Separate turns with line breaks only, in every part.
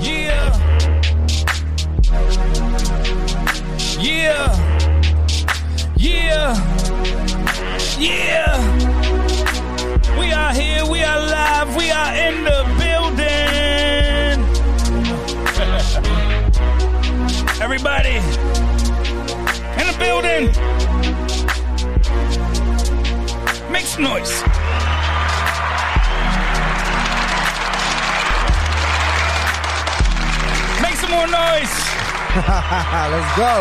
Yeah. Yeah. Yeah. Yeah. We are here. We are live. We are in the building. Everybody in the building. Make some noise. Make some more noise.
Let's go.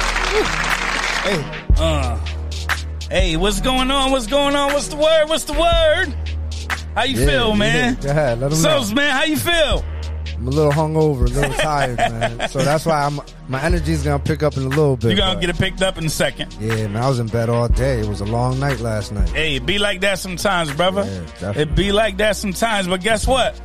Hey. Hey. Woo. Hey.
Hey, what's going on? What's going on? What's the word? What's the word? How you feel,
yeah,
man?
Go ahead. Let 'em know.
Subs, man, how you feel?
I'm a little hungover, a little tired, man. So that's why I'm my energy's gonna pick up in a little bit.
You gonna
but-
get it picked up in a second.
Yeah, man. I was in bed all day. It was a long night last night.
Hey, it be like that sometimes, brother.
Yeah, definitely.
it be like that sometimes, but guess what?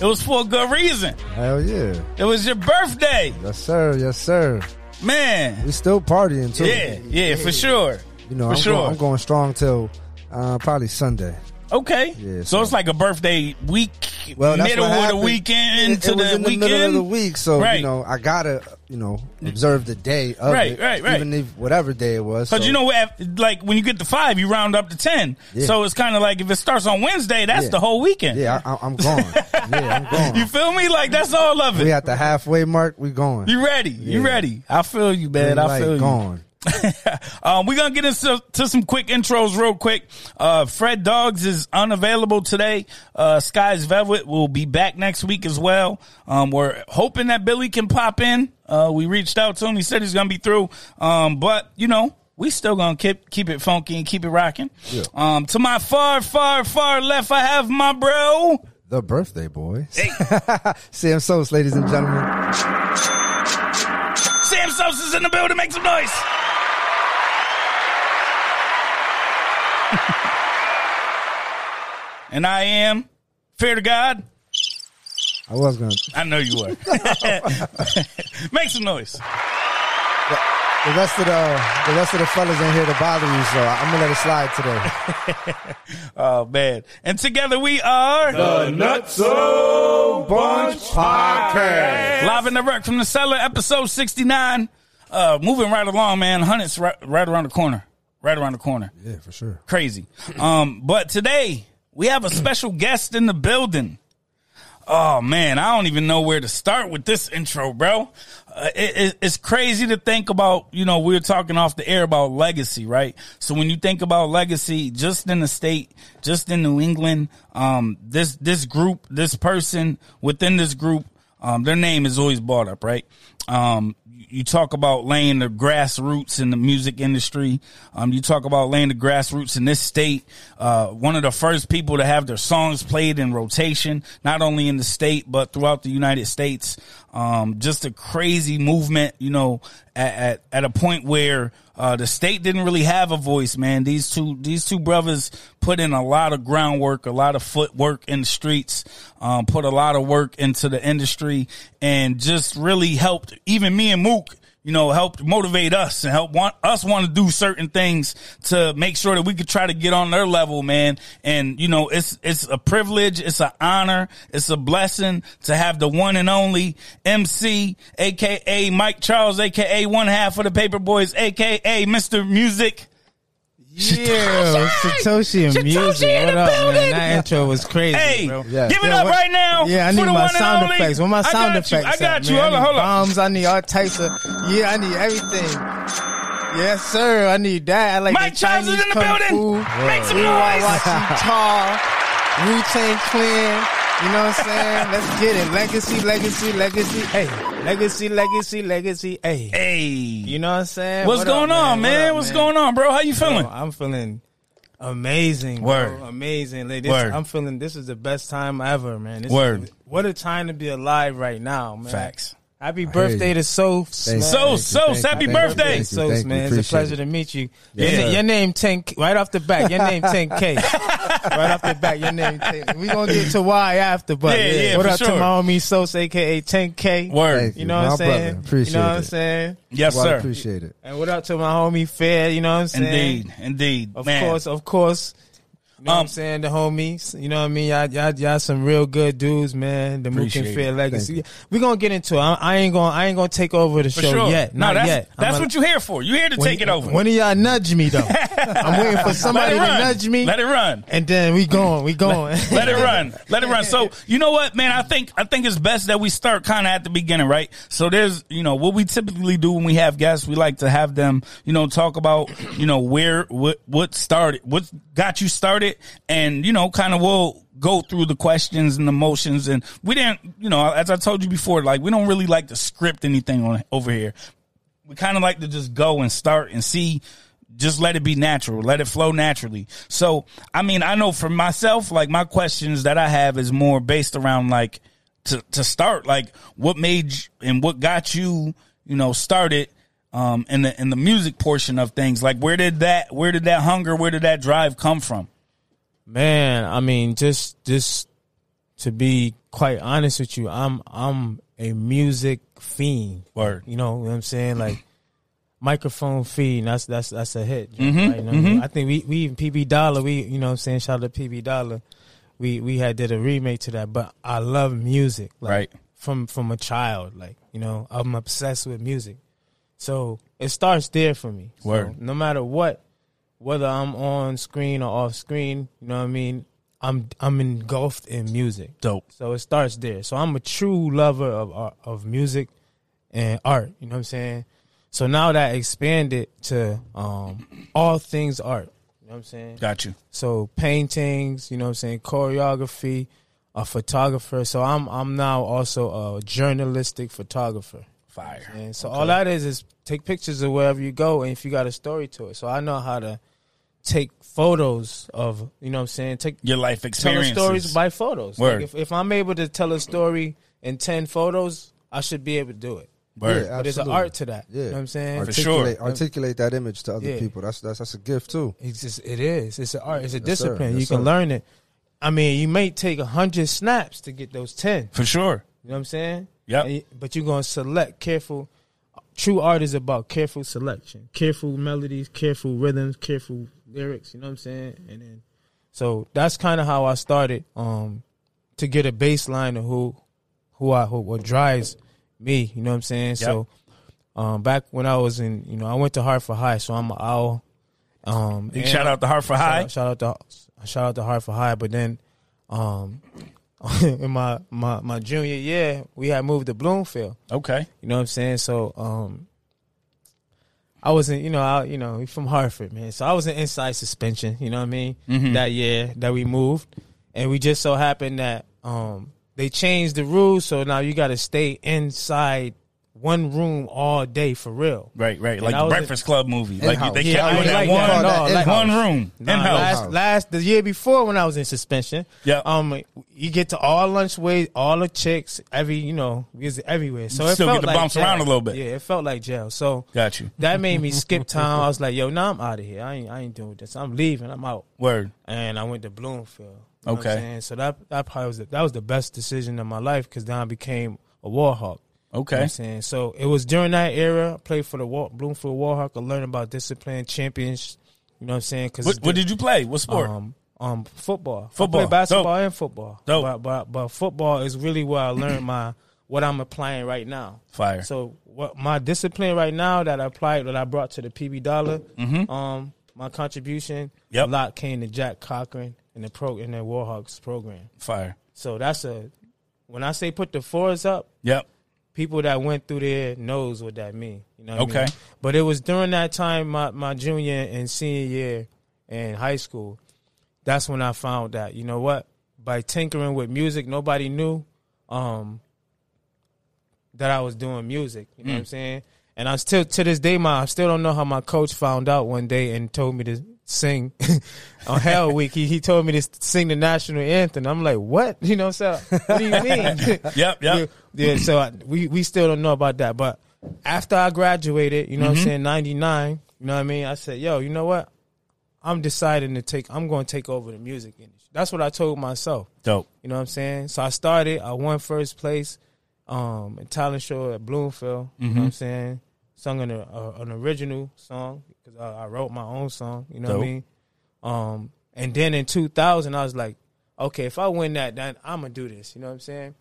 It was for a good reason.
Hell yeah.
It was your birthday,
Yes sir. Yes sir.
man.
We still partying too.
Yeah, yeah, for sure.
You know,
for
I'm,
sure.
going, I'm going strong till uh, probably Sunday.
Okay,
Yeah,
so
so-
it's like a birthday week,
Well, that's
middle
what
of the
happened.
weekend
It-
to
it was
the
in the
weekend.
middle of the week, so
Right.
you know I gotta you know observe the day of
Right,
it,
right, right.
even if whatever day it was.
Because
so-
you know, at- like when you get to five, you round up to ten.
Yeah.
So it's kind of like if it starts on Wednesday, that's
Yeah.
the whole weekend.
yeah, I, I, I'm gone. yeah, I'm
You
gone.
feel me? Like that's all of
We
it.
at the halfway mark. We going.
You ready? You
Yeah.
ready? I feel you, man.
Green
I
light,
feel you.
Gone.
um, we're gonna get into to some quick intros real quick. Uh, Fred Dogs is unavailable today. Uh, Sky's Velvet will be back next week as well. Um, we're hoping that Billy can pop in. Uh, we reached out to him. He said he's gonna be through. Um, but you know. We still gonna keep keep it funky and keep it rocking.
Yeah.
Um, to my far, far, far left, I have my bro.
The birthday boy. Sam Sos, ladies and gentlemen.
Sam Sos is in the building. Make some noise. and I am, fear to God,
I was gonna.
I know you were. Make some noise.
The, the rest of the the rest of the fellas ain't here to bother you, so I'm gonna let it slide today.
Oh, man. And together we are
Nutso Bunch podcast.
live and direct from the cellar, episode 69. Uh, moving right along, man. Hunt's right, right around the corner. Right around the corner.
Yeah, for sure.
crazy. Um, but today we have a special guest in the building. Oh man, I don't even know where to start with this intro, bro. Uh, it, it- it's crazy to think about. You know, we were talking off the air about legacy, right? So when you think about legacy, just in the state, just in New England, um, this this group, this person within this group, um, their name is always brought up, right? Um, you you talk about laying the grassroots in the music industry. Um, you talk about laying the grassroots in this state. Uh, one of the first people to have their songs played in rotation, not only in the state but throughout the United States. Um, just a crazy movement, you know, at at, at a point where uh, the state didn't really have a voice, man. These two these two brothers put in a lot of groundwork, a lot of footwork in the streets, um, put a lot of work into the industry, and just really helped even me and Mook. You know, helped motivate us and help want us want to do certain things to make sure that we could try to get on their level, man. And you know, it's it's a privilege, it's an honor, it's a blessing to have the one and only MC, aka Mike Charles, aka one half of the Paper Boys, aka Mr. Music.
Yeah, Satoshi and music.
in
What
the
up,
building.
man? That intro was crazy.
Hey,
bro.
Yeah.
give it
Yeah,
up
what-
right now.
Yeah, I
for
need
the
my
one and
sound
only.
effects. Where my
I got
sound
you,
effects?
I
at,
got you.
man?
Hold
I
on,
need
hold on.
Bombs. I need all types of. Yeah, I need everything. Yes, sir. I need that. I like
Mike
the
Charles
Chinese
is in the
kung fu.
building. Make some noise.
Wawachi Tar, Wu Tang Clan. You know what I'm saying? Let's get it. Legacy, legacy, legacy. Hey, legacy, legacy, legacy. Hey,
Hey,
you know what I'm saying?
what's
What up,
going on, man?
What up,
what's going on, bro? How you feeling?
Bro, I'm feeling Amazing, bro.
Word.
amazing. Like, this,
Word.
I'm feeling this is the best time ever, man. This is-
Word.
what a time to be alive right now, man.
Facts.
Happy
hear
birthday
you.
to Soph.
Thank you,
Smash.
So-
thank you,
so,
thank you,
happy
thank you,
birthday.
thank you,
Soph,
thank you,
man. It's a
appreciate
pleasure
it.
to meet you.
Yes,
Your,
sir.
your name 10K right off the bat. Your name 10K right off the bat. Your name. 10, we gonna get to why after, but
Yeah, yeah,
what
for
up to
sure.
my homie Soph, aka 10K.
Word.
Thank
You know what
My
I'm saying?
brother. Appreciate
you know what
it.
I'm saying?
Yes,
Well, I
sir.
appreciate it.
And what up to my homie Fair, you know what I'm saying?
Indeed. Indeed.
Of
Man.
course, of course. You know what
Um,
I'm saying? The homies. You know what I mean? Y'all, y'all, y'all some real good dudes, man. The Mook
Appreciate
and
it.
Fair legacy. We're gonna get into it. I, I ain't gonna I ain't gonna take over the
For
show
sure.
yet.
no,
Not
that's,
yet.
that's
I'ma-
what you're here for. You're here to
when-
take it over.
When do y'all nudge me though? I'm waiting for
Let
somebody
it
to
run.
nudge me.
Let it run.
and then we going, we going.
Let it run. Let it run. So you know what, man? I think I think it's best that we start kind of at the beginning, right? So there's you know what we typically do when we have guests, we like to have them you know talk about you know where what what started, what got you started, and you know kind of we'll go through the questions and the motions. And we didn't you know as I told you before, like we don't really like to script anything on over here. We kind of like to just go and start and see just let it be natural let it flow naturally so i mean i know for myself like my questions that i have is more based around like to, to start like what made you, and what got you you know started um in the in the music portion of things like where did that where did that hunger where did that drive come from
Man, I mean, just just to be quite honest with you, I'm I'm a music fiend.
Word.
You know what I'm saying? Like microphone fiend. That's that's that's a hit.
Mm-hmm,
Right? You know, I think we we even PB Dollar. We you know what I'm saying. Shout out to PB Dollar. We we had did a remake to that, but I love music. Like,
Right.
From from a child, like you know, I'm obsessed with music. So it starts there for me. So
Word.
no matter what, whether I'm on screen or off screen, you know what I mean. I'm I'm engulfed in music.
dope
So it starts there. So I'm a true lover of art, of music and art. You know what I'm saying? So now that expanded to um, all things art. You know what I'm saying?
got you
So paintings. You know what I'm saying? Choreography, a photographer. So I'm I'm now also a journalistic photographer.
fire
And so all that is is take pictures of wherever you go, and if you got a story to it. So I know how to take photos of. You know what I'm saying? Take
your life
telling
experiences
stories by photos.
Word.
Like if, if I'm able to tell a story in 10 photos, I should be able to do it.
Word.
But there's an
Absolutely.
art to that. You know what I'm saying?
For sure.
Articulate- Articulate that image to other
Yeah.
people. That's that's that's a gift too.
It's just, it is. It's an art. It's a
Yes, sir.
discipline.
Yes,
you
sir.
can learn it. I mean, you may take 100 snaps to get those 10.
for sure
You know what I'm saying?
Yep.
And you- But you're going to select careful. True art is about careful selection, careful melodies, careful rhythms, careful lyrics. You know what I'm saying? And then, so that's kind of how I started. Um, to get a baseline of who, who I who what drives me. You know what I'm saying? So, um, back when I was in, you know, I went to Hartford High, so I'm an owl. Um,
Big
and-
shout out to hartford high
Shout out, shout out to shout out to Hartford High, but then um in my, my my junior year, we had moved to Bloomfield.
okay
You know what I'm saying? So um I wasn't, you know, I, you know, we from Hartford, man. So I was in inside suspension, you know what I mean? That year that we moved. And we just so happened that um they changed the rules, so now you gotta stay inside one room all day for real.
right right like
I
the
was in-
breakfast club movie like
In-house.
they kept
Yeah, I
you in
was
that
like that.
one,
No,
that
like-
one room
Nah,
in-house
Uh, last, last the year before when I was in suspension.
Yeah.
Um, you get to all lunch ways, all the chicks, every you know, we was everywhere. So
You
it
still
felt
get to
like
bounce
jail.
around a little bit.
Yeah, it felt like jail. So
got you
that made me skip town. I was like, yo, now I'm out of here. I ain't, I ain't doing this. I'm leaving. I'm out.
word
And I went to Bloomfield. You know what I'm
Okay.
saying? So that that probably was the, that was the best decision of my life because then I became a war hawk. You know what
okay
I'm saying? So it was during that era. I played for the Wa- Bloomfield Warhawk. I learned about discipline, champions. You know what I'm saying? Because
What, what did you play? What sport?
um, um, football,
Football.
I play basketball
Dope.
and football.
Dope.
But, but but football is really where I learned my what I'm applying right now.
Fire.
So what my discipline right now that I applied that I brought to the PB Dollar, um, my contribution
Mm-hmm. Yep.
a lot came to Jack Cochran and the pro in the Warhawks program.
Fire.
So that's a when I say put the fours up,
Yep.
people that went through there knows what that mean. You know. what I
Okay.
mean? But it was during that time, my my junior and senior year in high school, that's when I found that you know what by tinkering with music, nobody knew um, that I was doing music. You know what I'm saying? And And I still to this day, my I still don't know how my coach found out one day and told me to sing on Hell Week. He, he told me to sing the national anthem. I'm like, what? You know, so what do you mean?
Yep, yep.
Yeah, yeah, so I, we we still don't know about that. But after I graduated, you know
Mm-hmm.
what I'm saying, ninety nine. You know what I mean? I said, yo, you know what? I'm deciding to take. I'm going to take over the music industry. That's what I told myself.
Dope.
You know what I'm saying? So I started. I won first place um, in talent show at Bloomfield. You know
Mm-hmm.
what I'm saying? Sung an, uh, an original song because I, I wrote my own song. You know
Dope.
what I mean? Um, and then in 2000, I was like, okay, if I win that, then I'm gonna do this. You know what I'm saying?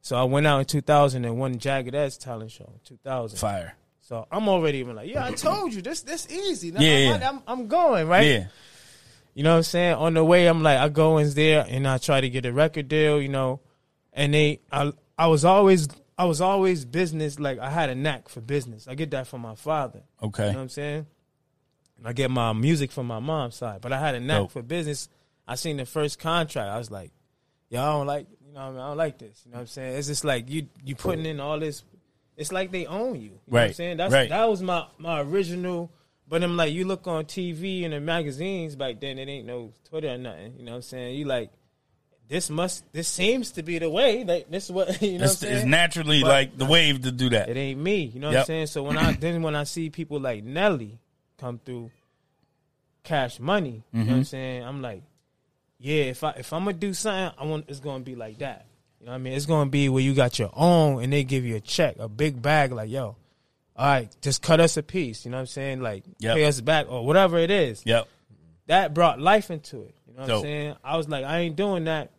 So I went out in 2000 and won Jagged Edge talent show. in 2000.
Fire.
So I'm already even like, yeah, I told you this. This easy. Now
Yeah,
I'm,
yeah.
I'm, I'm going right.
Yeah.
You know what I'm saying? On the way, I'm like, I go in there and I try to get a record deal, you know. And they, I, I was always, I was always business. Like I had a knack for business. I get that from my father. You
Okay.
know what I'm saying? And I get my music from my mom's side, but I had a knack
Dope.
for business. I seen the first contract. I was like, yo, I don't like, you know, what I, mean? I don't like this. You know what I'm saying? It's just like you, you putting in all this. It's like they own you. You know what I'm
Right,
saying? That's
right.
that was my my original. But I'm like, you look on TV and the magazines back then. It ain't no Twitter or nothing. You know what I'm saying? You like. This must. This seems to be the way. Like this is what you know.
It's,
what I'm saying?
it's naturally
But-
like the wave to do that.
it ain't me. You know what
Yep.
I'm saying? So when I then when I see people like Nelly come through cash money, you
Mm-hmm.
know what I'm saying? I'm like, yeah, if I if I'm gonna do something, I want it's gonna be like that. You know what I mean? It's gonna be where you got your own and they give you a check, a big bag, like, yo, all right, just cut us a piece, you know what I'm saying? Like
Yep.
pay us back or whatever it is
Yep.
that brought life into it. You know what
Dope.
I'm saying? I was like, I ain't doing that.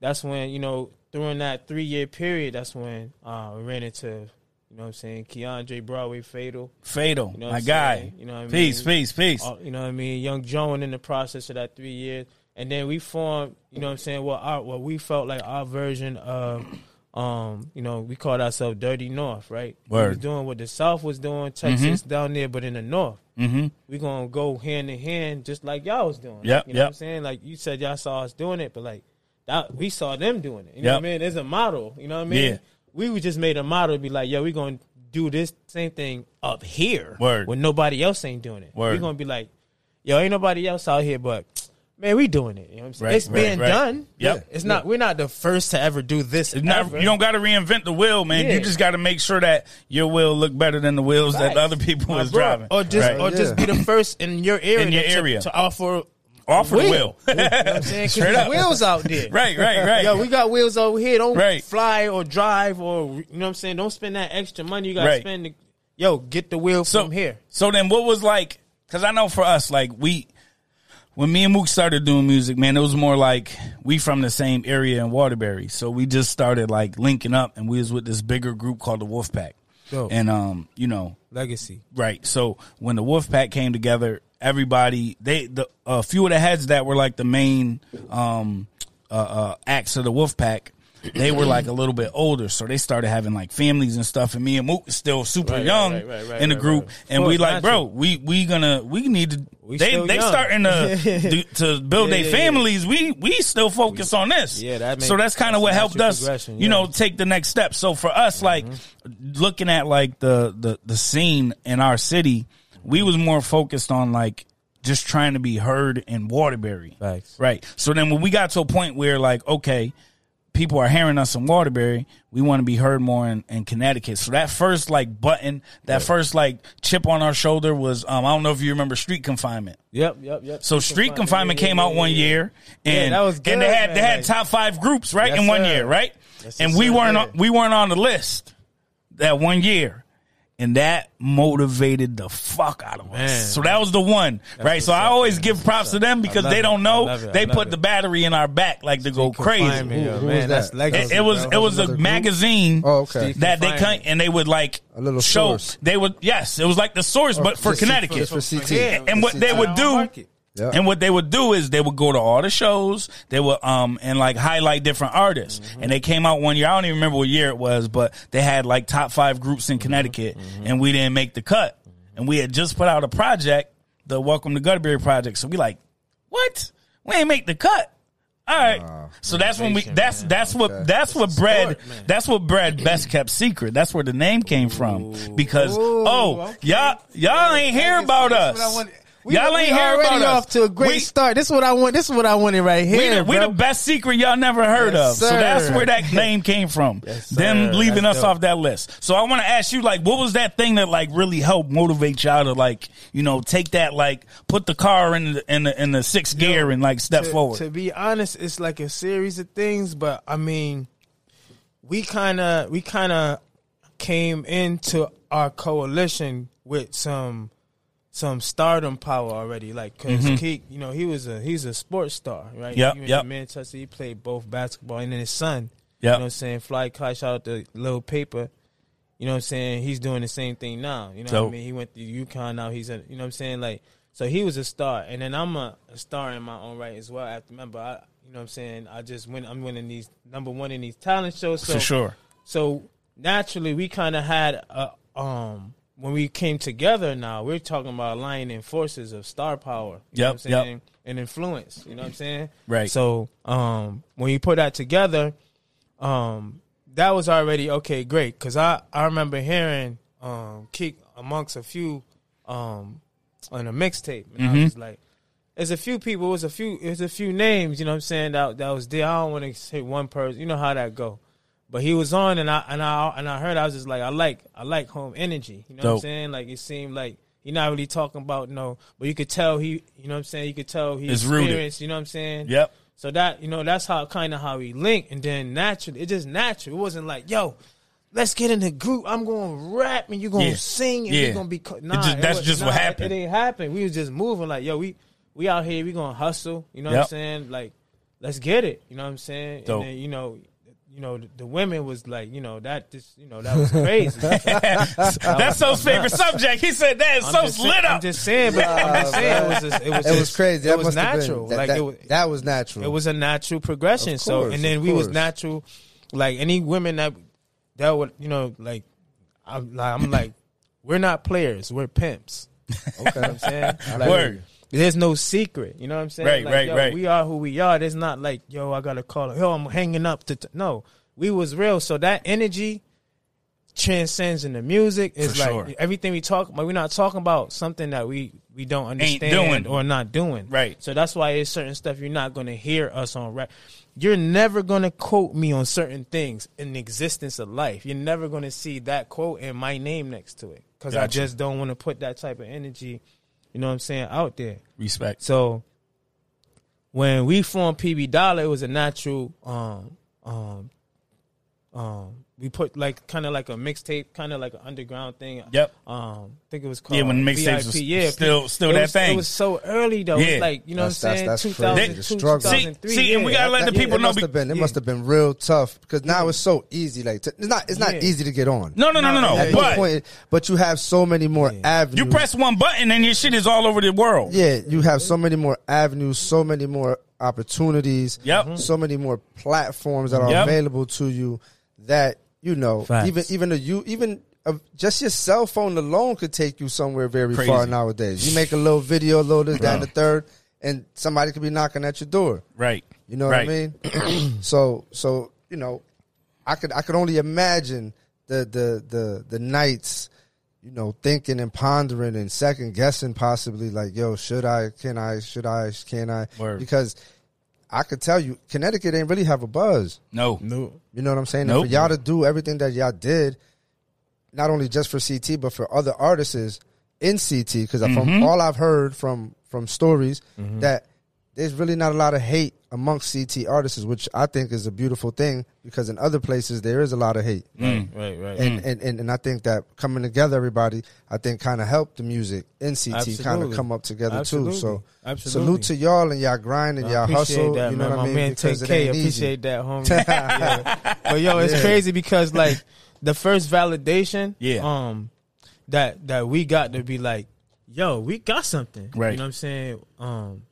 That's when, you know, during that three year period, that's when uh, I ran into, you know what I'm saying, Keandre Broadway Fatal.
Fatal.
know what
my
I'm
guy.
saying? You know what I
Peace,
mean?
peace, peace.
Uh, you know what I mean? Young Joan in the process of that three years. And then we formed, you know what I'm saying, what our what we felt like our version of um, you know, we called ourselves Dirty North, right? We was
Word. Mm-hmm.
doing what the South was doing, Texas down there, but in the North. Mm-hmm. We gonna go hand in hand just like y'all was doing.
Yep,
you know what
yep.
I'm saying? Like you said y'all saw us doing it, but like that we saw them doing it. You know
Yep.
what I mean? It's a model, you know what I mean?
Yeah.
We would just made a model to be like, yo, we gonna do this same thing up here
Word.
when nobody else ain't doing it.
Word.
We're gonna be like, yo, ain't nobody else out here, but man, we doing it. You know what I'm saying?
Right,
it's
right,
being
right.
done.
Yep.
It's not we're not the first to ever do this.
It's not-
ever.
you don't got to reinvent the wheel, man. You
Yeah.
just got to make sure that your wheel look better than the wheels that
Facts.
other people
My
is
bro.
driving.
Or just
Right.
or just be the first in your area,
In your
to,
area.
to offer
offer the wheel.
You know what I'm saying? 'Cause
Straight
there's
up.
wheels out there.
right, right, right.
Yo, we got wheels over here. Don't
Right.
fly or drive or you know what I'm saying? Don't spend that extra money you gotta
Right.
spend to, yo, get the wheel from here.
So then, what was like? Because I know for us, like we, when me and Mook started doing music, man, it was more like we from the same area in Waterbury, so we just started like linking up, and we was with this bigger group called the Wolfpack,
Dope.
and um, you know,
Legacy.
Right. So when the Wolf Pack came together, everybody they the a few of the heads that were like the main um uh, uh acts of the Wolf Pack, they were like a little bit older, so they started having like families and stuff. And me and Mook is still super
Right,
young
right, right, right,
in the
right,
group,
right. Of
and we
course,
like, bro,
natural.
we we gonna we need to. they
still
they
young.
starting to do, to build
Yeah,
their
yeah, yeah.
families. We we still focus on this.
Yeah, that
so
makes-
that's kind of what
that's
helped
natural
us.
progression,
You know,
yes.
take the next step. So for us, like looking at like the the the scene in our city, we was more focused on like just trying to be heard in Waterbury.
Facts.
Right. So then when we got to a point where like, okay, people are hearing us in Waterbury, we want to be heard more in, in Connecticut. So that first like button, that first like chip on our shoulder was um I don't know if you remember street confinement.
Yep, yep, yep.
So street confinement
Yeah,
came
yeah,
out
yeah,
one
yeah.
year, and
that was
and
good,
they had they
man.
had top five groups right
Yes,
in one
sir.
year, right?
Yes,
and
yes,
we
sir.
weren't
Yeah.
on, we weren't on the list that one year, and that motivated the fuck out of
Man.
us. So that was the one, right? So I always give props to them because
love
they
it.
don't
I
know
love it. I
they
love
put
it.
the battery in our back like to go crazy.
Confinement, yo,
Who- who
man,
was
that's
that?
legacy.
It, it was
bro.
it was a
Another group?
magazine
Oh, okay.
that they cut
Confinement.
and they would like
A little
show
source. Oh,
they would yes it was like the source but for
Just
Connecticut
Just for CT.
Yeah,
and what
Just
they
CT.
would do
Market.
Yeah.
and what they would do is they would go to all the shows they would um and like highlight different artists
Mm-hmm.
and they came out one year i don't even remember what year it was but they had like top five groups
Mm-hmm.
in connecticut and we didn't make the cut and we had just put out a project the welcome to gutterberry project so we like what we ain't make the cut All right. so that's when we that's that's what that's what bread that's what bread best kept secret. That's where the name came from because oh y'all y'all ain't hear about
That's what I
us.
wanted. We-
y'all
we
ain't hear
already
about
off
us.
to a great
We-
start. This is what I want. This is what I wanted right
we, the,
here.
we
bro.
the best secret y'all never heard
Yes,
of. So that's
sir.
where that name came from. Them
sir.
leaving
That's
us
dope.
off that list. So I want to ask you, like, what was that thing that like really helped motivate y'all to like, you know, take that like, put the car in the in the, in the sixth gear and like step
to,
forward.
to be honest, it's like a series of things, but I mean, we kind of we kind of came into our coalition with some some stardom power already. Like, because Keek, you know, he was a he's a sports star, right?
Mm-hmm. Yep,
he
yep.
in Manchester. He played both basketball and then his son.
Yep.
you know what I'm saying. Fly Kai, shout out to Lil Paper. You know what I'm saying? He's doing the same thing now. You know what
Dope.
I mean? He went to UConn now. He's a you know what I'm saying? Like so he was a star. And then I'm a, a star in my own right as well. After remember I you know what I'm saying, I just win I'm winning these number one in these talent shows. So
For sure.
so naturally we kinda had a um when we came together now, we're talking about aligning forces of star power. You know
Yep,
what I'm saying?
yep.
And influence. You know what I'm saying?
Right.
So um when you put that together, um, that was already okay, great. Cause I, I remember hearing um Keek amongst a few um on a mixtape. And
Mm-hmm.
I was like, there's a few people, it was a few there's a few names, you know what I'm saying, that that was there. I don't wanna say one person, you know how that go. But he was on and I and I and I heard I was just like, I like I like home energy. You know what I'm
Dope.
saying? Like it seemed like you're not really talking about no, but you could tell he, you know what I'm saying. You could tell he
It's rooted.
experienced, you know what I'm saying.
Yep.
So that you know, that's how kind of how we linked, and then naturally, it just natural. It wasn't like, yo, let's get in the group. I'm going to rap and you're going to
Yeah.
sing and
Yeah.
you're going to be. Co-
It
nah,
just-
it
that's
was-
just what
nah, it-
happened.
It, ain't happened. We was just moving like, yo, we we out here. We going to hustle. You know what
Yep.
I'm saying? Like, let's get it. You know what I'm saying?
Dope.
And then, you know. You know the, the women was like, you know that just, you know that was crazy.
That's So's favorite subject. He said that is
I'm
So's
just say-
lit up.
I'm just saying, but I'm just saying it was just, it was
It was
just-
crazy. That
It was
must have been-
natural.
that-
like
that-
it was
that was natural.
it was a natural progression.
Of
so
course,
and then
of
we was
course.
natural, like any women that that would you know like I'm like, I'm like we're not players, we're pimps.
okay.
You know what I'm saying like,
Word.
There's no secret, you know what I'm saying?
Right,
Like,
right,
yo,
right.
We are who we are. There's not like yo, I gotta call. Yo, I'm hanging up to. T-. No, we was real. So that energy transcends in the music. It's
For
like
sure.
everything we talk about. We're not talking about something that we we don't
Ain't
understand
doing.
or not doing.
Right.
So that's why it's certain stuff you're not gonna hear us on rap. You're never gonna quote me on certain things in the existence of life. You're never gonna see that quote and my name next to it because I
Gotcha.
just don't want to put that type of energy. You know what I'm saying out there.
Respect.
So when we formed PB Dollar, it was a natural um um um we put like kind of like a mixtape, kind of like an underground thing.
Yep.
Um, I think it was called
Yeah, when mixtapes
VIP.
was
yeah,
still-
P-
still
it
that
was-
thing.
It was so early though.
Yeah.
It's like you know
That's-
what I'm
that's-
saying.
that's crazy.
2002,
The struggle. See-
2003.
see, and we
yeah.
gotta let the
That-
people
it
know
must
be-
have been. It
yeah.
must have been real tough because now it's so easy. Like to, it's not. It's not
Yeah.
easy to get on.
No, no, no, no, no.
At
but
this point, but you have so many more avenues.
you press one button and your shit is all over the world.
Yeah, you have so many more avenues, so many more opportunities,
Yep.
so many more platforms that are
Yep.
available to you that you know
Facts.
even even the you even uh, just your cell phone alone could take you somewhere very
Crazy.
far nowadays. You make a little video, a little this, that, and the third, and somebody could be knocking at your door.
Right.
You know
right.
what I mean? so so you know, I could I could only imagine the the the the nights, you know, thinking and pondering and second guessing possibly like, yo, should I? Can I? Should I? Can I?
Word.
Because I could tell you, Connecticut ain't really have a buzz.
No.
No.
You know what I'm saying?
Nope.
And for y'all to do everything that y'all did, not only just for CT but for other artists is in CT, because
Mm-hmm.
from all I've heard from from stories that there's really not a lot of hate amongst CT artists, which I think is a beautiful thing because in other places there is a lot of hate,
Mm,
Mm-hmm. Right, right.
and, and and and I think that coming together, everybody, I think kind of helped the music in CT kind of
Absolutely.
come up together too. So
Absolutely. Absolutely.
salute to y'all and y'all grind and
I
y'all
appreciate
hustle.
That,
you know
man.
what I
My
mean?
man
Because
Take
it
K,
ain't easy.
appreciate that, homie. Yeah. But yo, it's crazy because like the first validation,
Yeah.
um, that that we got to be like, yo, we got something,
Right.
You know what I'm saying? Um,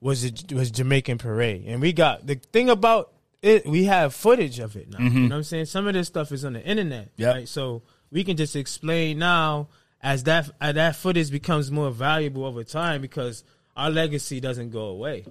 was it was Jamaican Parade, and we got the thing about it. We have footage of it now. You know what I'm saying? Some of this stuff is on the internet,
Mm-hmm. Yep.
right? So we can just explain now as that as that footage becomes more valuable over time because our legacy doesn't go away.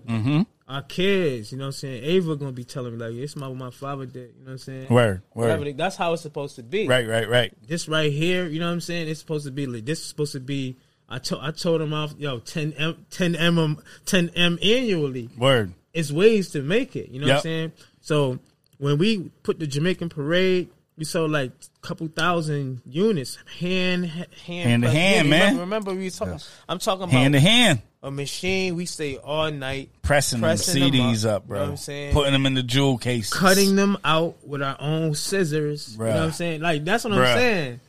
our kids, you know what I'm saying? Ava gonna be telling me like it's my what my father did, you know what I'm saying?
Word,
Whatever
word.
they- That's how it's supposed to be.
Right, right, right.
This right here, you know what I'm saying? It's supposed to be like this is supposed to be I told I told him off, yo, 10 M 10 M 10 M annually
Word.
it's ways to make it. You know what
Yep.
I'm saying? So when we put the Jamaican parade, we sold like a couple thousand units, hand hand
Hand to
plus
hand,
unit.
man.
Remember, remember we was talking. I'm talking about
Hand to hand.
a machine. We stay all night
Pressing, them
them
CDs up, bro.
You know what I'm saying?
Putting them in the jewel case.
Cutting them out with our own scissors. You know
Bruh.
what I'm saying? Like that's what
Bruh.
I'm saying.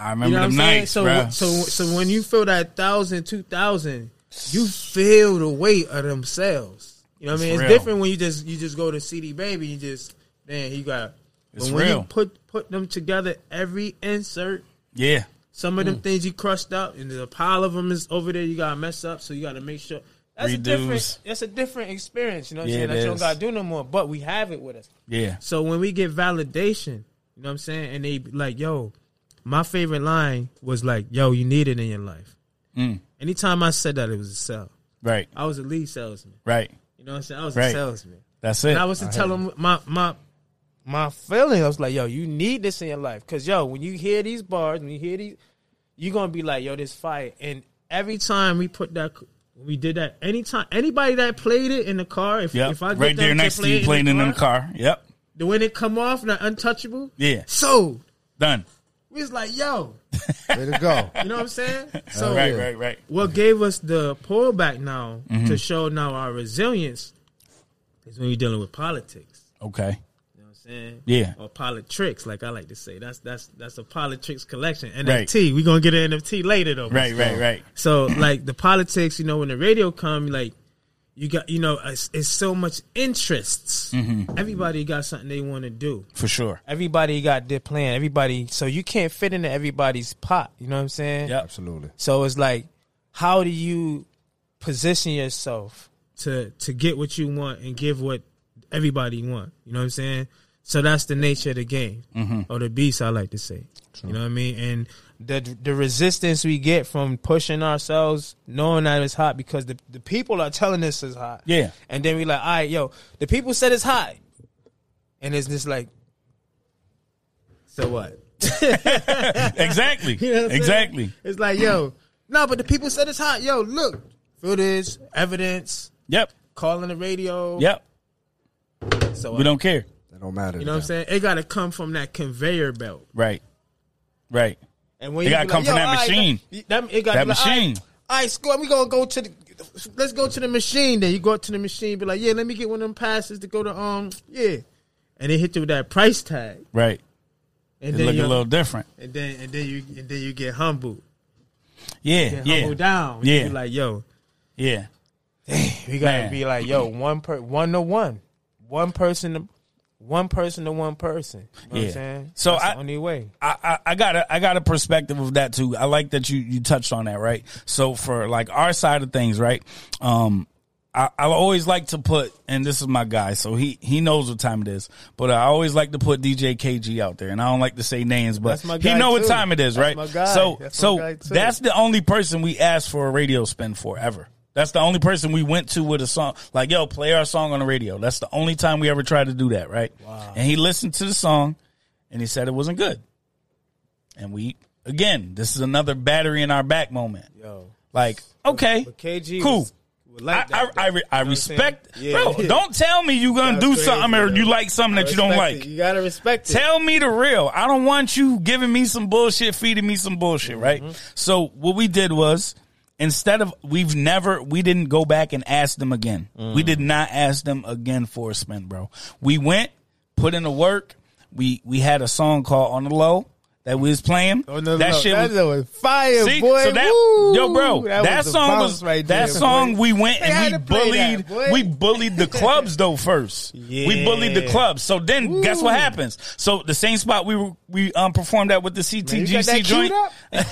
I
You
remember
know what I'm
them
saying?
nights,
So
bro.
so so when you feel that thousand, two thousand, you feel the weight of themselves. You know what I mean?
It's
It's
real.
different when you just you just go to CD Baby. You just man, you got. but
It's
when
real.
you put put them together, every insert,
yeah.
some of
Hmm.
them things you crushed up, and the pile of them is over there. You gotta mess up, so you gotta make sure. That's a
Redos.
different. That's a different experience. You know what I'm
Yeah,
saying?
it
That you don't
is.
gotta do no more. But we have it with us.
Yeah.
So when we get validation, you know what I'm saying? And they be like, yo, my favorite line was like, yo, you need it in your life.
Mm.
Anytime I said that, it was a sell.
Right.
I was a lead salesman.
Right.
You know what I'm saying? I was
Right.
a salesman.
That's it.
And I was to tell them my my my feeling. I was like, yo, you need this in your life, cause yo, when you hear these bars, when you hear these, you gonna be like, yo, this fire. And every time we put that, we did that. Anytime anybody that played it in the car, if,
yep.
if I get
right there
them
next
to
to
play
you playing in
the
them car. Yep.
the when it come off, not untouchable.
Yeah.
Sold.
Done.
We was like, yo,
Way to go.
you know what I'm saying? So
right, Mm-hmm. right, right.
what gave us the pullback now to show now our resilience is when you're dealing with politics.
Okay.
You know what I'm saying?
Yeah.
Or politics, like I like to say. That's that's that's a politics collection. NFT. We're gonna get an NFT later though.
Right, right, right.
So like the politics, you know, when the radio come, like you got you know, it's, it's so much interests.
Mm-hmm.
Everybody got something they want to do.
For sure.
Everybody got their plan. Everybody, so you can't fit into everybody's pot. You know what I'm saying?
Yep.
Absolutely.
So it's like, how do you position yourself to to get what you want and give what everybody want? You know what I'm saying? So that's the nature of the game or the beast, I like to say. You know what I mean? And the the resistance we get from pushing ourselves, knowing that it's hot because the, the people are telling us it's hot.
Yeah.
And then we like, all right, yo, the people said it's hot, and it's just like, so what?
Exactly.
You know what I'm saying?
exactly.
It's like, yo, no, but the people said it's hot. Yo, look, footage, evidence,
Yep.
calling the radio.
Yep.
So
We don't care.
That don't matter.
You know what I'm saying? It got to come from that conveyor belt.
Right. Right.
And when
It
you
gotta
be
come from
yo,
that
all right,
machine.
that,
That
it gotta be like, all right,
machine.
All right, score. We gonna go to the. Let's go to the machine. Then you go up to the machine. Be like, yeah, let me get one of them passes to go to um, yeah. And they hit you with that price tag,
Right.
and
It
then
look a
you
little different.
and then and then you and then you get humbled,
Yeah.
get
Yeah.
humbled down.
Yeah.
you be like yo,
Yeah.
We gotta
Man.
be like, yo, one per one to one, one person to one person to one person. You know what
Yeah.
I'm saying?
So
That's
I-
the only way.
I, I, I got a I got a perspective of that too. I like that you you touched on that, right? So for like our side of things, right? Um I, I always like to put and this is my guy, so he he knows what time it is. But I always like to put DJ KG out there and I don't like to say names, but
That's my
he
guy,
know what
too.
time it is,
That's
right?
my guy.
So
That's my
so
guy, too.
that's the only person we asked for a radio spin for ever. That's the only person we went to with a song. Like, yo, play our song on the radio. That's the only time we ever tried to do that, right? Wow. And he listened to the song and he said it wasn't good and we again this is another battery in our back moment
Yo,
like okay
KG,
cool
was- was
I,
like
I,
that, though.
I,
You
re- I
know what I'm
respect
saying?
bro
Yeah.
don't tell me you're gonna
That's
do
crazy,
something or
yo.
you like something that you don't
Respect
like
it. You gotta respect it.
Tell me the real. I don't want you giving me some bullshit, feeding me some bullshit, right? So what we did was instead of we've never we didn't go back and ask them again. We did not ask them again for a spin, bro. We went, put in the work. We we had a song called On the Low that we was playing.
Oh,
that shit was
fire,
See, so that yo, bro, that, song was that song. We went
They had
and we
to play
bullied,
that, boy.
we bullied the clubs though first. We bullied the
Yeah.
clubs. So then, guess what happens? So the same spot we were, we um performed at with the CTGC joint. No, but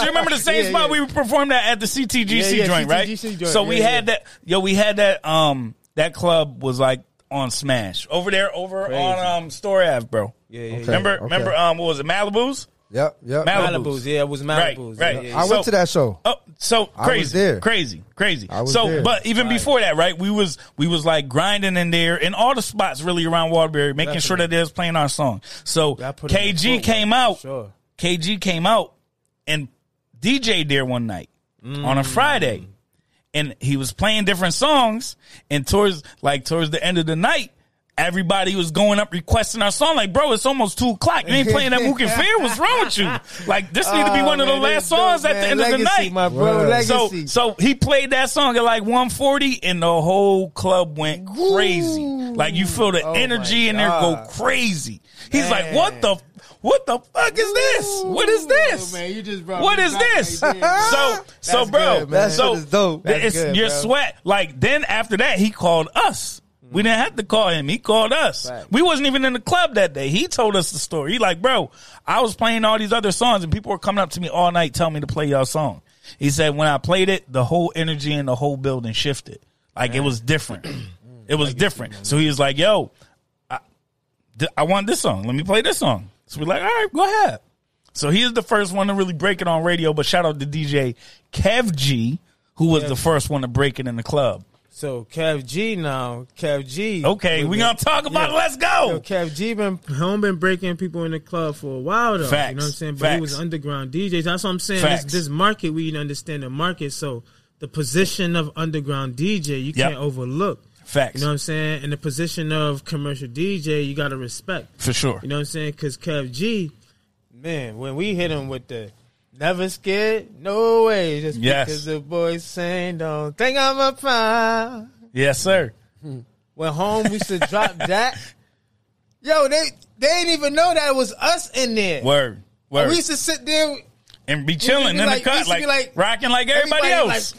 you remember the same
Yeah,
spot
yeah.
we performed at at the CTGC
Yeah, yeah,
joint, right?
CTGC joint.
So we
Yeah,
had that. Yo, we had that. Um, that club was like on Smash over there, over
Crazy.
on um Story Ave, bro.
Yeah, yeah, yeah.
Remember,
okay.
uh,
remember, um, what was it, Malibu's?
Yep, yep.
Malibu.
Malibu's, yeah, it was
Right,
Malibu's.
right.
yeah, yeah.
I went
So-
to that show.
Oh, so
I was
crazy,
there.
crazy, crazy.
I was
so,
there.
but even before that, right? We was we was like grinding in there in all the spots really around Waterbury, making sure that they was playing our song. So
I put in the
KG
footwork,
came out.
sure.
KG came out and DJ there one night on a Friday, and he was playing different songs. And towards like towards the end of the night. Everybody was going up requesting our song. Like, bro, it's almost two o'clock. You ain't playing that Mook and Fear. What's wrong with you? Like, this need to be
Oh,
one of the
man,
last
that's dope,
songs at the
man.
end of the
Legacy,
night.
my bro,
Word.
So,
legacy.
so he played that song at like 140, and the whole club went crazy. Like you feel
Oh,
the energy in there go crazy. He's like, "What the, what the fuck is this? What is this?
Ooh, man, you just brought
what
me
is
back
this?"
right there.
so, so,
That's
bro,
good, man.
so
That shit is dope. That's
it's
good,
your
bro.
sweat. Like then after that, he called us. We didn't have to call him. He called us. We wasn't even in the club that day. He told us the story. He like, bro, I was playing all these other songs and people were coming up to me all night telling me to play y'all song. He said when I played it, the whole energy in the whole building shifted. Like it was different. it was different. so he was like, yo, I, th- I want this song. Let me play this song. So we're like, all right, go ahead. So he is the first one to really break it on radio. But shout out to DJ Kev G, who was the first one to break it in the club.
So Kev G now, Kev G.
Okay,
with
we
the-
gonna talk about it. Let's go.
Yo, Kev G been home been breaking people in the club for a while though.
Facts.
You know what I'm saying? But
Facts.
he was underground DJs. That's what I'm saying. This,
Facts.
this market we need to understand the market. So the position of underground DJ you
Yep.
can't overlook.
Facts.
You know what I'm saying? And the position of commercial DJ you gotta respect.
For sure.
You know what I'm saying? Cause Kev G, man, when we hit him with the Never scared, no way. Just
Yes.
because the boys saying don't think I'm a fine.
Yes, sir.
When home we used to drop that. Yo, they they didn't even know that it was us in there.
Word. Word.
We used to sit there.
and be chilling
we
in
like-
the
we
cut,
used to
like,
be like-
rocking like everybody,
everybody
else.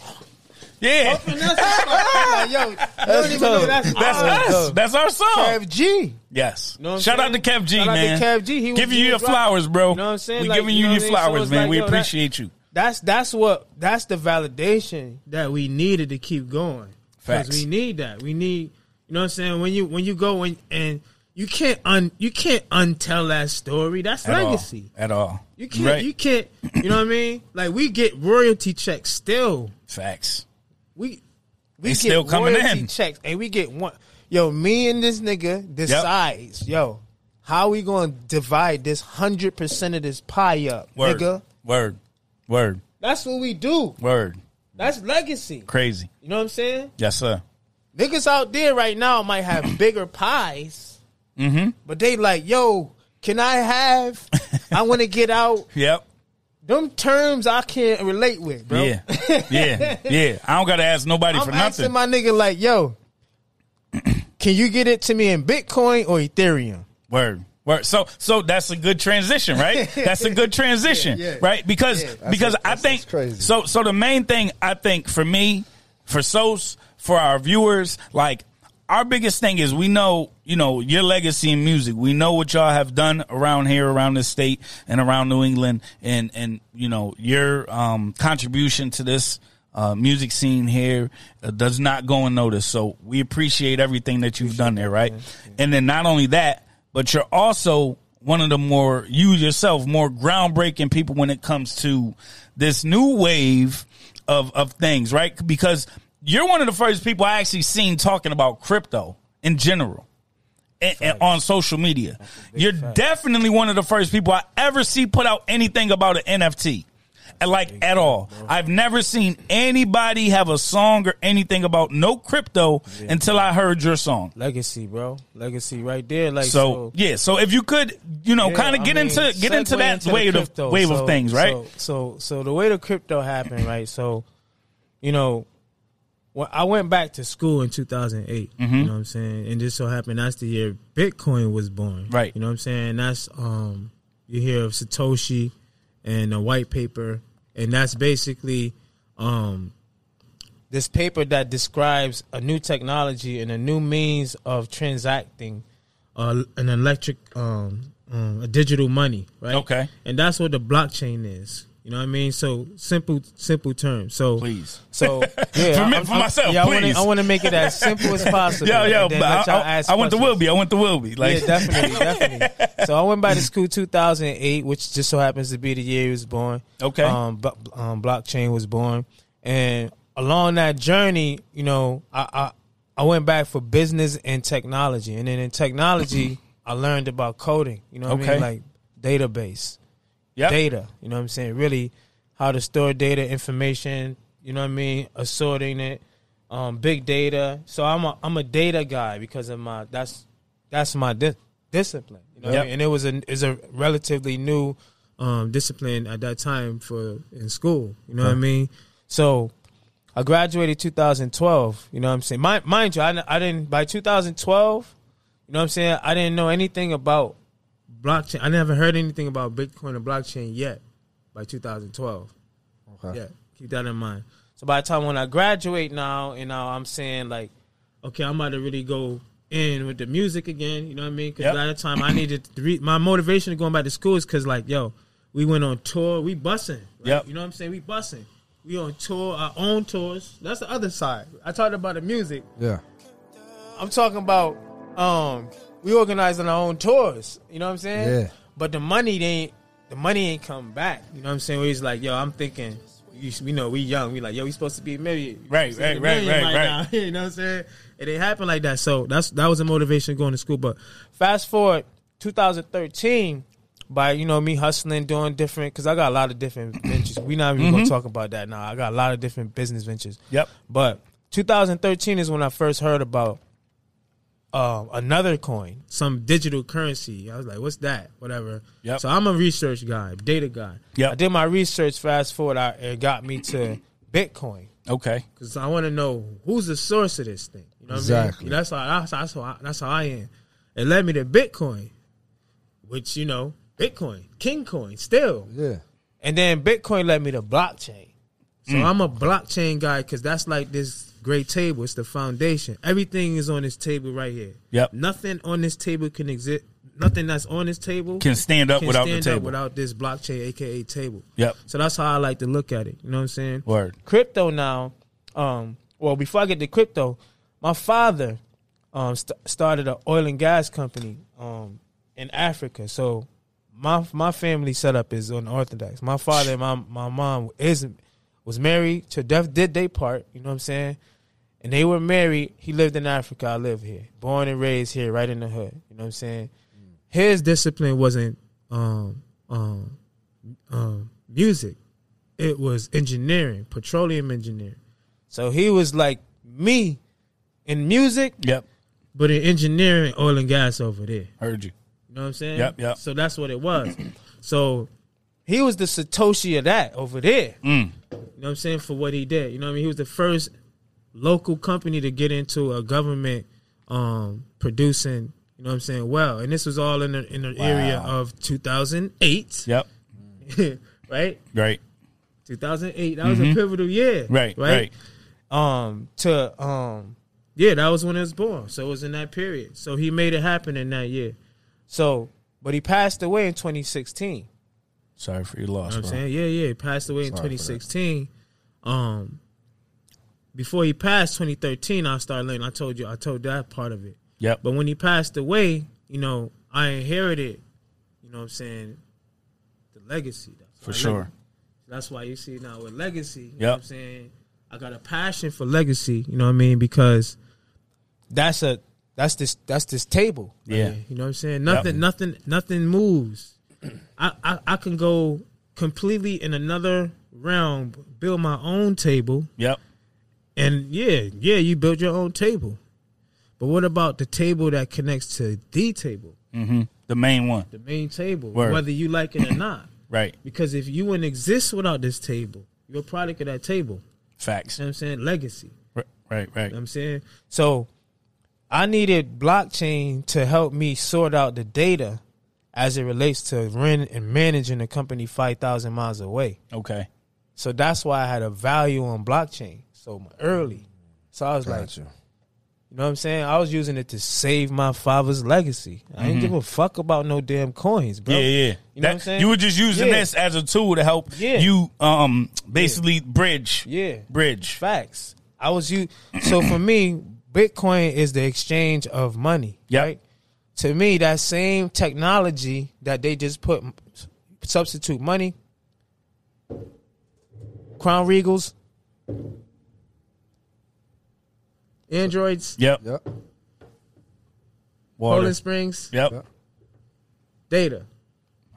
yeah.
And that's I'm like, yo, you don't even know
dope.
that's,
That's
us.
us. That's our song.
Kev G.
yes.
Know what I'm
Shout out to
saying?
Kev G,
Shout out to
man.
Kev G. He was-
giving
he
you your
was rocking.
flowers, bro.
You know what I'm saying?
We
Like,
giving
you
you, your
know what I mean? So
flowers,
it's
man.
like,
we
yo, that-
appreciate you.
That's that's what that's the validation that we needed to keep going.
Facts.
we need that. We need you know what I'm saying. When you when you go and and you can't un you can't untell that story. That's
At all.
legacy.
At all.
You can't.
Right.
You can't. You know what I mean? Like we get royalty checks still.
Facts.
We
They
we get
still coming
royalty
in.
checks, and we get one. Yo, me and this nigga decides. Yo, how we gonna divide this hundred percent of this pie up,
Word.
nigga?
Word. Word.
That's what we do.
Word.
That's legacy.
Crazy.
You know what I'm saying?
Yes, sir.
Niggas out there right now might have bigger pies, mm-hmm. but they like, yo, can I have? I want to get out.
Yep.
Them terms I can't relate with, bro.
Yeah. Yeah. Yeah. I don't gotta ask nobody
I'm
for
asking
nothing.
my nigga like, yo, can you get it to me in Bitcoin or Ethereum?
Word. Word. So so that's a good transition, right? That's a good transition,
Yeah, yeah.
right? Because because I
that's-
think
that's crazy.
so so the main thing I think for me, for Sos, for our viewers, like our biggest thing is we know, you know, your legacy in music. We know what y'all have done around here, around this state and around New England and and you know, your um contribution to this uh, music scene here uh, does not go unnoticed. So we appreciate everything that you've done there, right? And then not only that, but you're also one of the more you yourself more groundbreaking people when it comes to this new wave of of things, right? Because you're one of the first people I actually seen talking about crypto in general. And, and on social media, you're definitely one of the first people I ever see put out anything about an NFT, And, like at all. I've never seen anybody have a song or anything about no crypto until I heard your song.
Legacy, bro. Legacy right there. Like
So yeah, so if you could, you know,
Yeah,
kind of
I
get
mean,
into get into
segue
that
the
wave
crypto.
of wave
So-
of things, right?
So, so, so the way the crypto happened, right? So, you know, when I went back to school in 2008.
Mm-hmm.
You know what I'm saying? And just so happened that's the year Bitcoin was born,
Right.
You know what I'm saying? That's um, you hear of Satoshi and the white paper, and that's basically um. This paper that describes a new technology and a new means of transacting uh, an electric um, um a digital money right
Okay.
and that's what the blockchain is You know what I mean? So simple, simple terms. So
Please.
So yeah,
For me-
I'm-
for
I'm-
myself,
yeah,
please.
I want to make it as simple as possible.
Yo, yo,
and then
but I,
let y'all
I,
ask
I went to
questions.
Wilby. I went to Wilby. Like,
yeah, definitely, definitely. So I went by the school 2008, which just so happens to be the year he was born.
Okay.
Um, bu- um, blockchain was born, and along that journey, you know, I I, I went back for business and technology, and then in technology, I learned about coding. You know, what I
Okay.
mean, like database
Yep.
data. You know what I'm saying? Really, how to store data, information. You know what I mean? Assorting it, um, big data. So I'm a I'm a data guy because of my that's that's my di- discipline. You know, what I
Yep.
mean? and it was a is a relatively new um, discipline at that time for in school. You know what I mean? So I graduated 2012. You know what I'm saying? Mind, mind you, I, I didn't by 2012. You know what I'm saying? I didn't know anything about blockchain. I never heard anything about Bitcoin or blockchain yet by 2012.
Okay.
Yeah, keep that in mind. So by the time when I graduate now, and now I'm saying like, okay, I'm about to really go in with the music again. You know what I mean? Because
Yep.
by the time I needed to re- my motivation to going back to school is because like, yo, we went on tour, we bussing. Like,
Yep.
You know what I'm saying? We bussing. We on tour, our own tours. That's the other side. I talked about the music.
Yeah.
I'm talking about um we organizing our own tours. You know what I'm saying?
Yeah.
But the money they ain't the money ain't come back. You know what I'm saying? We was like, yo, I'm thinking you, we know we young. We like, yo, we supposed to be married.
Right,
We supposed to be
right,
married
right, right,
now. you know what I'm saying? It ain't happen like that. So that's that was a motivation going to school. But fast forward 2013, by you know me hustling, doing different because I got a lot of different ventures. We not even gonna talk about that now. I got a lot of different business ventures.
Yep.
But 2013 is when I first heard about um, another coin, some digital currency. I was like, "What's that?" Whatever.
Yep.
So I'm a research guy, data guy.
Yep.
I did my research. Fast forward, I, it got me to Bitcoin
Okay.
because I want to know who's the source of this thing. You know what
Exactly.
I mean? That's how that's, that's how I, that's how I am. It led me to Bitcoin, which you know, Bitcoin, King Coin, still.
Yeah.
And then Bitcoin led me to blockchain. So
Mm.
I'm a blockchain guy because that's like this great table. It's the foundation. Everything is on this table right here.
Yep.
Nothing on this table can exist. Nothing that's on this table
Can stand up
can
without
stand
the
up
table.
without this blockchain, aka table.
Yep.
So that's how I like to look at it. You know what I'm saying?
Word.
Crypto now. Um. Well, before I get to crypto, my father um st- started an oil and gas company um in Africa. So my my family setup is unorthodox. My father and my my mom is was married to death did they part. You know what I'm saying? And they were married. He lived in Africa. I live here, born and raised here, right in the hood. You know what I'm saying? His discipline wasn't um um um music. It was engineering, petroleum engineering. So he was like me in music,
Yep.
but in engineering, oil and gas over there.
Heard you.
You know what I'm saying?
Yep, yep.
So that's what it was. so he was the Satoshi of that over there.
Mm.
You know what I'm saying? For what he did. You know what I mean? He was the first local company to get into a government um, producing, you know what I'm saying? Well, and this was all in the, in the area of 2008,
Yep.
right?
Right.
2008. That was a pivotal year.
Right. Right.
Mm-hmm. um to um yeah that was when it was born so it was in that period so he made it happen in that year so but he passed away in 2016
Sorry for your loss,
you know
bro.
what I'm saying? Yeah, yeah. He passed away in 2016. Um, before he passed, 2013, I started learning. I told you, I told that part of it.
Yep.
But when he passed away, you know, I inherited, you know what I'm saying, the legacy. That's
For
why I
sure.
live it. That's why you see now with legacy, you
Yep.
know what I'm saying? I got a passion for legacy, you know what I mean? Because that's a that's this that's this table. right
Yeah.
here, you know what I'm saying? Nothing nothing nothing moves. I, I I can go completely in another realm, build my own table,
Yep.
and yeah, yeah, you build your own table. But what about the table that connects to the table,
hmm The main one.
the main table,
Word.
whether you like it or not?
Right.
Because if you wouldn't exist without this table, you're a product of that table.
Facts.
You know what I'm saying? Legacy.
Right. Right. Right.
You know what I'm saying? So I needed blockchain to help me sort out the data as it relates to rent and managing a company 5,000 miles away.
Okay.
So that's why I had a value on blockchain so early. So I was like,
Gotcha.
you You know what I'm saying? I was using it to save my father's legacy. I didn't give a fuck about no damn coins, bro.
Mm-hmm. Yeah, yeah.
You know
That-
what I'm saying?
You were just using
Yeah.
this as a tool to help
Yeah.
you um basically bridge.
Yeah.
Bridge.
Facts. I was you. So for me, Bitcoin is the exchange of money.
Yep.
Right. To me, that same technology that they just put substitute money, Crown Regals, Androids,
Yep.
Yeah.
Water.
Poland Springs,
Yep.
Yep.
data.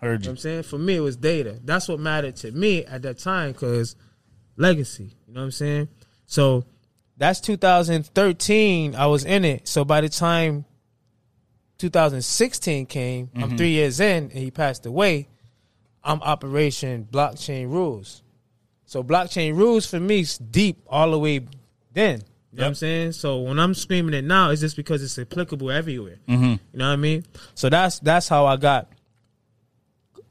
Heard
You know
you.
what I'm saying? For me, it was data. That's what mattered to me at that time because legacy. You know what I'm saying? So that's 2013. I was in it. So by the time 2016 came, I'm three years in and he passed away. I'm operation blockchain rules. So blockchain rules for me is deep all the way then. You know what I'm
Yep.
saying? So when I'm screaming it now, it's just because it's applicable everywhere. You know what I mean? Mm-hmm. So that's that's how I got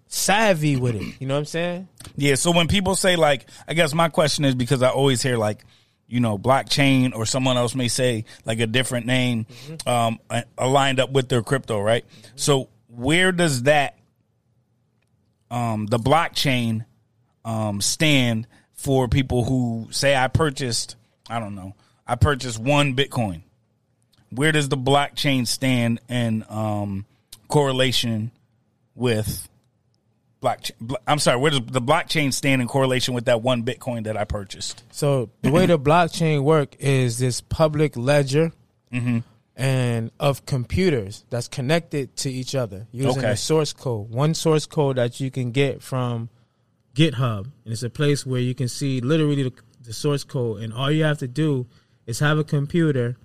savvy with it. You know what I'm saying?
Yeah. So when people say like, I guess my question is because I always hear like, you know, blockchain or someone else may say like a different name, um, uh, aligned up with their crypto, right? So where does that, um, the blockchain, um, stand for people who say I purchased, I don't know, I purchased one Bitcoin. Where does the blockchain stand in um, correlation with blockchain. bl- I'm sorry, where does the blockchain stand in correlation with that one Bitcoin that I purchased?
So the way the blockchain work is this public ledger
Mm-hmm.
and of computers that's connected to each other using
Okay.
a source code. One source code that you can get from GitHub, and it's a place where you can see literally the, the source code, and all you have to do is have a computer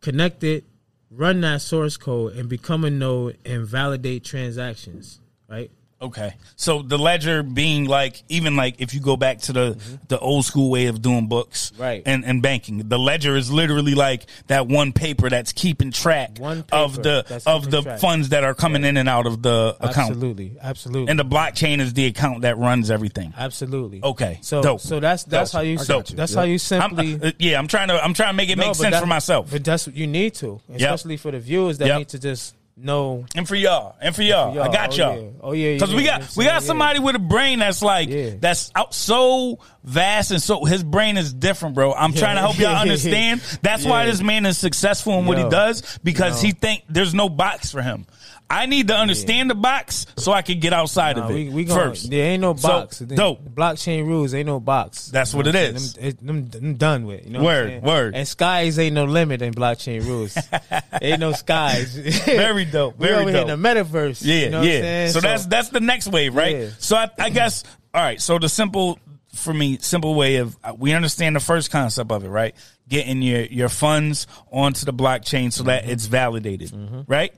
connect it, run that source code, and become a node and validate transactions. Right.
Okay, so the ledger being like even like if you go back to the the old school way of doing books,
Mm-hmm. Right.
and and banking, the ledger is literally like that one paper that's keeping track
One
of
paper
the
that's
of
keeping
the
track.
funds that are coming in and out of the account,
Absolutely. Absolutely.
and the blockchain is the account that runs everything.
Absolutely.
Okay,
So
dope.
so that's that's
Dope.
how you
I got you.
that's how you
I'm-
simply
uh, yeah, I'm trying to I'm trying to make it
No,
make
but
sense
that-
for myself
But that's what you need to, especially for the viewers that
Yep.
need to just know.
and for y'all and for y'all.
y'all.
I got
Oh,
y'all.
yeah. Oh, yeah, yeah,
Because we
yeah.
got
I'm
we got
saying, yeah.
somebody with a brain that's like
Yeah.
that's out so vast and so his brain is different, bro. I'm trying to help y'all understand. That's why
Yeah.
this man is successful in what he
Yo.
does because he think there's no box for him. I need to understand the box so I can get outside
Nah,
of it
we we gonna,
first.
There ain't no
So,
box.
dope.
Blockchain rules ain't no box.
That's
You know
what it
I'm
is.
saying? Them, it- them- them done with. You know what I'm
Word,
saying?
word.
And skies ain't no limit in blockchain rules. ain't no skies.
Very dope,
we
very
over here
dope.
in the metaverse.
Yeah,
you know What I'm
yeah.
saying?
so, that's that's the next wave, right?
Yeah.
So I, I guess all right. So the simple for me, simple way of uh, we understand the first concept of it, right? Getting your your funds onto the blockchain so
Mm-hmm.
that it's validated, right?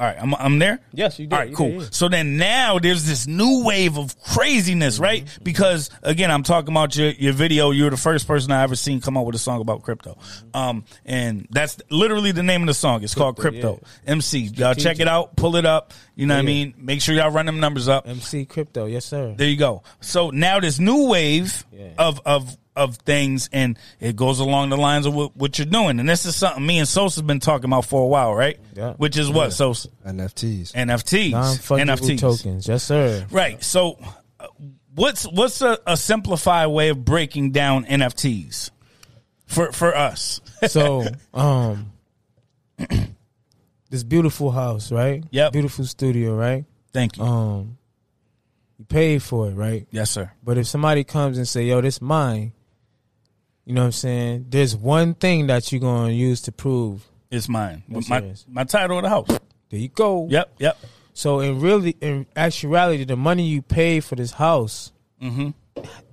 All right, I'm I'm there.
Yes, you did,
All right,
you
cool.
did, yeah.
So then now there's this new wave of craziness,
Mm-hmm.
right? Because again, I'm talking about your, your video. You're the first person I ever seen come up with a song about crypto.
Mm-hmm.
Um, and that's literally the name of the song. It's called Crypto MC. Y'all check it out, pull it up. You know what I mean? Make sure y'all run them numbers up.
MC crypto. Yes, sir.
There you go. So now this new wave
Yeah.
of of of things, and it goes along the lines of what, what you're doing. And this is something me and Sosa's been talking about for a while, right?
Yeah.
Which is what Sosa
NFTs.
NFTs,
Non-fungible
NFTs,
tokens. Yes, sir.
Right. So, uh, what's what's a, a simplified way of breaking down NFTs for for us?
so um this beautiful house right
Yep.
beautiful studio right
Thank you.
um you paid for it right
yes, sir.
but if somebody comes and say yo this mine you know what i'm saying there's one thing that you're going to use to prove
It's mine.
Yes,
my
it is.
my title of the house.
there you go
Yep. Yep.
so in really in actuality the money you paid for this house
Mm-hmm.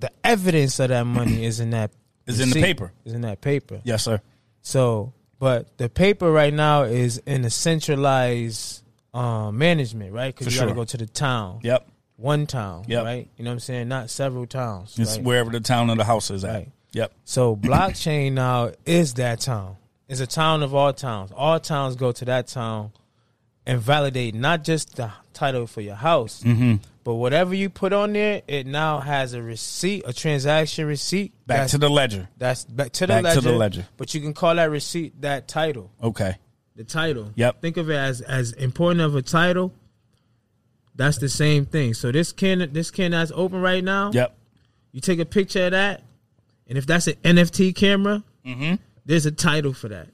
the evidence of that money is in that
Is in the
receipt,
paper.
is in that paper
Yes, sir.
So, but the paper right now is in a centralized um, management, right? Because
For
you got
sure.
to go to the town.
Yep.
One town,
Yep.
right? You know what I'm saying? Not several towns.
It's
right?
wherever the town of the house is at.
Right.
Yep.
so, blockchain now is that town. It's a town of all towns. All towns go to that town and validate not just the title for your house,
Mm-hmm.
but whatever you put on there, it now has a receipt, a transaction receipt.
Back
that's,
to the ledger.
that's back to the
back
ledger.
to the ledger.
But you can call that receipt that title.
Okay.
The title.
Yep.
Think of it as as important of a title. That's the same thing. So this can this can that's open right now.
Yep.
You take a picture of that, and if that's an NFT camera,
Mm-hmm.
there's a title for that.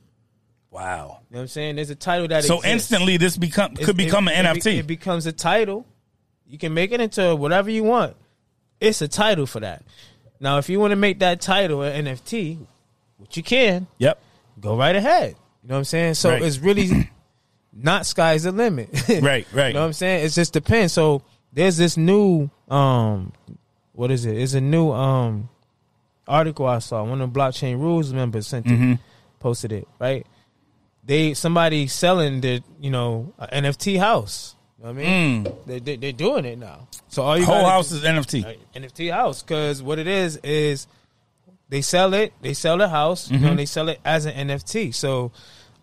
Wow.
You know what I'm saying? There's a title that
So
exists.
instantly, this become
It's-
could become
it-
an
it be-
NFT.
It becomes a title. You can make it into whatever you want. It's a title for that. Now, if you want to make that title an NFT, which you can,
yep.
go right ahead. You know what I'm saying? So
Right.
it's really not sky's the limit.
Right, right.
You know what I'm saying? It just depends. So there's this new um what is it? It's a new um article I saw. One of the blockchain rules members sent
Mm-hmm.
it, posted it, right? They somebody selling their, you know, a NFT house. You know what I mean? They, they they're doing it now. So all you
Mm. Whole
gotta
house
do-
is NFT.
Right, NFT house because what it is is they sell it, they sell the house, you know,
Mm-hmm.
and they sell it as an NFT. So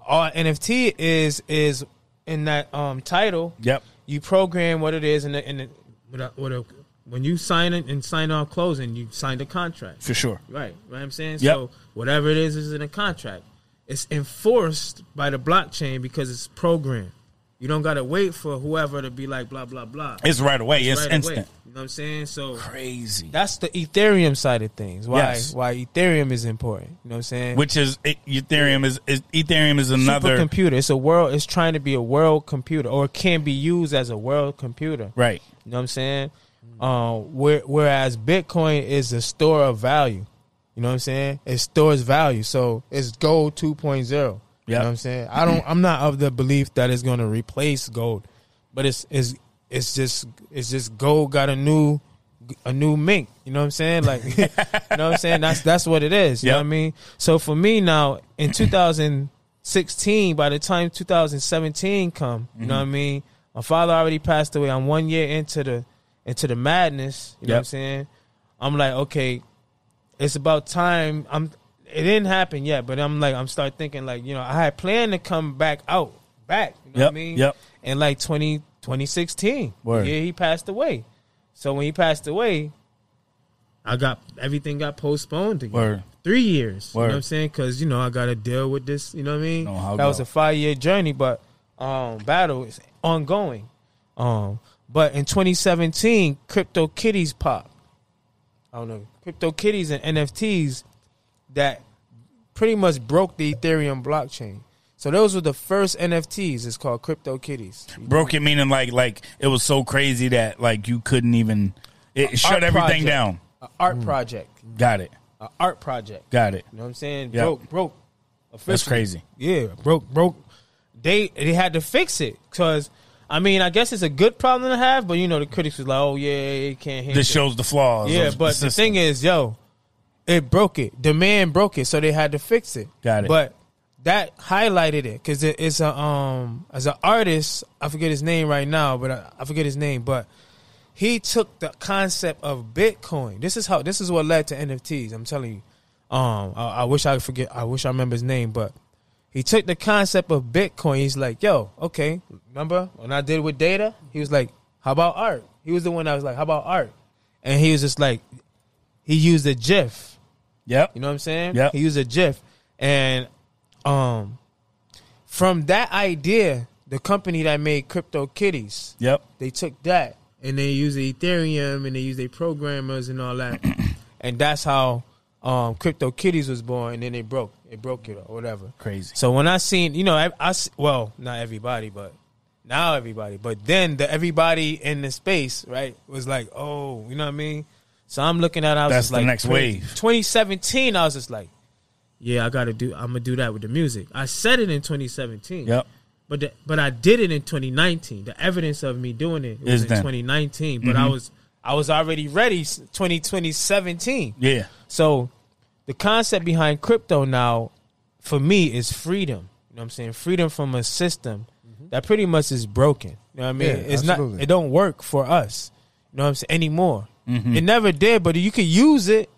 our NFT is is in that um title.
Yep.
You program what it is in the in the with a, with a, when you sign it and sign on closing, you signed a contract.
For sure.
Right. Right I'm saying?
Yep.
So whatever it is is in a contract. It's enforced by the blockchain because it's programmed. You don't gotta wait for whoever to be like blah blah blah.
It's right away. It's,
right
instant.
Away. You know what I'm saying? So
Crazy.
that's the Ethereum side of things. Why
Yes.
why Ethereum is important. You know what I'm saying?
Which is it, Ethereum is, is Ethereum is another
computer. It's a world it's trying to be a world computer or it can be used as a world computer.
right.
You know what I'm saying? Uh, where, whereas Bitcoin is a store of value. You know what I'm saying? It stores value. So it's gold 2.0. You know
Yeah.
what I'm saying? I don't I'm not of the belief that it's going to replace gold, but it's it's it's just it's just gold got a new a new mink, you know what I'm saying? Like you know what I'm saying? That's that's what it is, you know
Yeah.
what I mean? So for me now in 2016 by the time 2017 come, you know what I mean? My father already passed away. I'm 1 year into the into the madness, you know what I'm
Yep.
saying? I'm like, okay, it's about time. I'm. It didn't happen yet, but I'm like, I'm start thinking like, you know, I had planned to come back out, back. You know what I
Yep,
mean?
yep.
In like 20, 2016,
Word.
yeah, he passed away. So when he passed away, I got everything got postponed again.
Word.
Three years. You know
Word.
what I'm saying? Because you know I got to deal with this. You know what I mean?
Know how
that
go.
was a five year journey, but um, battle is ongoing. Um, but in 2017, Crypto Kitties popped. I don't know, crypto kitties and NFTs that pretty much broke the Ethereum blockchain. So those were the first NFTs. It's called crypto kitties.
Broke it meaning like like it was so crazy that like you couldn't even it shut everything
project.
down.
An art project.
Got it.
An art project.
Got it.
You know what I'm saying?
Yeah.
Broke, broke.
That's
Officially.
crazy.
Yeah, broke, broke. They they had to fix it because I mean I guess it's a good problem to have, but you know the critics was like, oh yeah, it can't handle.
This shows the flaws.
Yeah,
of
but the,
system.
thing is, yo, it broke it. Demand broke it, so they had to fix it.
Got it.
But that highlighted it because it, it's a um as an artist, I forget his name right now, but I, I forget his name, but he took the concept of Bitcoin. This is how this is what led to NFTs. I'm telling you. Um, I, I wish I forget. I wish I remember his name, but he took the concept of Bitcoin. He's like, yo, okay, remember when I did with data? He was like, how about art? He was the one that was like, how about art? And he was just like, he used a GIF.
yep.
You know what I'm saying?
Yep.
He used a GIF, and um, from that idea, the company that made Crypto Kitties,
yep.
they took that and they used the Ethereum and they used their programmers and all that, and that's how um, Crypto Kitties was born. And then they broke, it broke it or whatever.
Crazy.
So when I seen, you know, I, I s- well, not everybody, but now everybody, but then the everybody in the space, right, was like, oh, you know what I mean. So I'm looking at, it, I was
That's
just
the
like,
next
crazy.
wave.
2017, I was just like, yeah, I gotta do, I'm gonna do that with the music. I said it in 2017.
Yep.
But the, but I did it in 2019. The evidence of me doing it was
Is
in
them. Mm-hmm.
2019. But I was I was already ready s- 2020 17.
Yeah.
So the concept behind crypto now for me is freedom. You know what I'm saying? Freedom from a system that pretty much is broken. You know what I mean?
Mm-hmm. Yeah,
it's not
absolutely.
it don't work for us. You know what I'm saying? Anymore. It never did, but you could use it,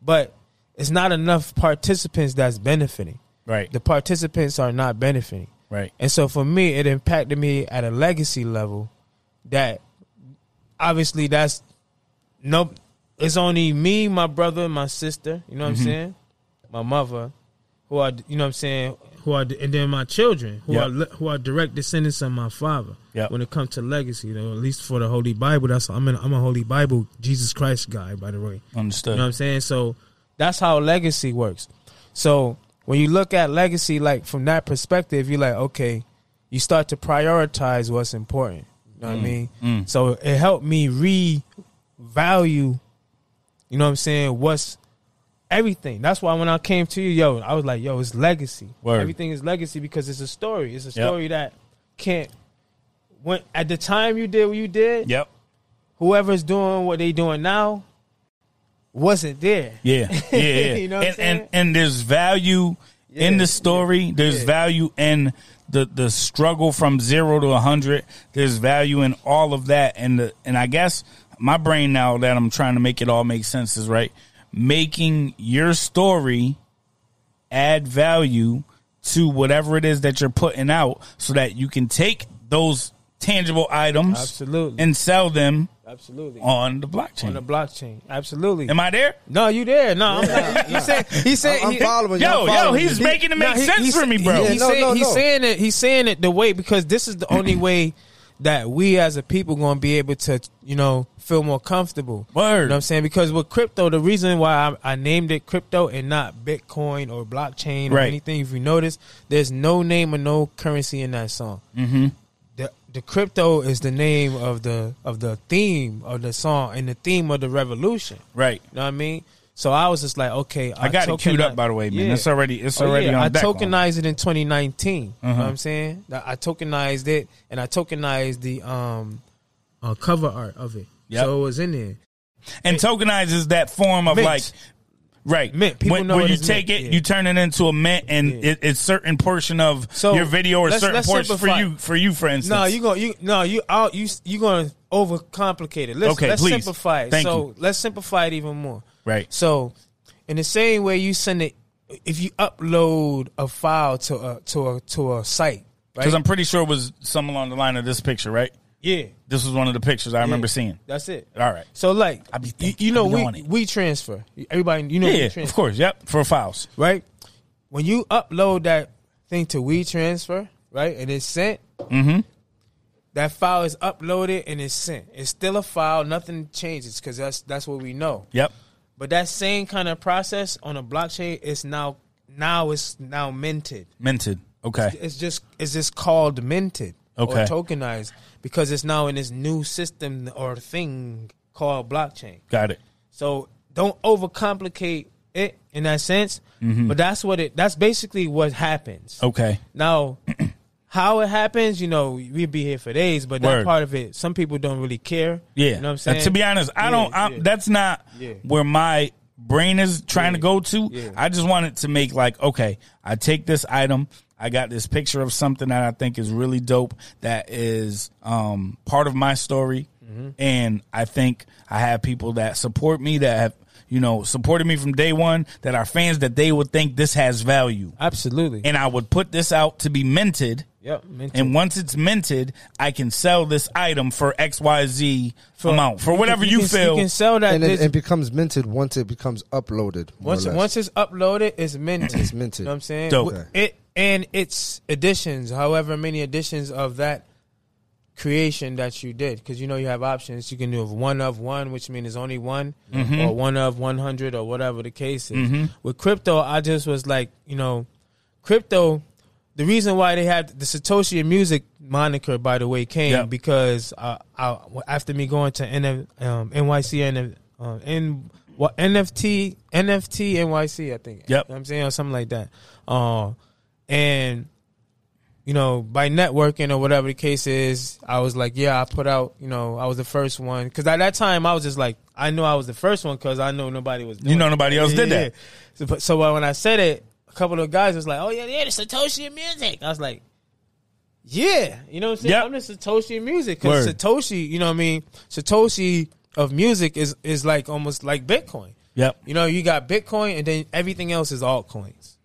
but it's not enough participants that's benefiting
Right.
the participants are not benefiting.
Right.
And so for me, it impacted me at a legacy level that obviously that's nope. It's only me, my brother, my sister, you know what I'm saying? My mother, who are, you know what I'm saying? Who are, and then my children, who
Yep.
are le- who are direct descendants of my father.
Yep.
When it comes to legacy, you know, at least for the Holy Bible, that's I'm an, I'm a Holy Bible Jesus Christ guy, by the way.
Understood.
You know what I'm saying? So that's how legacy works. So when you look at legacy, like from that perspective, you're like, okay, you start to prioritize what's important. You know
Mm.
what I mean? So it helped me revalue, you know what I'm saying, what's everything. That's why when I came to you, yo, I was like, yo, it's legacy.
Word.
Everything is legacy because it's a story. It's a
Yep.
story that can't when at the time you did what you did,
Yep.
whoever's doing what they doing now wasn't there.
Yeah. Yeah. yeah.
You know what I'm
and, and
saying?
and there's value in
Yeah,
the story. there's
yeah.
value in the the struggle from zero to hundred. There's value in all of that. And the and I guess my brain now that I'm trying to make it all make sense is right. Making your story add value to whatever it is that you're putting out so that you can take those tangible items
Absolutely.
and sell them
Absolutely. On,
on the blockchain.
the blockchain. Absolutely.
Am I there?
no, you there. No, I'm not. He said he said
I'm
he-
following you.
Yo,
I'm
yo,
following
he's
you.
making it make
Nah, he-
sense
he's-
for me, bro.
He's,
Yeah, no,
saying,
no,
he's
no.
saying it. He's saying it the way because this is the only way that we as a people going to be able to, you know, feel more comfortable. You
Word.
know what I'm saying? Because with crypto, the reason why I, I named it crypto and not Bitcoin or blockchain or
Right.
anything, if you notice, there's no name or no currency in that song. Mm-hmm. The, the crypto is the name of the of the theme of the song and the theme of the revolution.
right.
You know what I mean? So I was just like, okay,
I got it queued
tokeni-
up, by the way, man.
Yeah.
It's already, it's
Oh,
already
yeah,
on Uh-huh.
I
deck.
tokenized it in 2019. You know what I'm saying? That I tokenized it and I tokenized the um uh, cover art of it.
Yep.
So it was in there.
and tokenizes that form of
Mint.
like, right,
Mint. People
when
know
when
it
you
as
take
mint,
it,
yeah.
you turn it into a mint, and
Yeah.
it, it's certain portion of
So,
your video or
let's-
certain
let's
portion
simplify.
for you, for you, for instance.
No, you going you no, you out you you going to overcomplicate it. Let's
Okay,
let's
please.
simplify it.
Thank
so,
you.
let's simplify it even more.
Right.
So, in the same way you send it if you upload a file to a to a to a site,
Because
right?
I'm pretty sure it was some along the line of this picture, right?
yeah.
This was one of the pictures I remember seeing.
That's it.
All right.
So like
I be
you-
thinking-
you, know
I be
we
on it.
we transfer. Everybody you know we
Yeah,
transfer.
of course. Yep, for files.
right? When you upload that thing to WeTransfer, right, and it's sent, that file is uploaded and it's sent. It's still a file. Nothing changes because that's that's what we know.
Yep.
But that same kind of process on a blockchain is now now it's now minted.
Minted. Okay.
It's just it's just called minted
Okay.
or tokenized because it's now in this new system or thing called blockchain.
Got it.
So don't overcomplicate it in that sense. But that's what it. That's basically what happens.
Mm-hmm. Okay.
Now, how it happens, you know, we'd be here for days. But
Word.
that part of it, some people don't really care.
Yeah.
you know what I'm
And
saying.
to be honest, I
Yeah,
don't. I'm,
yeah.
That's not
Yeah.
where my brain is trying to go to.
Yeah.
I just wanted to make like, okay, I take this item. I got this picture of something that I think is really dope. That is um, part of my story,
Mm-hmm.
and I think I have people that support me that have you know supported me from day one. That are fans that they would think this has value,
absolutely.
and I would put this out to be minted.
yep. minted.
And once it's minted, I can sell this item for X Y Z amount for whatever you,
can-
feel.
you can sell that.
And it,
this-
it becomes minted once it becomes uploaded. more or
once
less.
once it's uploaded, it's minted.
It's minted.
You know what I'm saying?
Dope.
W- It and its additions, however many additions of that creation that you did, because you know you have options. You can do a one of one, which means it's only one, or one of one hundred, or whatever the case is. With crypto, I just was like, you know, crypto. The reason why they had the Satoshi and Music moniker, by the way, came
Yeah.
because uh, I, after me going to N, um, NYC and uh, N, what, NFT NFT NYC, I think.
Yep.
You know what I'm saying or something like that. Uh, and you know, by networking or whatever the case is, I was like, yeah, I put out. You know, I was the first one because at that time I was just like, I knew I was the first one because I know nobody was. Doing
You know
it.
nobody else did that.
So, but, so uh, when I said it, a couple of guys was like, oh yeah, yeah, the Satoshi and music. I was like. Yeah, you know what I'm saying.
Yep.
I'm the Satoshi of music because
Word.
Satoshi, you know what I mean. Satoshi of music is is like almost like Bitcoin.
Yep.
You know, you got Bitcoin and then everything else is altcoins.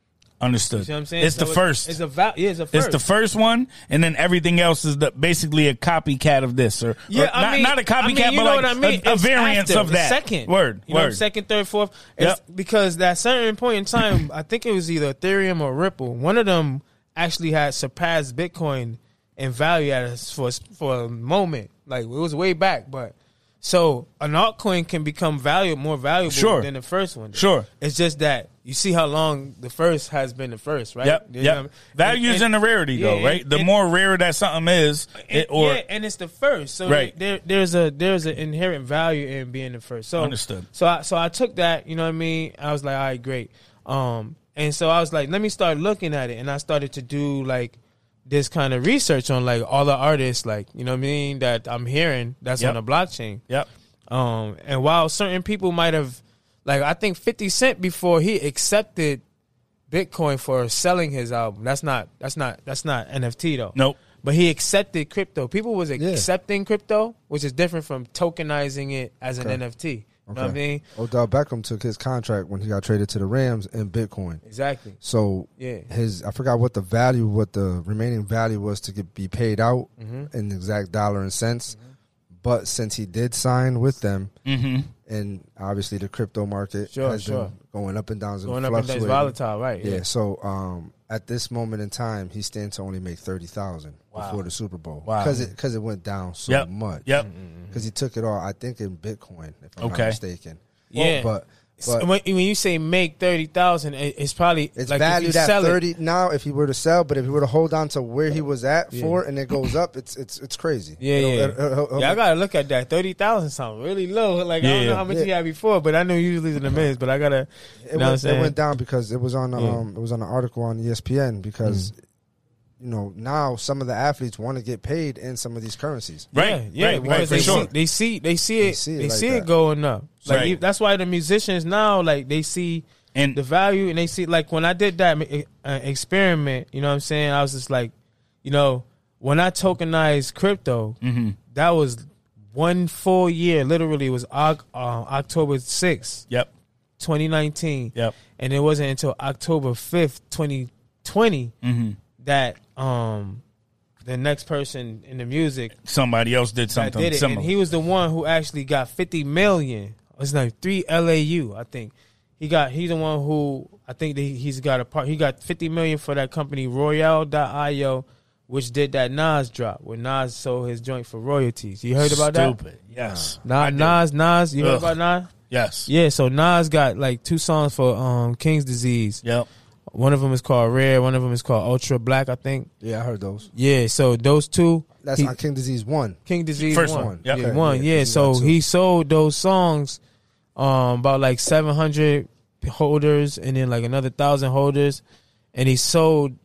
Understood.
You know what I'm saying?
It's
So
the first.
It's a val- yeah, it's a
It's
first.
the first one, and then everything else is the, basically a copycat of this, or, or
Yeah, I
Uh, not,
mean,
not a
I mean,
copycat,
you
but like
know what I mean?
a, a
It's
variance
after,
of
it's
that.
Second,
word,
you know,
word.
second, third, fourth. It's
Yep.
because that certain point in time, I think it was either Ethereum or Ripple. One of them actually had surpassed Bitcoin in value at us for for a moment. Like it was way back, but so an altcoin can become valuable, more valuable
Sure.
than the first one.
Sure.
it's just that you see how long the first has been the first, right?
Yep,
You know
yep.
what I mean?
Values
And-
and, the rarity,
yeah,
though, right?
and-
The
and-
more rare that something is, it,
and-
or
yeah, and it's the first. So
Right.
there, there's a there's an inherent value in being the first. So
Understood.
So I so I took that. You know what I mean? I was like, all right, great. Um, and so I was like, let me start looking at it, and I started to do like this kind of research on like all the artists, like you know what I mean, that I'm hearing that's
Yep.
on the blockchain.
yep,
Um, and while certain people might have, like, I think Fifty Cent before he accepted Bitcoin for selling his album. That's not. That's not. That's not NFT though.
Nope.
But he accepted crypto. People was accepting crypto, which is different from tokenizing it as
Okay.
an NFT. You know what I mean?
Odell Beckham took his contract when he got traded to the Rams in Bitcoin.
Exactly.
So
Yeah.
his I forgot what the value, what the remaining value was to get be paid out
Mm-hmm.
in exact dollar and cents. But since he did sign with them, and obviously the crypto market
Mm-hmm. Sure,
has
sure.
been going up and down,
Going up and down, it's volatile, right?
Yeah. So um, at this moment in time, he stands to only make thirty thousand before the Super Bowl
Wow.
because
Mm-hmm.
it because it went down so
yep,
much.
yep.
Because he took it all, I think, in Bitcoin, if I'm
Okay.
not mistaken.
Yeah.
But,
So
but
when, when you say make thirty thousand, it's probably
It's
like if you
valued at
sell it-
thirty now. If he were to sell, but if he were to hold on to where he was at for, and it goes up, it's it's it's crazy.
Yeah,
It'll-
yeah.
it'll- it'll- it'll-
yeah, I gotta look at that. Thirty thousand sound really low. Like I don't
Yeah.
know how much
Yeah.
you had before, but I know usually in the minutes. But I gotta,
it,
you know what I'm
went, it
saying?
went down because it was on the, um it was on an article on ESPN because
Mm-hmm.
you know now some of the athletes want to get paid in some of these currencies.
Right,
yeah,
right, right,
because
for
they
sure.
See, they see, they see it, they see it,
like that.
going up. Like
Right.
you- that's why the musicians now, like they see
And-
the value, and they see like when I did that e- uh, experiment, you know what I'm saying? I was just like, you know, when I tokenized crypto, that was one full year. Literally, it was Oc- uh, October sixth.
Yep,
2019.
Yep.
And it wasn't until October 5th, 2020
Mm-hmm.
that um the next person in the music
somebody else did
that
something
did it.
similar.
And he was the one who actually got 50 million. It's like 3 LAU, I think. He got he's the one who I think that he's got a part. He got 50 million for that company Royale.io which did that Nas drop where Nas sold his joint for royalties. You heard about
Stupid. Yes, I
that?
did.
Nas, Nas, Nas, you heard
Ugh.
about Nas?
Yes.
Yeah, so Nas got like two songs for um, King's Disease.
Yep.
One of them is called Rare. One of them is called Ultra Black, I think.
Yeah, I heard those.
Yeah, so those two,
That's
he-
on King Disease One.
King Disease
First
one.
one, yep.
Yeah,
Okay,
yeah,
one. Yeah,
King
so
got two.
he sold those songs, um, about like seven hundred holders, and then like another thousand holders, and he sold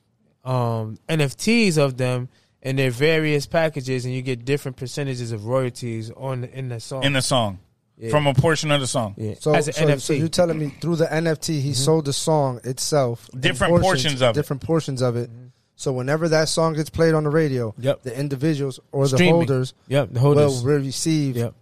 um NFTs of them in their various packages, and you get different percentages of royalties on in the song.
in the song, from a portion of the song,
Oh. yeah.
So,
as an
so,
NFT.
so you're telling me through the NFT, he
Mm-hmm.
sold the song itself, in
Different portions of it.
different portions of it. So whenever that song gets played on the radio,
Mm-hmm. Yep.
the individuals or the
Streaming.
holders,
Yep, the holders.
will receive
Yep.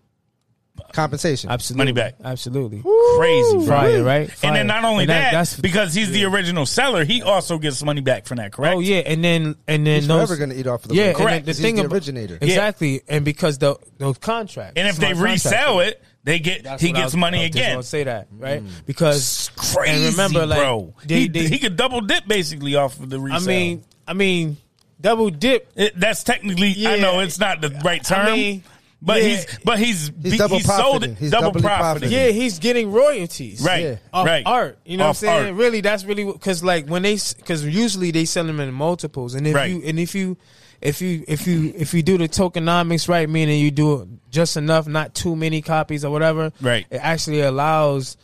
compensation.
Absolutely.
Money back.
Absolutely.
crazy, bro.
Fire, right? Fire.
And then not only
And
that,
that's-
because he's the original seller, he also gets money back from that. Correct?
oh yeah, and then and then
He's
those,
forever gonna eat off of the
yeah,
wage.
and then
Correct.
The
'Cause he's
thing
the
ab-
originator.
exactly, and because the those contracts,
And if they
smart contracts,
resell it, they get
that's
he
what I
gets
was- I
money
was just
again.
gonna say that
Mm.
right because
Crazy,
and remember, like,
bro.
they-
he,
they-
he could double dip basically off of the
I
resale.
mean, I mean, double dip.
It- that's technically. I
Yeah.
know it's not the right term,
mean,
but
yeah.
he's but he's
He's double
sold
profiting.
it
He's
double
doubly
profiting.
profiting.
Yeah, he's getting royalties.
Right,
Yeah.
off
right.
art. You know
Off
what I'm saying?
art.
Really, that's really because like when they because usually they sell them in multiples, and if
Right.
you and if you if you if you if you do the tokenomics right, meaning you do just enough, not too many copies or whatever,
Right.
It actually allows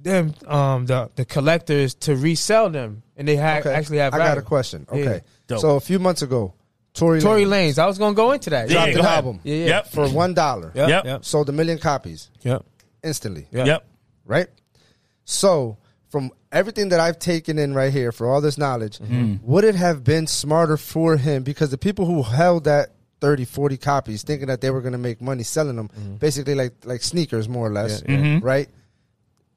them um the the collectors to resell them, and they ha-
Okay.
actually have.
I
Value.
got a question.
Yeah.
Okay.
Dope.
So a few months ago, Tory
Tory
Lanez
Lanez, I was gonna go into that.
Yeah,
dropped
go
an
ahead.
album
Yeah, yeah.
Yep.
for one dollar.
Yep.
Yep.
Sold a million copies
Yep.
instantly.
Yep.
Yep.
Right. So from everything that I've taken in right here for all this knowledge,
Mm-hmm.
would it have been smarter for him because the people who held that 30, 40 copies thinking that they were going to make money selling them,
Mm-hmm.
basically like like sneakers more or less, right?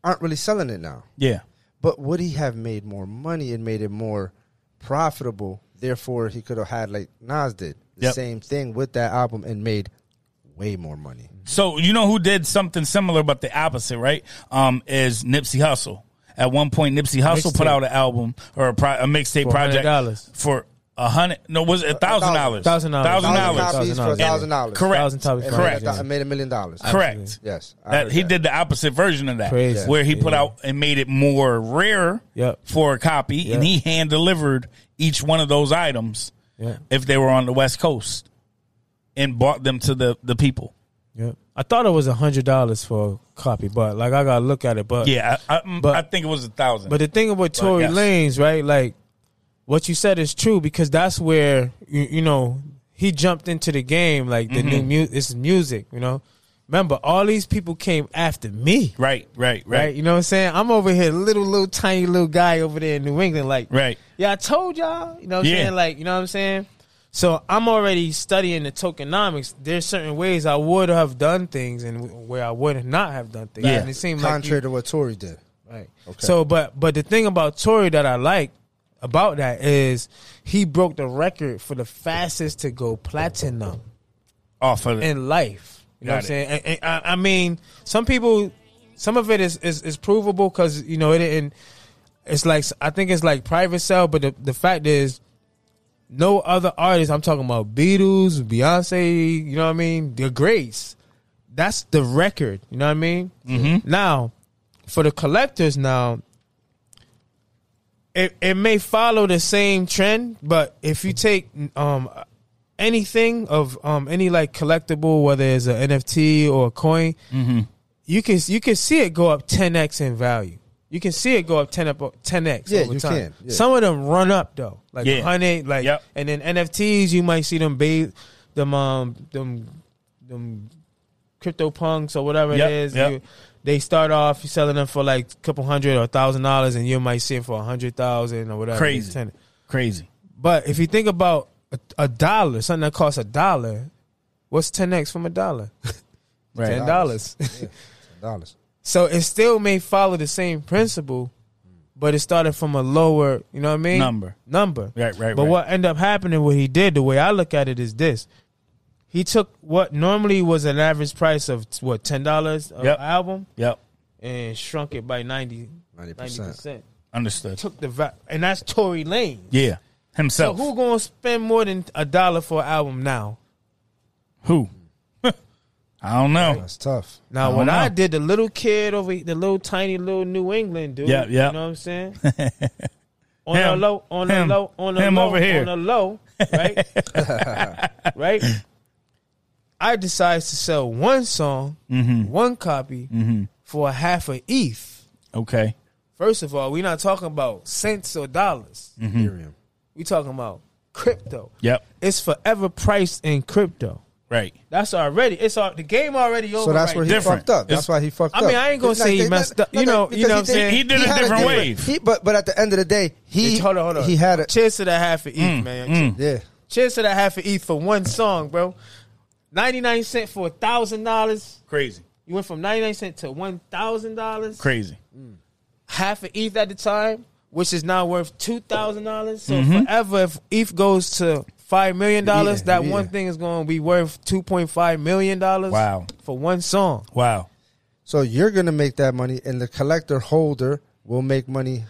Aren't really selling it now.
Yeah.
But would he have made more money and made it more profitable? Therefore, he could have had like Nas did the
Yep.
same thing with that album and made way more money.
So you know who did something similar but the opposite, right? Um, is Nipsey Hussle. At one point, Nipsey Hussle put
Mixtape.
out an album or a, pro- a mixtape
For
project
$100.
for a hundred. No, was it a thousand dollars?
Thousand dollars.
Thousand dollars.
copies for
$1,000.
thousand dollars.
Correct.
Thousand times
And
Correct.
made a- made a million dollars.
Correct.
Yes, I
That
heard
he did the opposite version of that,
Crazy.
where he put
Yeah.
out and made it more rare
Yep.
for a copy, and
Yep.
he hand delivered each one of those items
Yeah.
if they were on the West Coast, and brought them to the the people.
Yeah. I thought it was a hundred dollars for a copy, but like I gotta look at it. But
Yeah, I, I, mm,
But-
I think it was a thousand.
But the thing about Tory
yes.
Lanez, right? Like what you said is true because that's where you, you know he jumped into the game. Like the
Mm-hmm.
new music, it's music. You know, remember all these people came after me,
right, right,
right?
right,
You know what I'm saying? I'm over here, little little tiny little guy over there in New England, like
right.
yeah, I told y'all. You know what
Yeah.
I'm saying? Like, you know what I'm saying? So I'm already studying the tokenomics. There's certain ways I would have done things and w- where I would not have done things.
Yeah.
And it seemed like you-
Contrary to what Tory did.
Right. So, but but the thing about Tory that I like about that is he broke the record for the fastest to go platinum
Off of it.
in life. You know what
Got
I'm
it.
saying? And, and I, I mean, some people, some of it is is, is provable because you know it. And it's like I think it's like private sale, but the, the fact is, no other artist. I'm talking about Beatles, Beyonce. You know what I mean? The greats. That's the record. You know what I mean? Mm-hmm. Now, for the collectors, now it, it may follow the same trend, but if you take um anything of um any like collectible, whether it's an NFT or a coin,
Mm-hmm.
you can you can see it go up ten x in value. You can see it go up ten up ten x
Yeah,
over
you can,
time.
yeah.
Some of them run up though, like
Yeah.
hundred, like
Yep.
and then NFTs you might see them ba- them um them them crypto punks or whatever
Yep,
it is.
yep.
You, they start off you selling them for like a couple hundred or a thousand dollars, and you might see it for a hundred thousand or whatever.
Crazy.
Ten-
Crazy.
But if you think about a, a dollar, something that costs a dollar, what's ten x from a dollar?
Right.
Ten dollars.
Dollars.
so it still may follow the same principle, but it started from a lower. You know what I mean?
Number.
Number.
Right, right,
But
right.
what ended up happening, what he did, the way I look at it is this. He took what normally was an average price of what ten dollars an
Yep.
album,
Yep.
and shrunk it by 90
Ninety percent.
percent.
Understood.
Took the va- and that's Tory Lane.
Yeah.
So
Himself.
who gonna spend more than a dollar for an album now?
who? I don't know.
That's tough.
Now
I
when
don't
I
know.
did the little kid over the little tiny little New England dude,
Yeah, yeah.
you know what I'm saying? on the
Him.
low, on the
Him.
low, on the
Him
low,
over here.
on the low, right? right? I decides to sell one song,
Mm-hmm.
one copy for a half a ETH.
Okay.
First of all, we're not talking about cents or dollars.
Mm-hmm.
Ethereum.
we talking about crypto.
Yep.
It's forever priced in crypto.
Right.
That's already it's all, the game already over.
So that's
right
where he
now.
Different.
fucked up. That's
It's-
why he fucked
I
up.
mean, I ain't gonna say he
they-
messed up. You know- you
because
know what I'm
did-
saying?
He did a
had
different wave.
He, but but at the end of the day, he
Bitch, hold on, hold on.
he had a Mm.
Cheers to that half of ETH,
Mm,
man.
yeah.
Cheers to that half of ETH for one song, bro. Ninety nine cent for a thousand dollars.
Crazy.
You went from ninety nine cent to one thousand dollars.
Crazy.
Half of ETH at the time, which is now worth two thousand dollars. So
Mm-hmm.
forever, if ETH goes to five million dollars,
Yeah,
that
yeah.
one thing is going to be worth two point five million dollars.
Wow.
for one song.
Wow.
So you're gonna make that money, and the collector holder will make money.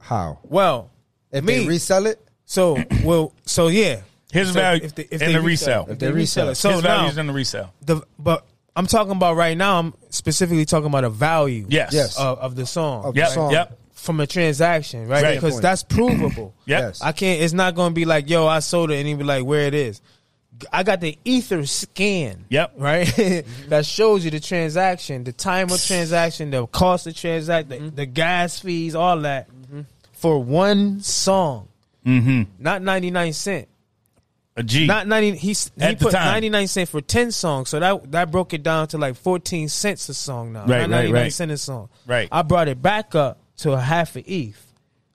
How
Well,
if
me.
they resell it?
so well, so yeah.
His
So
value
if they- if
in
they
the
resell-
resale.
if
they resell it.
So
His
now,
value's in the resale.
the but I'm talking about right now. I'm specifically talking about a value.
Yes. Uh,
Yes.
Of, of the song.
Of the
Yep.
song.
Yep.
From a transaction, right?
Right.
Because that's provable.
Yep.
Yes.
I can't. It's not going to be like, yo, I sold it, and he be like, where it is. I got the ether scan.
Yep.
Right. that shows you the transaction, the time of transaction, the cost of transaction, the, the gas fees, all that for one song, mm-hmm. not ninety nine cent.
A G.
Not ninety. He s- he
At the
put
time.
ninety nine cent for ten songs, so that that broke it down to like fourteen cents a song now.
Right,
Not
right,
99
right.
cent a song.
Right.
I brought it back up to a half a ETH.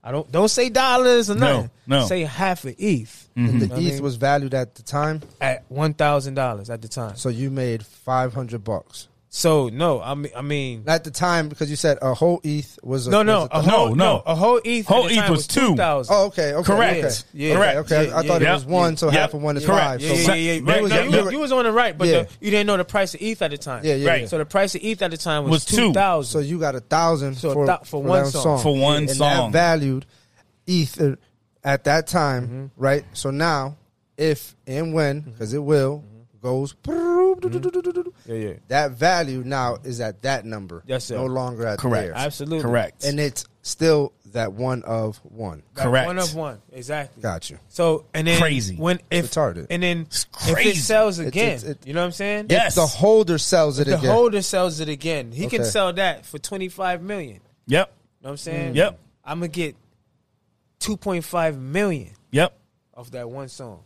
I don't don't say dollars or
No,
nothing.
no. Mm.
Say half a E ETH
And the
Mm-hmm.
ETH was valued at the time,
at one thousand dollars at the time.
so you made five hundred bucks.
So no, I mean, I mean,
At the time, because you said a whole ETH was a,
no,
was
no,
a
a
thou-
whole,
No, no.
no, a whole ETH. at
Whole
the
ETH
time
was two.
2,000.
Oh, okay. okay
Correct.
Okay.
Yeah.
Correct.
Okay. I, I thought
Yeah.
it was one, so
Yeah.
half of one is
Correct.
five.
Yeah,
so
yeah,
So-
yeah.
Right,
You was,
no,
you,
no.
was- you was on the right, but
Yeah.
the, you didn't know the price of ETH at the time.
Yeah, yeah,
Right. yeah.
So the price of ETH at the time was,
Was two.
two thousand.
So you got a thousand
So a
for,
thou-
for, one song.
For one
and
song.
that valued ether at that time,
Mm-hmm.
right? So now, if and when, because it will, goes.
Mm-hmm. yeah, yeah,
That value now is at that number.
Yes, sir.
No longer at
Correct.
there.
absolutely
Correct.
And it's still that one of one.
That
Correct.
One of one, exactly.
Got you.
So and then
Crazy.
when if
retarded.
and then
It's
if
crazy.
it sells
It's-
again,
it's- it-
you know what I'm saying?
Yeah.
If
Yes.
The holder sells it
The
again.
holder sells it again. He can
Okay.
sell that for twenty five million. You
Yep.
know what I'm saying?
Mm. Yep.
I'm gonna get two point five million
Yep.
of that one song.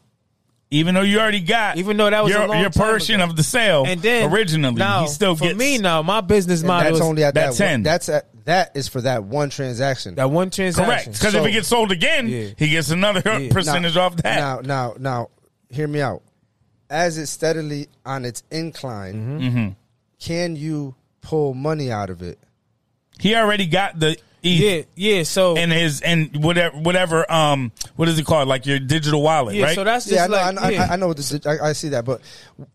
Even though you already got,
Even though that was
your,
a long
your
time
portion
ago.
of the sale,
And then
Oh, originally,
now,
he still
for
gets
me now. My business
And
model
that's
is
only at
that's
that one.
10.
That's at that is for that one transaction.
that one transaction.
correct because
So-
if it gets sold again,
Yeah.
he gets another percentage
Now-
off that.
Now, now, now, hear me out. As it's steadily on its incline,
Mm-hmm.
Mm-hmm.
can you pull money out of it?
He already got the ETH
Yeah, yeah. So
and his and whatever whatever um what is it called like your digital wallet,
yeah,
right?
so that's just
yeah, I know,
like
I, know
yeah.
I, I know. What the, I, I see that, but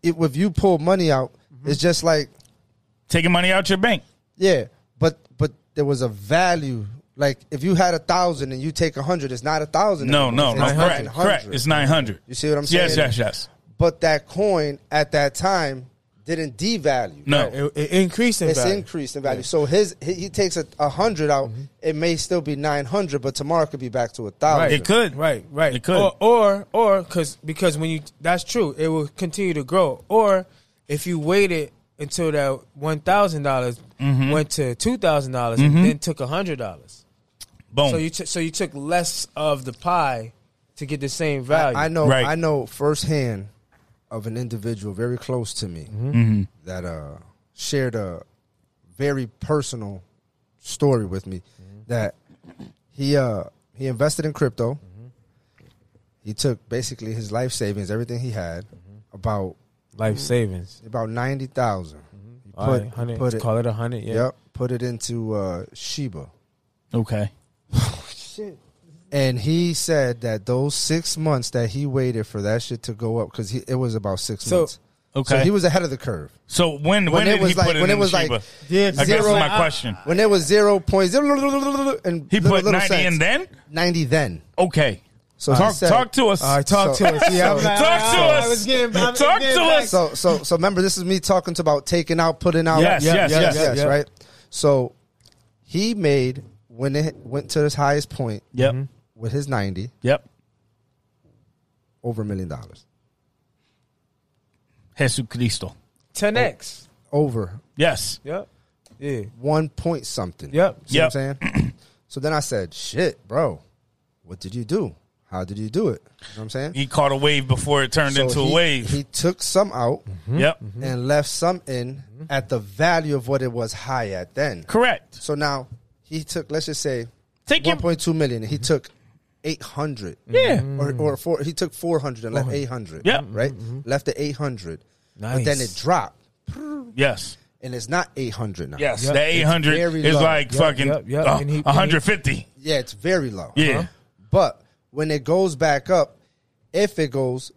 if, if you pull money out,
Mm-hmm.
it's just like
taking money out your bank.
yeah, but but there was a value. Like if you had a thousand and you take a hundred, it's not a thousand.
No, no,
it's
no,
it's
correct,
900.
correct. It's nine hundred.
You see what I'm
Yes,
saying?
yes, yes.
but that coin at that time didn't devalue.
No,
It, it increased in
it's
value. Mm-hmm.
increased in value. So his he, he takes a, a hundred out. It may still be nine hundred, but tomorrow it could be back to a thousand.
it could.
Right, right. Oh,
It could.
Or, or, or, cause, because when you, that's true. It will continue to grow. Or if you waited until that one dollars
Mm-hmm.
went to two dollars and then took hundred dollars,
Boom.
oh, so you took, so you took less of the pie to get the same value.
I know.
Right.
I know firsthand of an individual very close to me
Mm-hmm.
that uh, shared a very personal story with me
Mm-hmm.
that he uh, he invested in crypto.
Mm-hmm.
He took basically his life savings, everything he had,
Mm-hmm.
about
Life savings.
about ninety thousand. He
Mm-hmm. All right, 100,
put it,
call it a hundred. Yeah.
yep, put it into uh, Sheba.
okay.
And he said that those six months that he waited for that shit to go up because it was about six
So-
months.
Okay.
so he was ahead of the curve
So when when,
when,
did
it was
he
like
put it
when it
in
was
Sheba?
like
Yeah,
I guess
zero-
my
I-
question.
when it was zero point zero and
He
little-
put
little
ninety
cents.
and then
ninety then.
okay.
So he
talk,
said-
talk to us.
All right, talk
So-
to us. Yeah, I'm
so-
like,
Talk to
I- I
us.
was getting- I was
Talk
getting
to
back.
us.
So so so remember this is me talking to about taking out, putting out.
Yes, yes, yes,
yes.
right. So he made when it went to his highest point
yep.
with his ninety
Yep.
over a million dollars.
Jesucristo.
10x.
Over
Yes.
Yep. Yeah.
one point something.
Yep.
See
Yep.
what I'm saying? so then I said, shit, bro, what did you do? How did you do it? You know what I'm saying?
He caught a wave before it turned
So
into
he-
a wave.
He took some out
Mm-hmm.
yep.
and left some in at the value of what it was high at then.
Correct.
So now he took, let's just say,
Take your
1.2 million. And he took 800.
Yeah.
Or, or four, he took 400 and left 800.
Yep.
Right? Left the 800. But
Nice.
then it dropped.
yes.
And it's not 800 now.
Yes.
Yep.
The
It's
eight hundred
very
is
low.
like
Yep,
fucking
yep, yep.
uh,
And he- and he-
150.
Yeah, it's very low.
Yeah.
But when it goes back up, if it goes,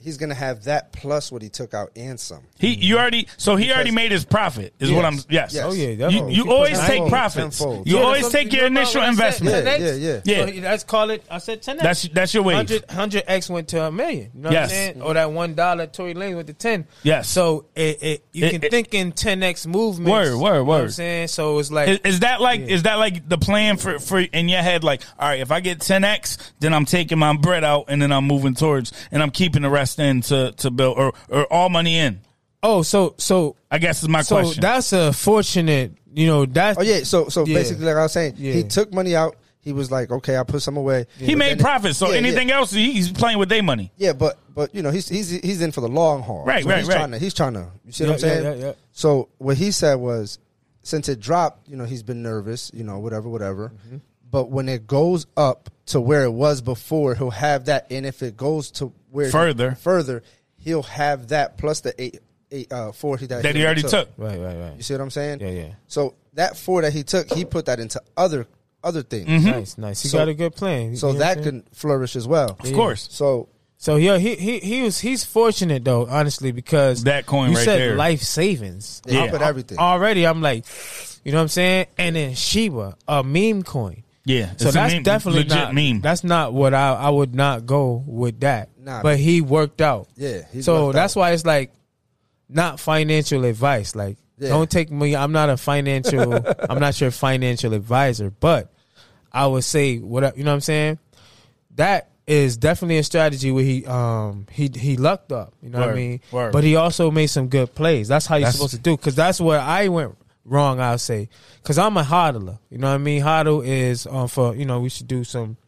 he's gonna have that plus what he took out and some.
He you already so he already made his profit is what I'm yes.
Yes.
Oh yeah.
You,
definitely.
you
Keep
always
pushing
take
that.
profits.
tenfold.
You
Yeah,
always
that's what-
take your
remember
initial
what I said?
investment.
Yeah,
10x?
yeah, yeah.
Yeah.
So that's call it. I said ten x.
That's that's your wave.
100 x went to a million. You know
Yes.
what I'm saying? Or that one dollar Tory Lane went to ten.
Yes.
So it, it you
It-
can
it-
think in ten x movements.
Word, word,
You know what I'm
word.
saying so it's like
Is, is that like is that like the plan for for in your head? Like, all right, if I get 10x, then I'm taking my bread out and then I'm moving towards and I'm keeping the rest in to to build or or all money in.
oh so so
I guess is my
so
question.
that's a fortunate. You know that's
Oh yeah. So so
Yeah.
basically, like I was saying,
Yeah.
he took money out. He was like, okay, I put some away.
he
But
made
then it-
profits, so
yeah, yeah.
anything else he- he's playing with their money.
Yeah, but but you know he's he's he's in for the long haul.
Right,
So
right,
he's
right.
Trying to, he's trying to. You see what I'm
Yeah, yeah,
saying?
yeah, yeah.
So what he said was, since it dropped, you know, he's been nervous. You know, whatever, whatever.
Mm-hmm.
But when it goes up to where it was before, he'll have that. And if it goes to where
Further.
further, he'll have that plus the eight eight, uh, four he, that,
that he already took.
Right, right, right.
You see what I'm saying?
Yeah, yeah.
So that four that he took, he put that into other other things.
Mm-hmm.
Nice, nice. He
So-
got a good plan.
So
You know what I'm
that
saying?
can flourish as well.
Of course.
So
So yeah, he he he was he's fortunate though, honestly, because
That coin
you
right
said
there.
life savings.
yeah.
Yeah.
put everything.
Already, I'm like, you know what I'm saying? And then Shiba, a meme coin.
Yeah.
So
it's a
that's
meme-
definitely
legit
not
meme.
That's not what I I would not go with that.
Nah.
but he worked out.
Yeah, he
So
worked
that's
out.
why it's like not financial advice. Like
Yeah.
don't take me. I'm not a financial. I'm not your financial advisor, but I would say what I- you know. what I'm saying that is definitely a strategy where he um he he lucked up. You know what I
Word,
mean?
word.
But he also made some good plays. That's how you're
That's-
supposed to do. Because that's where I went wrong. I'll say because I'm a hodler. You know what I mean? Hodl is um for you know we should do some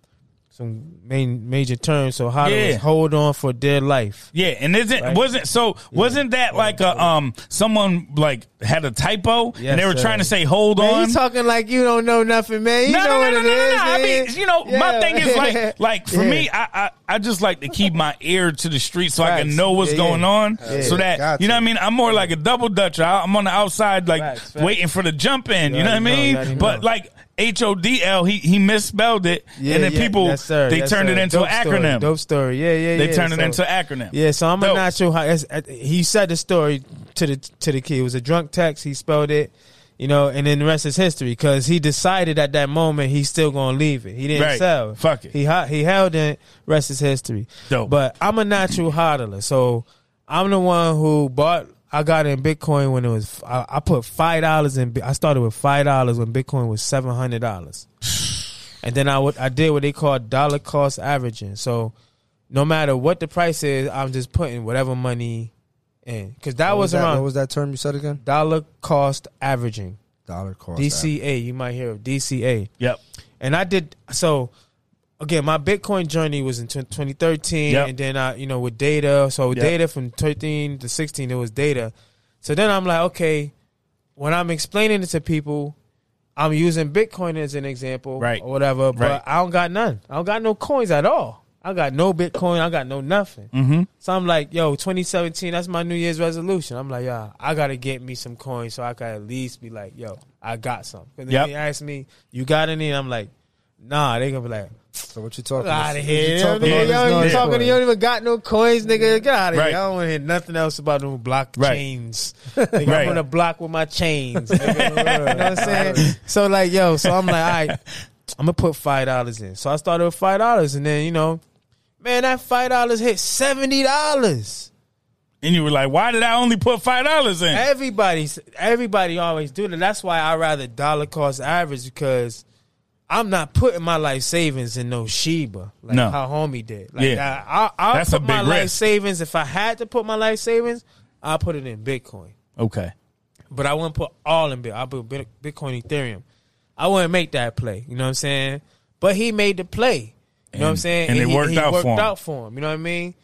some main major terms. So hodl
Yeah.
is hold on for dear life.
Yeah, and isn't
Right.
wasn't so wasn't that like a um someone like had a typo
Yes,
and they were
sir.
trying to say hold
Man,
on.
you talking like you don't know nothing, man. You
no,
know
no,
what
no, no,
it
no, no,
is,
no. I
man.
mean, you know, my
Yeah.
thing is like, like for
Yeah.
me, I, I, I just like to keep my ear to the street so I can
Facts.
know what's
Yeah, yeah.
going on.
Yeah.
So that
Got
you know
to.
what I mean. I'm more like a double dutcher. I, I'm on the outside, like
Facts, facts.
waiting for the jump in. You
You
know what I
already know, you
mean?
already
but
know.
like H O D L, he he misspelled it,
Yeah,
and then
yeah.
people
Yes, sir.
they
Yes,
turned
sir.
it into
Dope
an
story.
acronym.
Dope story. Yeah, yeah, yeah.
They turned it
So-
into an acronym.
Yeah, so I'm
Dope.
not sure how. it's- uh, He said the story to the to the kid. It was a drunk text. He spelled it, you know, and then the rest is history. Because he decided at that moment he's still gonna leave it. He didn't
Right.
sell.
Fuck it.
He hi- he held it. Rest is history.
Dope.
But I'm a natural hodler, so I'm the one who bought. I got in Bitcoin when it was. I, I put five dollars in. Bi- I started with five dollars when Bitcoin was seven hundred dollars. And then I would I did what they call dollar cost averaging. So no matter what the price is, I'm just putting whatever money in because that
what
was,
that,
around
What was that term you said again?
dollar cost averaging
Dollar cost.
DCA. You might hear of DCA.
Yep.
And I did so. Again, my Bitcoin journey was in tw- 2013,
Yep.
and then I, you know, with data. So with
Yep.
data from 13 to 16, it was data. So then I'm like, okay, when I'm explaining it to people, I'm using Bitcoin as an example,
Right.
or whatever. But
Right.
I don't got none. I don't got no coins at all. I got no Bitcoin. I got no nothing. Mm-hmm. So I'm like, yo, 2017. That's my New Year's resolution. I'm like, yeah, I gotta get me some coins so I can at least be like, yo, I got some. And then
Yep.
they ask me, you got any? And I'm like, nah. They gonna be like,
So what you talking?
out
what
of
you
here. You, know what I
talking
mean?
about?
you,
There's
don't
no
even talking,
story.
you don't even got no coins, nigga. Get out of
Right.
here. I don't want to hear nothing else about no blockchains. Nigga,
Right.
I'm on a block with my chains. nigga. you know what I'm saying? So like, yo, so I'm like, all right, I'm gonna put five dollars in. So I started with five dollars, and then you know, man, that five dollars hit seventy dollars.
And you were like, why did I only put five dollars in?
Everybody's everybody always do that. That's why I rather dollar cost average because I'm not putting my life savings in no Sheba like
No.
how homie did. Like
Yeah.
I, I, I'll
That's a
put my
big
life
risk.
savings if I had to put my life savings, I will put it in Bitcoin.
Okay.
But I wouldn't put all in Bitcoin. I put Bit- Bitcoin, Ethereum. I wouldn't make that play. You know what I'm saying? But he made the play. You know what I'm
And-
saying?
and it
he,
worked
he
out for
worked
him.
out for him. You know what I mean?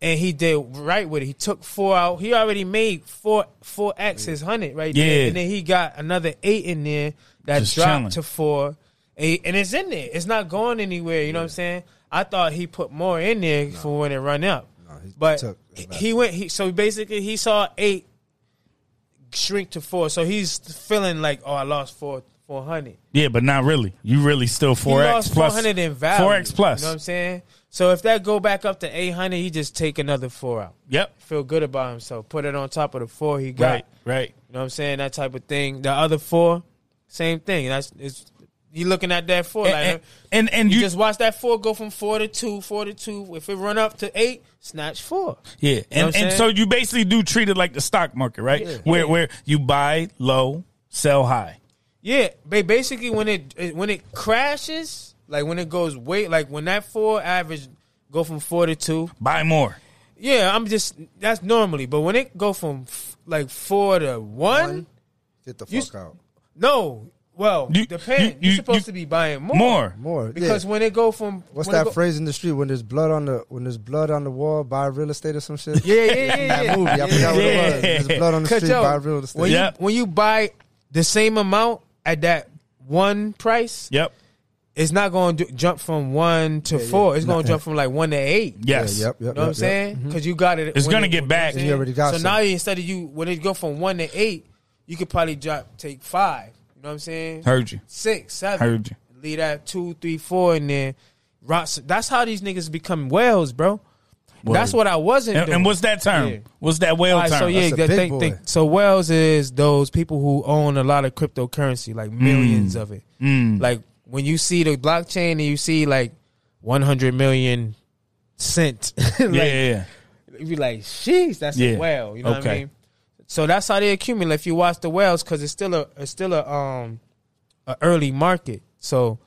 And he did right with it. He took four out. He already made four four X his hundred right
Yeah.
there, and then he got another eight in there that
Just
dropped
chilling.
to four, and and it's in there. It's not going anywhere. You know what I'm saying? I thought he put more in there for when it run out,
he
but
took-
he- he went. He so basically he saw eight shrink to four. So he's feeling like, oh, I lost four four hundred.
Yeah, but not really. You really still
He
four X
lost four
plus
hundred in value.
Four X plus.
You know what I'm saying? So if that go back up to eight hundred, he just take another four out.
yep.
Feel good about himself. Put it on top of the four he got.
Right. Right.
You know what I'm saying? That type of thing. The other four, same thing. That's it's you looking at that four
And
like
and, and, and
you,
you,
just watch that four go from four to two, four to two. If it run up to eight, snatch four.
yeah,
know
and,
what I'm
and
saying?
so you basically do treat it like the stock market, right? Where where you buy low, sell high.
Yeah, ba- basically when it it- when it crashes, like when it goes way, like when that four average go from four to two.
Buy more.
Yeah, I'm just that's normally, but when it go from f- like four to one,
One. Get the
You-
fuck out.
no, well,
You-
depend.
you-
You,
you-
are supposed
you-
to be buying more,
More.
More
because
yeah.
when it go from
What's
when it
that
go-
phrase in the street? When there's blood on the when there's blood on the wall, buy real estate or some shit.
Yeah, yeah, yeah,
That
yeah.
movie, I
yeah,
forgot what it was.
Yeah.
There's blood on the
Cause
street,
yo,
buy real estate.
When,
Yep.
you, when you buy the same amount at that one price,
Yep.
it's not going to jump from one to four. It's going to jump from like one to eight.
Yes.
Yeah, yep, yep.
You know what I'm saying? Because you got it.
Mm-hmm. It's
when
gonna
it-
get
you know
back.
what I'm
You
already got
saying? So
some.
now you- instead of you, when it go from one to eight, you could probably drop take five. You know what I'm saying?
Heard you.
Six, seven.
Heard you.
Leave that two, three, four, and then rock. That's how these niggas become whales, bro. That's what I wasn't.
And,
doing.
and what's that term?
Yeah.
What's that whale
All right,
term?
so yeah,
That's a
that
big
thing-
boy.
thing- so whales is those people who own a lot of
Mm.
cryptocurrency, like millions of it. Like when you see the blockchain and you see like one hundred million cent, like,
yeah, yeah, yeah.
you be like, "Sheesh, that's
Yeah.
a whale." You know what I
Okay.
mean? So that's how they accumulate. If you watch the whales, because it's still a it's still a um a early market. So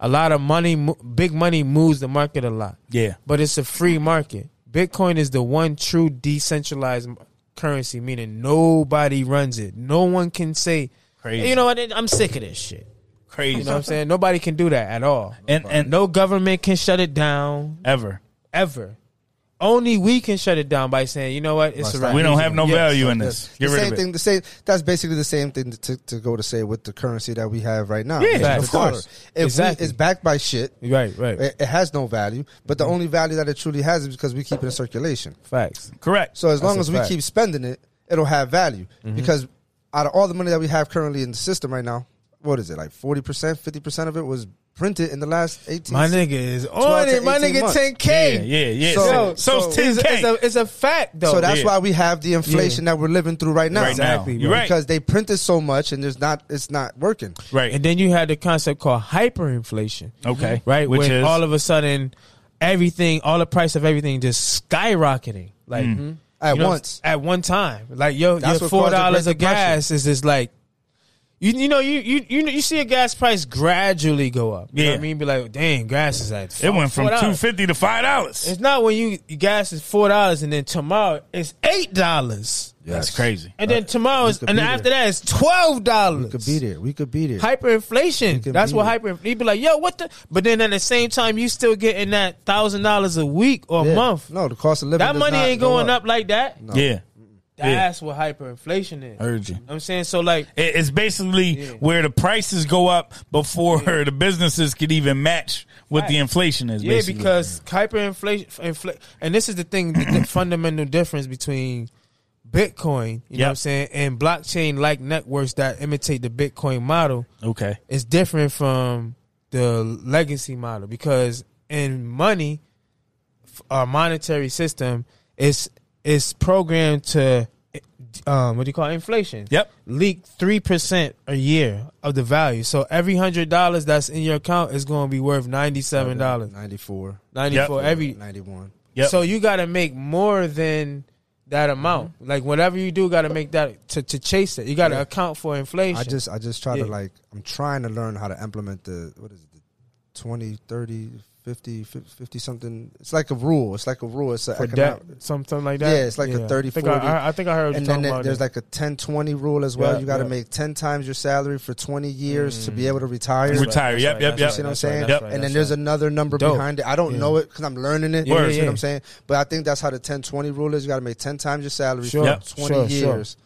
a lot of money, mo- big money moves the market a lot.
Yeah.
but it's a free market. Bitcoin is the one true decentralized m- currency, meaning nobody runs it. No one can say,
Crazy.
"You know what? I'm sick of this shit."
Crazy.
You know what I'm saying? Nobody can do that at all.
and and
No government can shut it down
ever.
ever. Only we can shut it down by saying, you know what, it's a wrap.
We don't have no
Yes.
value in this. Get
the
rid
same
of it.
thing. The same. That's basically the same thing to, to go to say with the currency that we have right now. which is
Facts.
the
of course.
dollar. If we-
Exactly.
it's backed by shit,
Right, right.
it, it has no value. But the only value that it truly has is because we keep it in circulation.
Facts.
Correct.
So as long
a
as we
fact. Mm-hmm.
keep spending it, it'll have value because out of all the money that we have currently in the system right now, what is it like forty percent, fifty percent of it was printed in the last eighteen.
My nigga is on
12 to
it. My
18
nigga
months.
10K.
yeah, yeah, yeah. So,
So- so
so's
It's,
10K.
it's a, it's a fact, though.
so that's
Yeah.
why we have the inflation that we're living through right now.
Right now. Exactly, You're bro. right.
Because they printed so much and there's not it's not working.
right.
and then you had the concept called hyperinflation.
okay.
Right?
Which
when
is
all of a sudden, everything, all the price of everything just skyrocketing. Like,
Mm-hmm.
At
you know,
once.
At one time. Like, yo,
That's
your
what caused the
$4
Great
dollars of
Depression.
gas is just like, you, you know you, you you you see a gas price gradually go up. You know what
Yeah.
I mean? Be like, dang, gas is at
it went from
$4.
two fifty to five dollars.
It's not when you your gas is four dollars and then tomorrow it's eight dollars.
That's crazy.
And then tomorrow is,
Uh, could
and
be
after that it's twelve
We
dollars.
could be there. We could be there.
Hyperinflation.
could
That's
be
what
there.
hyper. You be like, yo, what the? But then at the same time, you still getting that thousand dollars a week or a
Yeah.
month.
No, the cost of living.
that
does
money
not
ain't
go
going up. like that.
Yeah.
That's what hyperinflation is. You know
Heard you.
what I'm saying so. Like
It- It's basically
Yeah.
where the prices go up before the businesses could even match what the
Right.
inflation is.
Yeah,
basically.
because hyperinflation, infl- and this is the thing, the, the fundamental difference between Bitcoin, you know
Yep.
what I'm saying, and blockchain like networks that imitate the Bitcoin model
okay,
is different from the legacy model because in money, f- our monetary system is is programmed to um, what do you call it? inflation?
Yep.
leak three percent a year of the value. So every hundred dollars that's in your account is going to be worth ninety seven dollars.
Ninety four.
94
Yep.
every
ninety one.
Yep.
so you got to make more than that amount
Mm-hmm.
like whatever you do got to make that to, to chase it you got to account for inflation
I just I just try
Yeah.
to like I'm trying to learn how to implement the what is it the 20, 30, 50, 50, 50 something. It's like a rule. It's like a rule. It's a
for
economic,
debt something like that
Yeah, it's like a 30,
I think I,
40.
I, I think I heard you
and
talking
then there-
about
there's like
that.
a 10 20 rule as well.
Yeah,
you got to
yeah. Mm.
make 10 times your salary for 20 years to be able to retire.
That's retire.
That's
yep,
right,
yep,
that's
yep.
right,
You know what I'm
that's right,
saying?
that's
Yep.
right,
and then
that's
there's
right.
another number
Dope.
behind it. I don't know it because I'm learning it. You
Yeah, yeah,
know what
yeah.
I'm saying? But I think that's how the 10 20 rule is. You got to make 10 times your salary
Sure,
for
Yep.
20
sure, sure.
years.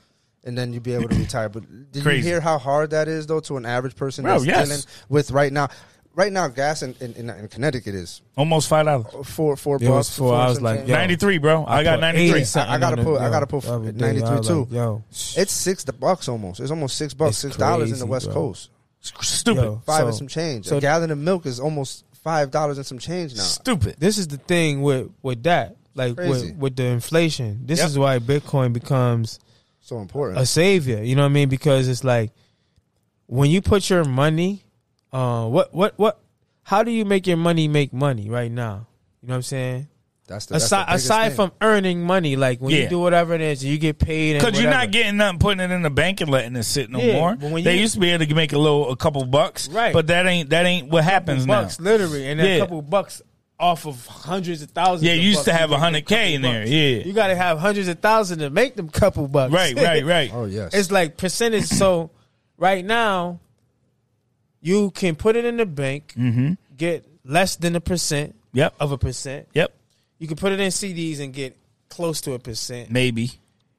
And then you'll be able to retire. But did
Crazy.
you hear how hard that is, though, to an average person
Bro,
that's
yes.
dealing with right now? Right now, gas in, in, in, in Connecticut is
almost five dollars.
four four
It was
bucks.
four. I was
and
like,
change.
yo,
Ninety three, bro. I, got
Put
ninety three.
80 something
I- I gotta
on it,
put- I
yo.
gotta put
Other day,
93
I was
too.
like, yo
it's six bucks almost. It's almost six bucks,
It's
six dollars in the
crazy,
West
bro.
Coast.
Stupid.
Yo.
Five and
So-
some change.
so-
a gallon of milk is almost five dollars and some change now.
Stupid.
this is the thing with with that like
Crazy.
with, with the inflation this
Yep.
is why bitcoin becomes
So important.
a savior. You know what I mean? Because it's like when you put your money, uh, what what what? How do you make your money make money right now? You know what I'm saying?
that's the, that's the
Aside,
biggest
aside
thing.
from earning money, like when
Yeah.
you do whatever it is, you get paid. and
Because you're
whatever.
not getting nothing, putting it in the bank and letting it sit no
Yeah,
more.
but when
they
you-
used to be able to make a little, a couple bucks,
Right.
But that ain't that ain't what happens now.
bucks literally, and then
Yeah.
a couple bucks off of hundreds of thousands.
Yeah,
of
you used to
bucks,
have
you get
hundred k in
couple
there.
bucks.
Yeah,
You got to have hundreds of thousands to make them couple bucks.
right, right, right.
Oh yes.
It's like percentage. so right now, you can put it in the bank,
Mm-hmm.
get less than a percent
Yep.
of a percent.
Yep,
You can put it in CDs and get close to a percent.
maybe.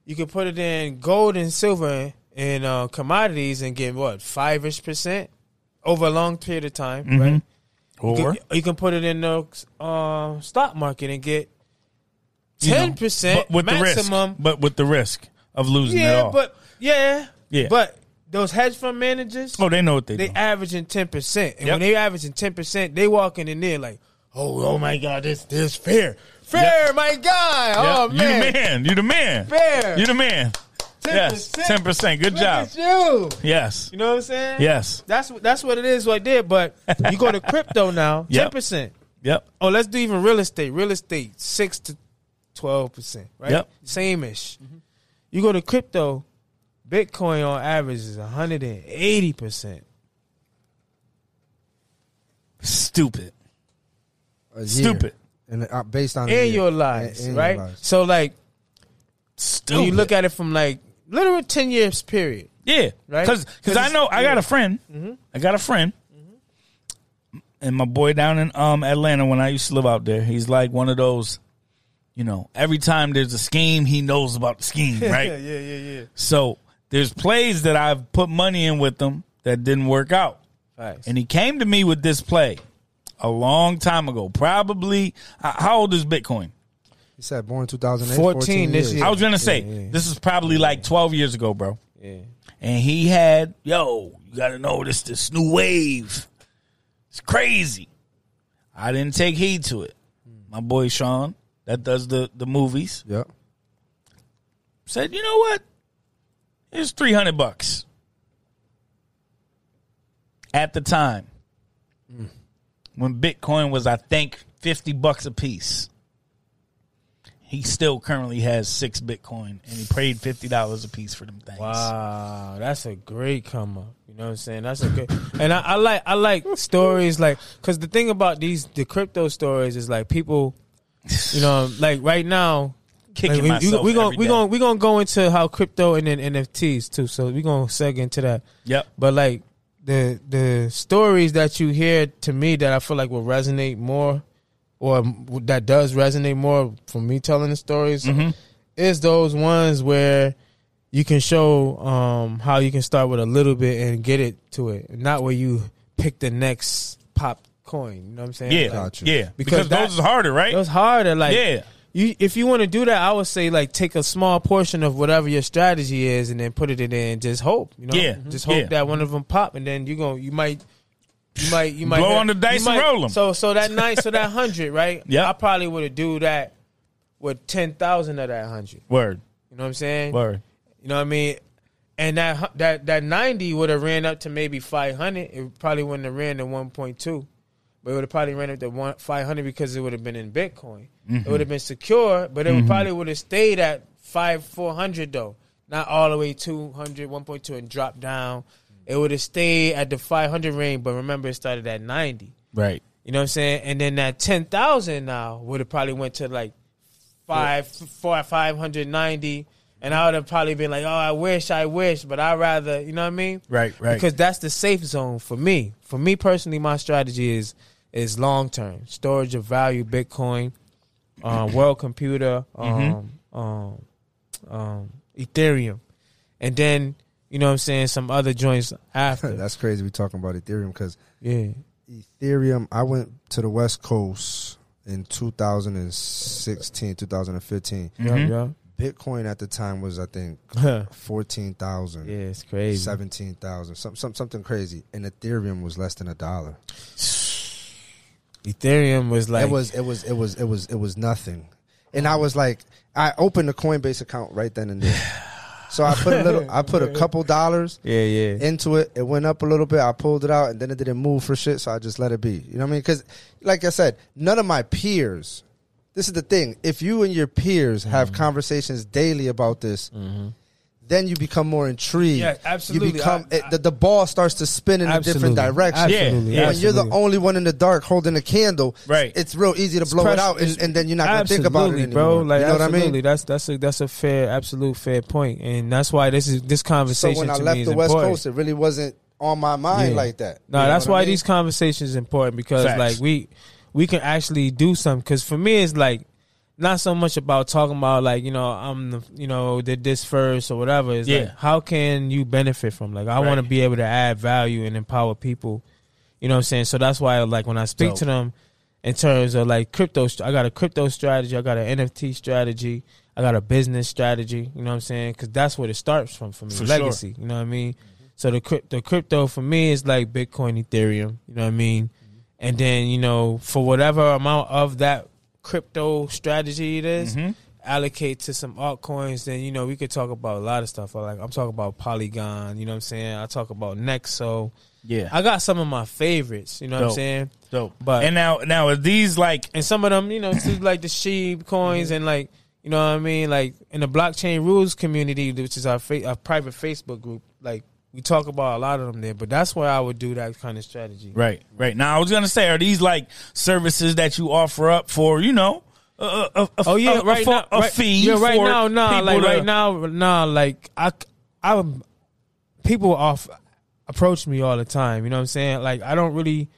You can put it in gold and silver
Mm-hmm.
and uh, commodities and get what five ish percent over a long period of time, right?
Or
You can, you can put it in the uh, stock market and get
you know,
ten percent
but with the
maximum.
risk, but with the risk of losing it
yeah,
all.
but yeah,
Yeah.
But those hedge fund managers,
oh, they know what they,
they
do.
averaging ten percent, and
Yep.
when they averaging ten percent, they walking in there like, oh, oh my god, this this fair, fair, my god, oh
Yep. you
man,
the man. You the man.
Fair.
You the man. Yes, ten
10%.
percent. Good
Look
job.
at you.
Yes,
You know what I'm saying?
yes.
That's what that's what it is right there. But you go to crypto now, ten
Yep.
percent.
Yep.
Oh, let's do even real estate. Real estate six to twelve percent, right?
Yep.
Same ish. You go to crypto, Bitcoin on average is one hundred and eighty percent.
Stupid.
A year.
Stupid.
And uh, based on a year.
in your lives,
In- in your
right?
lives.
So like
Stupid.
when you look at it from like literal ten years period,
Yeah,
Right?
Because
'Cause
I
it's- Mm-hmm.
know I got a friend. I got a friend, and my boy down in um Atlanta when I used to live out there, he's like one of those. You know, every time there's a scheme, he knows about the scheme, right?
yeah, yeah, yeah.
So there's plays that I've put money in with him that didn't work out,
Facts.
and he came to me with this play a long time ago. Probably, h- how old is Bitcoin?
He said born 2008.
14
14,
this
years.
year.
I was gonna say
yeah, yeah.
this is probably like 12 years ago, bro.
yeah.
and he had yo you gotta know this this new wave it's crazy i didn't take heed to it my boy sean that does the the movies
Yep.
said you know what it's 300 bucks at the time when bitcoin was i think 50 bucks a piece he still currently has six bitcoin and he paid $50 a piece for them things
Wow, that's a great come up. You know what I'm saying? That's a good, and I, I like I like stories like because the thing about these the crypto stories is like people, you know, like right now
kicking
Like, we,
myself.
we, we gonna
every
we
day.
gonna we gonna go into how crypto and then NFTs too. So we gonna seg into that.
Yep.
But like the the stories that you hear to me that I feel like will resonate more, or that does resonate more from me telling the stories,
Mm-hmm.
is those ones where you can show um, how you can start with a little bit and get it to it, not where you pick the next pop coin. You know what I'm saying?
Yeah,
Like,
Gotcha.
yeah. Because,
Because that-
those is harder, right?
it was harder. Like,
Yeah.
you if you want to do that, I would say like take a small portion of whatever your strategy is, and then put it in there and just hope. You know, Mm-hmm.
Yeah.
just hope
Yeah.
that one of them pop, and then you going to you might. You might you might
Blow
have-
on the dice
you
and
might-
roll 'em.
So so that night, so that hundred, right?
Yeah.
I probably would have do that with ten thousand of that hundred.
word,
You know what I'm saying?
word.
You know what I mean? And that hu- that that ninety would have ran up to maybe five hundred. It probably wouldn't have ran to one point two, but it would have probably ran up to one five hundred because it would have been in Bitcoin. It would have been secure, but it would probably would have stayed at five four hundred though, not all the way 200, 1.2 and dropped down. It would have stayed at the five hundred range, but remember it started at ninety.
Right.
You know what I'm saying? And then that ten thousand now would have probably went to like five, four, five hundred ninety, and I would have probably been like, oh, I wish, I wish, but I rather, you know what I mean?
Right, right.
Because that's the safe zone for me. For me personally, my strategy is is long term storage of value, Bitcoin, um, World Computer, um,
Mm-hmm.
um, um, Ethereum, and then you know what I'm saying some other joints after.
That's crazy. We talking about Ethereum because
yeah,
Ethereum. I went to the West Coast in 2016, 2015.
Mm-hmm.
yeah,
Bitcoin at the time was I think
yeah.
14,000,
Yeah, it's crazy.
17,000, some, some, something crazy. And Ethereum was less than a dollar.
Ethereum was like
it was it was it was it was it was nothing. And I was like, I opened a Coinbase account right then and there. So I put a little, I put a couple dollars
yeah, yeah.
into it. It went up a little bit. I pulled it out, and then it didn't move for shit. So I just let it be. You know what I mean? Because, like I said, none of my peers. This is the thing. If you and your peers have
Mm-hmm.
conversations daily about this, then you become more intrigued.
Yeah, absolutely.
You become
I-
it, the, the ball starts to spin in a different direction.
Absolutely.
Yeah,
When you're the only one in the dark holding a candle,
Right.
It's real easy to blow it
pressure-
out, and,
it's-
and then you're not going to think about it
Absolutely,
anymore.
bro. Like
you know
absolutely.
what I mean?
That's that's a that's a fair, absolute fair point, and that's why this is this
So
conversation.
when I
to me
left
is
the West
important.
Coast, it really wasn't on my mind
Yeah.
like that.
No,
You know
that's
what I
why
mean?
these conversations important because
Facts.
like we we can actually do something. Because for me, it's like not so much about talking about like you know I'm the you know did this first or whatever. It's
Yeah.
like how can you benefit from like I want to
Right.
be able to add value and empower people. You know what I'm saying? So that's why like when I speak to them in terms of like crypto st- I got a crypto strategy, I got an NFT strategy, I got a business strategy, you know what I'm saying? Cuz that's what it starts from for me,
For sure.
legacy, you know what I mean? So the crypto, the crypto for me is like Bitcoin, Ethereum, you know what I mean?
Mm-hmm.
And then, you know, for whatever amount of that crypto strategy it is,
Mm-hmm.
allocate to some altcoins, then you know, we could talk about a lot of stuff. Like I'm talking about Polygon, you know what I'm saying? I talk about Nexo.
Yeah.
I got some of my favorites, you know what
Dope.
I'm saying?
Dope.
But-
and now now are these like
And some of them, you know, to like the sheep coins and like, you know what I mean? Like in the blockchain rules community, which is our, fa- our private Facebook group, like we talk about a lot of them there, but that's where I would do that kind of strategy.
right right now? I was gonna say are these like services that you offer up for you know a, a, a,
Oh yeah,
a,
right
for-
now,
a
right,
fee
Yeah, right
for
now, nah,
people
like
to-
right now, nah, like I, I, people off approach me all the time. You know what I'm saying? Like I don't really,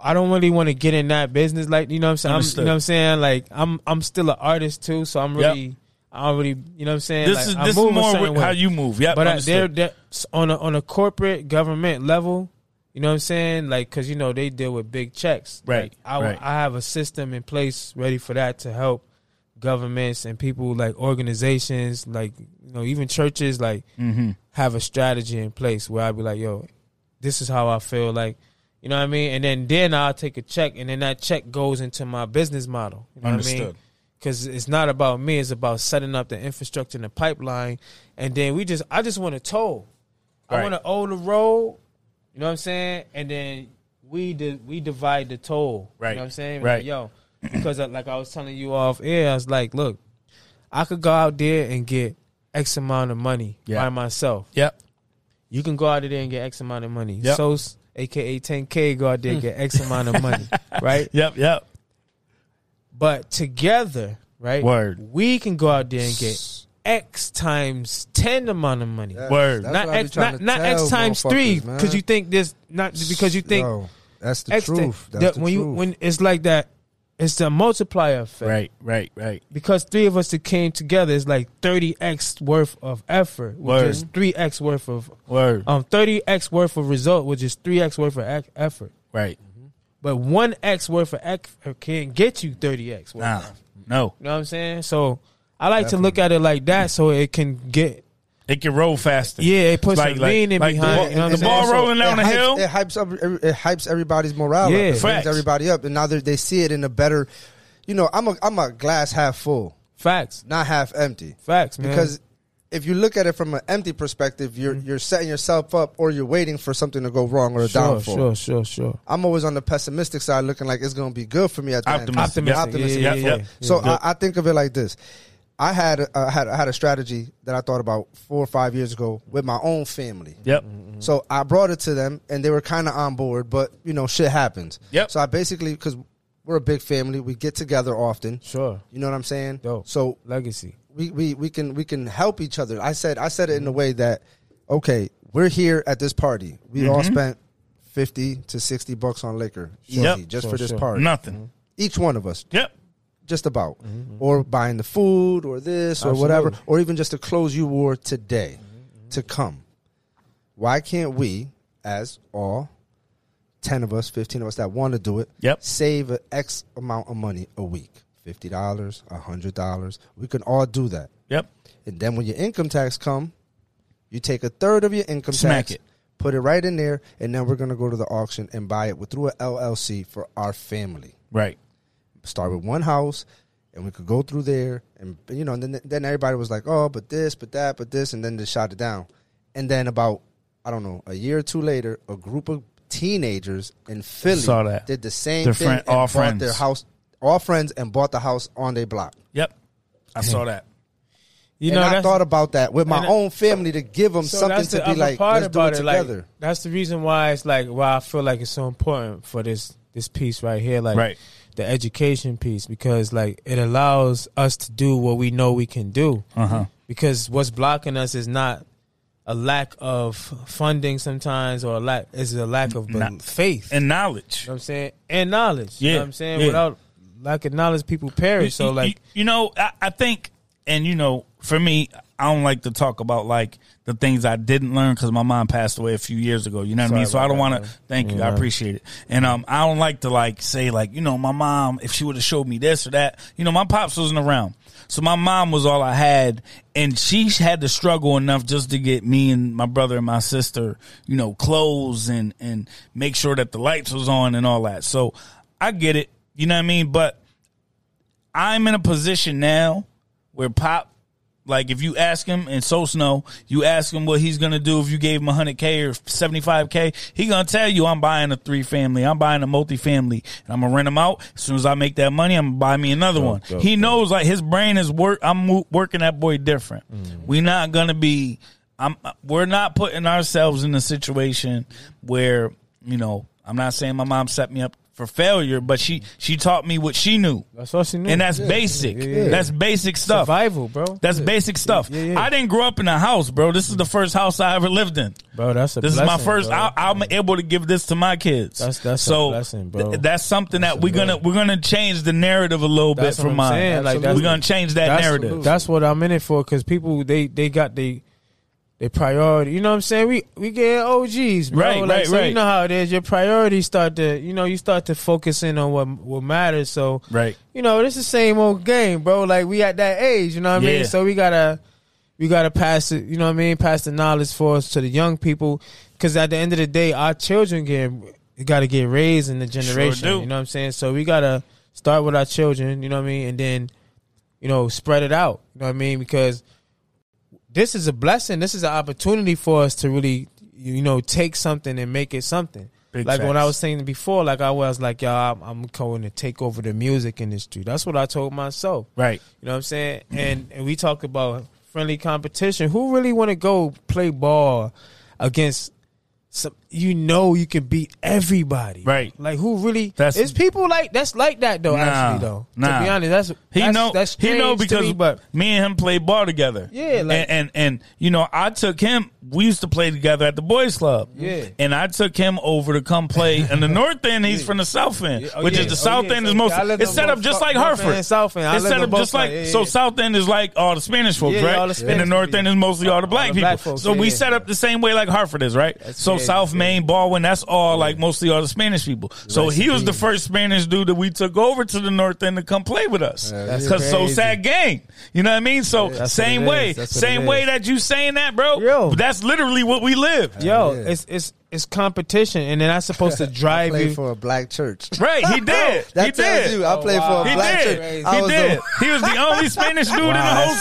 I don't really want to get in that business. Like you know what I'm saying? I'm, you
Understood.
know what I'm saying? Like I'm, I'm still an artist too, so I'm
Yep.
really, I don't really, you know what I'm saying?
This
Like,
is
I
this is
move a
more
certain
with
way.
how you move. Yeah,
But uh, they're,
understood.
they're s- on a on a corporate government level. You know what I'm saying? Like, cause you know they deal with big checks.
Right,
Like, I,
right.
I have a system in place ready for that to help governments and people like organizations, like you know even churches, like
Mm-hmm.
have a strategy in place where I'd be like, yo, this is how I feel like. You know what I mean? And then then I'll take a check, and then that check goes into my business model. You know what I mean?
Understood.
Because it's not about me; it's about setting up the infrastructure and the pipeline. And then we just, I just want to toll. I
Right.
want to own the road. You know what I'm saying? And then we di- we divide the toll.
Right.
You know what I'm saying?
Right.
Like, yo, because uh, like I was telling you off air, I was like, look, I could go out there and get X amount of money
Yeah.
by myself.
Yep.
You can go out there and get X amount of money.
Yep.
So, aka 10K, go out there and get X amount of money, right?
Yep. Yep.
But together, right?
Word.
We can go out there and get X times 10 amount of money.
That's-
Word.
that's
not
what I be
X,
trying
not,
to
not X
tell
times three,
motherfuckers, man.
because you think this, not because you think
Yo, that's the
X
truth.
thing.
That's
The-
the
when you
truth.
when it's like that, it's the multiplier effect.
Right. Right. Right.
Because three of us that came together is like thirty x worth of effort, which
Word.
is three x worth of
Word.
um thirty x worth of result, which is three x worth of ac- effort.
Right.
But one x worth of effort can't get you thirty x.
Nah. No.
You know what I'm saying? So I like to look at it like that, so it can get
It can roll faster.
yeah, it puts
Like-
some
like-
lean in
like the
behind.
ball-
it, you know what
the
I'm saying?
ball
So-
rolling down
it
the
hypes,
hill?
It hypes up. It hypes everybody's morale.
Yeah.
up. It brings
Facts.
everybody up, and now they they see it in a better. You know, I'm a I'm a glass half full,
Facts,
not half empty.
facts, man.
Because if you look at it from an empty perspective, you're you're setting yourself up, or you're waiting for something to go wrong or a
Mm-hmm. sure,
downfall.
sure, sure, sure.
I'm always on the pessimistic side, looking like it's going to be good for me at the end.
Optimistic.
Optimistic,
Optimistic.
yeah, yeah,
Yep,
yeah,
yep.
yeah.
So I, I think of it like this. I had a- I had I had a strategy that I thought about four or five years ago with my own family.
Mm-hmm.
Yep.
So I brought it to them, and they were kind of on board. But you know, shit happens.
Yep.
So I basically because we're a big family, we get together often.
Sure.
You know what I'm saying?
Dope.
So
Legacy.
we, we we can we can help each other. I said I said it
Mm-hmm.
in a way that okay, we're here at this party. We all spent fifty to sixty bucks on liquor, easy,
Mm-hmm. Yep.
just
Sure,
for this
sure.
party.
Nothing.
Each one of us,
Yep.
just about,
Mm-hmm.
or buying the food or this or whatever, or even just the clothes you wore today
Mm-hmm.
to come. Why can't we, as all 10 of us, 15 of us that want to do it,
Yep.
save a X amount of money a week? $50, $100. We can all do that.
Yep.
And then when your income tax come, you take a third of your income
Smack
tax,
it.
put it right in there, and then we're going to go to the auction and buy it with, through a LLC for our family
Right.
start with one house and we could go through there and you know and then then everybody was like oh but this but that but this and then they shot it down and then about i don't know a year or two later a group of teenagers in philly
Saw that.
did the same
Their
thing
friend-
and
all
bought
friends.
their house all friends and bought the house on their block
Yep. I saw that.
You
and
know,
i
that's-
thought about that with my
and I-
own family to give them
so
something
that's
to
the
be
other
like
part
let's do it
about like,
together
that's the reason why it's like why I feel like it's so important for this this piece right here, like
Right.
the education piece, because like it allows us to do what we know we can do.
Uh-huh.
Because what's blocking us is not a lack of funding sometimes, or a lack is a lack of bel-
Not-
faith.
And knowledge.
you know what I'm saying and knowledge. You
Yeah,
know what I'm saying
yeah.
without lack of knowledge, people perish. So
You-
like
you, you know, I, I think and you know, for me, I don't like to talk about like the things I didn't learn because my mom passed away a few years ago. You know what I mean? So I don't want to. Thank you, I appreciate it. And um, I don't like to like say like you know my mom if she would have showed me this or that. You know, my pops wasn't around, so my mom was all I had, and she had to struggle enough just to get me and my brother and my sister, you know, clothes and and make sure that the lights was on and all that. So I get it. You know what I mean? But I'm in a position now where Pop, like if you ask him and so snow, you ask him what he's gonna do if you gave him 100k or 75k, he gonna tell you I'm buying a three family, I'm buying a multifamily, and I'm gonna rent them out. As soon as I make that money, I'm gonna buy me another one. he knows like his brain is work. I'm wo- working that boy different. we not gonna be. I'm. We're not putting ourselves in a situation where you know. I'm not saying my mom set me up for failure, but she she taught me what she knew.
That's all she knew.
And that's basic.
Mm. yeah, yeah.
That's basic stuff.
survival, bro.
That's basic stuff.
yeah, yeah.
I didn't grow up in a house, bro. This is the first house I ever lived in.
bro, that's a
This is my
blessing,
first.
bro.
I, I'm able to give this to my kids.
That's- that's a
so.
blessing, bro.
th- that's something
That's
that
a
we're gonna we're gonna change the narrative a little
That's
bit
what
for
I'm
mine.
saying, like, that's-
we're gonna change that narrative.
That's what I'm in it for because people they they got they they priority. You know what I'm saying? We we get OGs, bro.
Right,
like,
right,
so
right.
You know how it is. Your priorities start to you know you start to focus in on what what matters. So
Right.
you know this the same old game, bro. Like we at that age, you know what I
Yeah.
mean? So we gotta we gotta pass it. You know what I mean? Pass the knowledge for us to the young people because at the end of the day, our children get gotta get raised in the generation.
do.
You know what I'm saying? So we gotta start with our children. You know what I mean? And then you know, spread it out. You know what I mean? Because this is a blessing. This is an opportunity for us to really, you know, take something and make it something.
Big
like when I
facts.
was saying before, like I was like, y'all, I'm, I'm going to take over the music industry. That's what I told myself.
right.
You know what I'm saying? And and we talk about friendly competition. Who really want to go play ball against some you know you can beat everybody.
Right.
Like who really
That's-
that's it's people like that's like that though,
Nah,
actually though.
nah.
To be honest, that's
He
that's,
know
that's
he know
strange to
because
me,
me,
but
and him played ball together.
Yeah, like-
and, and and you know I took him. We used to play together at the boys club.
Yeah.
and I took him over to come play in the north end. He's from the south end,
Yeah, oh,
which
yeah.
is the
Oh,
south
yeah.
end
So,
is most.
yeah, I lived
It's
on
set up
both-
just like
north end
Hartford.
and south end. I
It's
lived
set
on
up
both
just like
sides. Yeah, yeah,
so.
yeah.
South end is like all the Spanish folks,
Yeah, yeah,
right?
all the
and the
Spanish
north
people.
end is mostly all the black
the
people.
black folks,
so
yeah,
we
yeah.
set up the same way like Hartford is, right? so
crazy,
South
yeah.
Main, Baldwin, that's all like mostly all the Spanish people. So he was the first Spanish dude that we took over to the north end to come play with us
That's
because so
crazy.
sad gang. You know what I mean? So
That's
same
what it
way,
is. That's what
same
it
way
is.
that you saying that, bro.
Yo.
that's literally what we live.
yo, it's it's it's competition and then that's supposed to drive
Played
you
for a black church.
Right? He did.
That
he
tells
did.
Oh,
you I played for a
he
black
did.
church. I
He
was
did.
the-
he was the only Spanish dude in the
Wow,
whole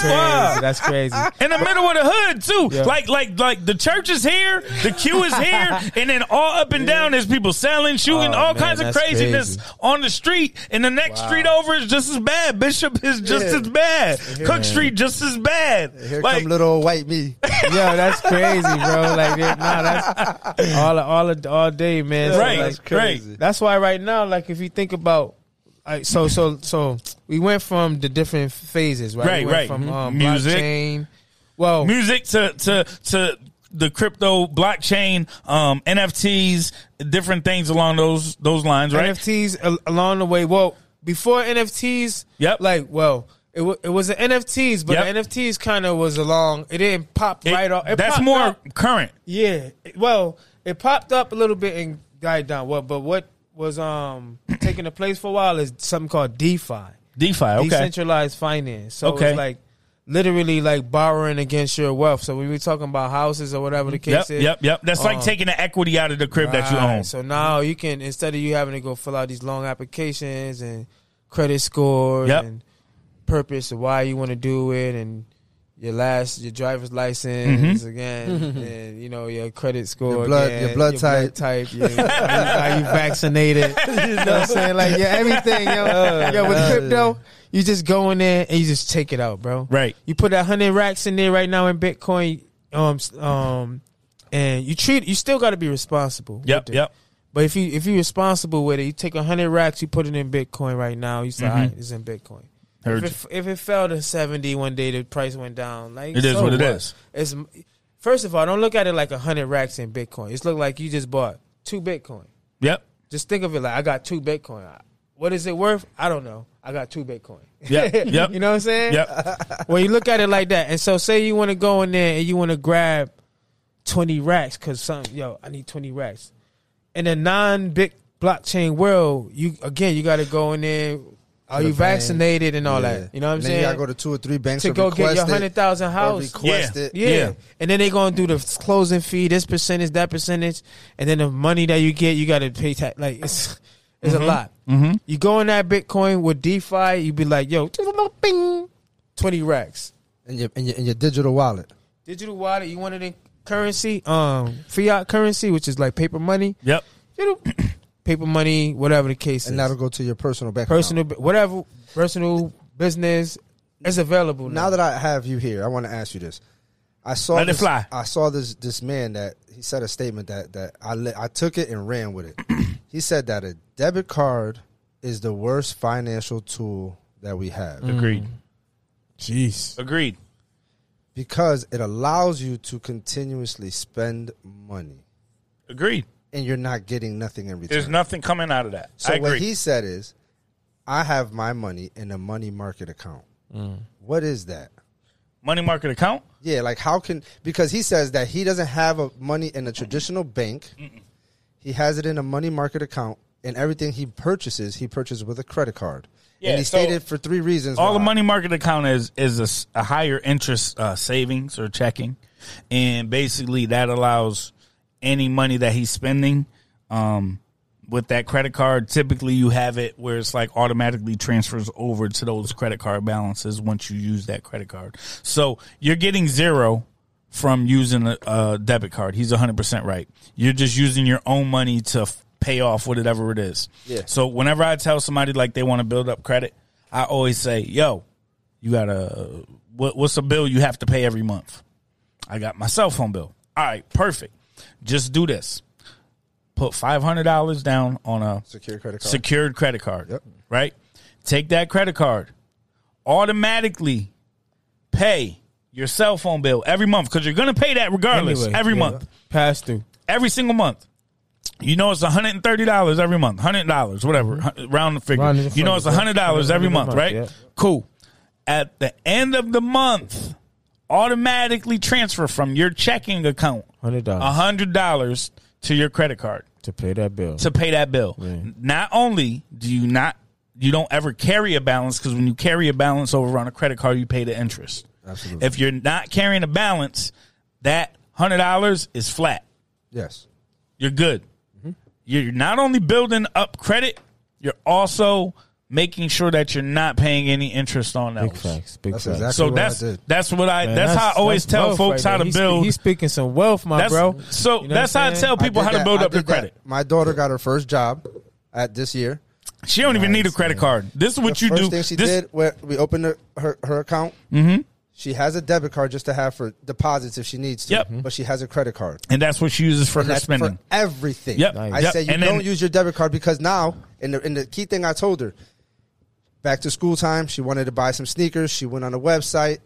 that's crazy.
squad.
That's crazy.
In the middle of the hood too,
Yeah.
like like like the church is here, the queue is here, and then all up and down there's people selling, shooting,
Oh,
all
man,
kinds of
that's
craziness
crazy.
on the street. And the next street over is just as bad. Bishop is just as bad. Cook Street just as bad.
Here
like
come little old white me.
Yo, that's crazy, bro. Like, it- nah, that's all, all, all day, man. So,
Right,
like,
right.
That's why right now, like, if you think about, like, so, so, so, we went from the different phases, right?
Right,
we went
right.
From um,
Music.
blockchain. Well,
music to to to the crypto blockchain um nfts different things along those those lines right
NFTs al- along the way. Well, before NFTs,
Yep.
Like, well, it, w- it was the NFTs, but
Yep.
the NFTs kind of was along. It didn't pop
It-
right off. It
that's
popped
more
up.
current
Yeah. It- Well, it popped up a little bit and died down. What? But what was um taking the place for a while is something called DeFi,
defi okay
decentralized finance. So
Okay.
it's like literally like borrowing against your wealth. So when we're talking about houses or whatever the
yep
case is,
yep yep that's like
um,
taking the equity out of the crib that you
Right.
own
So now you can instead of you having to go fill out these long applications and credit scores
Yep.
and purpose of why you want to do it and your last your driver's
Mm-hmm.
license again and you know your credit score
Mm-hmm. Your blood-
again,
your blood type.
type your, are, you, are you vaccinated you know what I'm saying like yeah everything yo, yo with
yeah.
crypto you just go in there and you just take it out bro
Right.
you put that hundred racks in there right now in Bitcoin um s- um and you treat you still got to be responsible with
yep
it.
yep
But if you if you're responsible with it, you take hundred racks, you put it in Bitcoin right now. You say, all right, it's in
Mm-hmm.
Bitcoin.
Heard
if, it, if it fell to seventy one day, the price went down. Like
It is
so
what it is.
It's first of all, don't look at it like hundred racks in Bitcoin. It's look like you just bought two Bitcoin.
yep
Just think of it like I got two Bitcoin. What is it worth? I don't know. I got two Bitcoin.
Yep, yep.
you know what I'm saying?
Yep.
When you look at it like that, and so say you want to go in there and you want to grab twenty racks because some yo, I need twenty racks. In a non big blockchain world, you again you got to go in there. Are
the
you
bank.
vaccinated and all
Yeah.
that? You know what I'm
And
saying?
Then you gotta go to two or three banks
to go get your
request it,
hundred thousand
or
house.
Request
Yeah.
it.
Yeah.
Yeah.
And then they going to do the closing fee, this percentage, that percentage, and then the money that you get, you got to pay tax. Like it's it's a lot. Mm-hmm. You go in that Bitcoin with DeFi, you be like, yo, bing, twenty racks.
In your, in your in your digital wallet.
Digital wallet, you want it in currency, um, fiat currency, which is like paper money,
Yep.
Digital- paper money, whatever the case
And
is.
that'll go to your personal bank. account.
personal, bu- whatever, personal business is available now.
Now that I have you here, I want to ask you this. I saw
Let it
this,
fly.
I saw this this man that he said a statement that that I li- I took it and ran with it. he said that a debit card is the worst financial tool that we have
Agreed.
Jeez.
Agreed.
because it allows you to continuously spend money
Agreed.
and you're not getting nothing in return.
There's nothing coming out of that.
So
I
what
agree.
he said is, I have my money in a money market account.
Mm.
What is that?
Money market account.
Yeah, like how can because he says that he doesn't have a money in a traditional bank. He has it in a money market account, and everything he purchases, he purchases with a credit card.
Yeah,
and he
so-
stated for three reasons.
All the
why.
money market account is is a s- a, higher interest uh, savings or checking, and basically that allows any money that he's spending um, with that credit card. Typically, you have it where it's like automatically transfers over to those credit card balances once you use that credit card. So you're getting zero from using a, a debit card. He's 100 percent right. You're just using your own money to f- pay off whatever it is.
Yeah.
So whenever I tell somebody like they want to build up credit, I always say, "Yo, you got a what, what's a bill you have to pay every month? I got my cell phone bill. All right, perfect. Just do this. Put five hundred dollars down on a
secure credit card.
secured credit card.
Yep.
Right? Take that credit card, automatically pay your cell phone bill every month because you're going to pay that regardless
Anyway,
every
yeah.
month,
Pass through.
every single month. You know it's $130 every month, $100, whatever, hu- round the figure.
Round the
you know it's
figure,
$100 every
yeah.
month, right?
Yeah.
Cool. At the end of the month, automatically transfer from your checking account
Hundred dollars
Uh-huh. $100 to your credit card
to pay that bill.
to pay that bill.
Yeah.
Not only do you not you don't ever carry a balance because when you carry a balance over on a credit card, you pay the interest.
Absolutely.
If you're not carrying a balance, that hundred dollars is flat.
yes.
You're good. You're not only building up credit, you're also making sure that you're not paying any interest on
Big
that.
facts. Big
That's
facts.
exactly
So
what
that's
I did.
that's what I
Man,
that's, how I always
that's
tell
wealth
folks
right
how
there.
to
He's-
build.
he's speaking some wealth, my
that's,
bro.
So
You know
that's
what
how
I'm
I
saying?
tell people
I
how
did
to
that.
build
I
up their
did that.
credit.
My daughter got her first job at this year.
She don't even need a credit card. This is what
the
you
first
do.
thing she
This-
did when we opened her, her, her account. Mm-hmm. She has a debit card just to have for deposits if she needs to.
Yep.
But she has a credit card.
and that's what she uses for her
That's
spending.
for everything.
Yep.
I
Yep.
say you
And then-
don't use your debit card because now, and the, and the key thing I told her, back to school time, she wanted to buy some sneakers. She went on a website,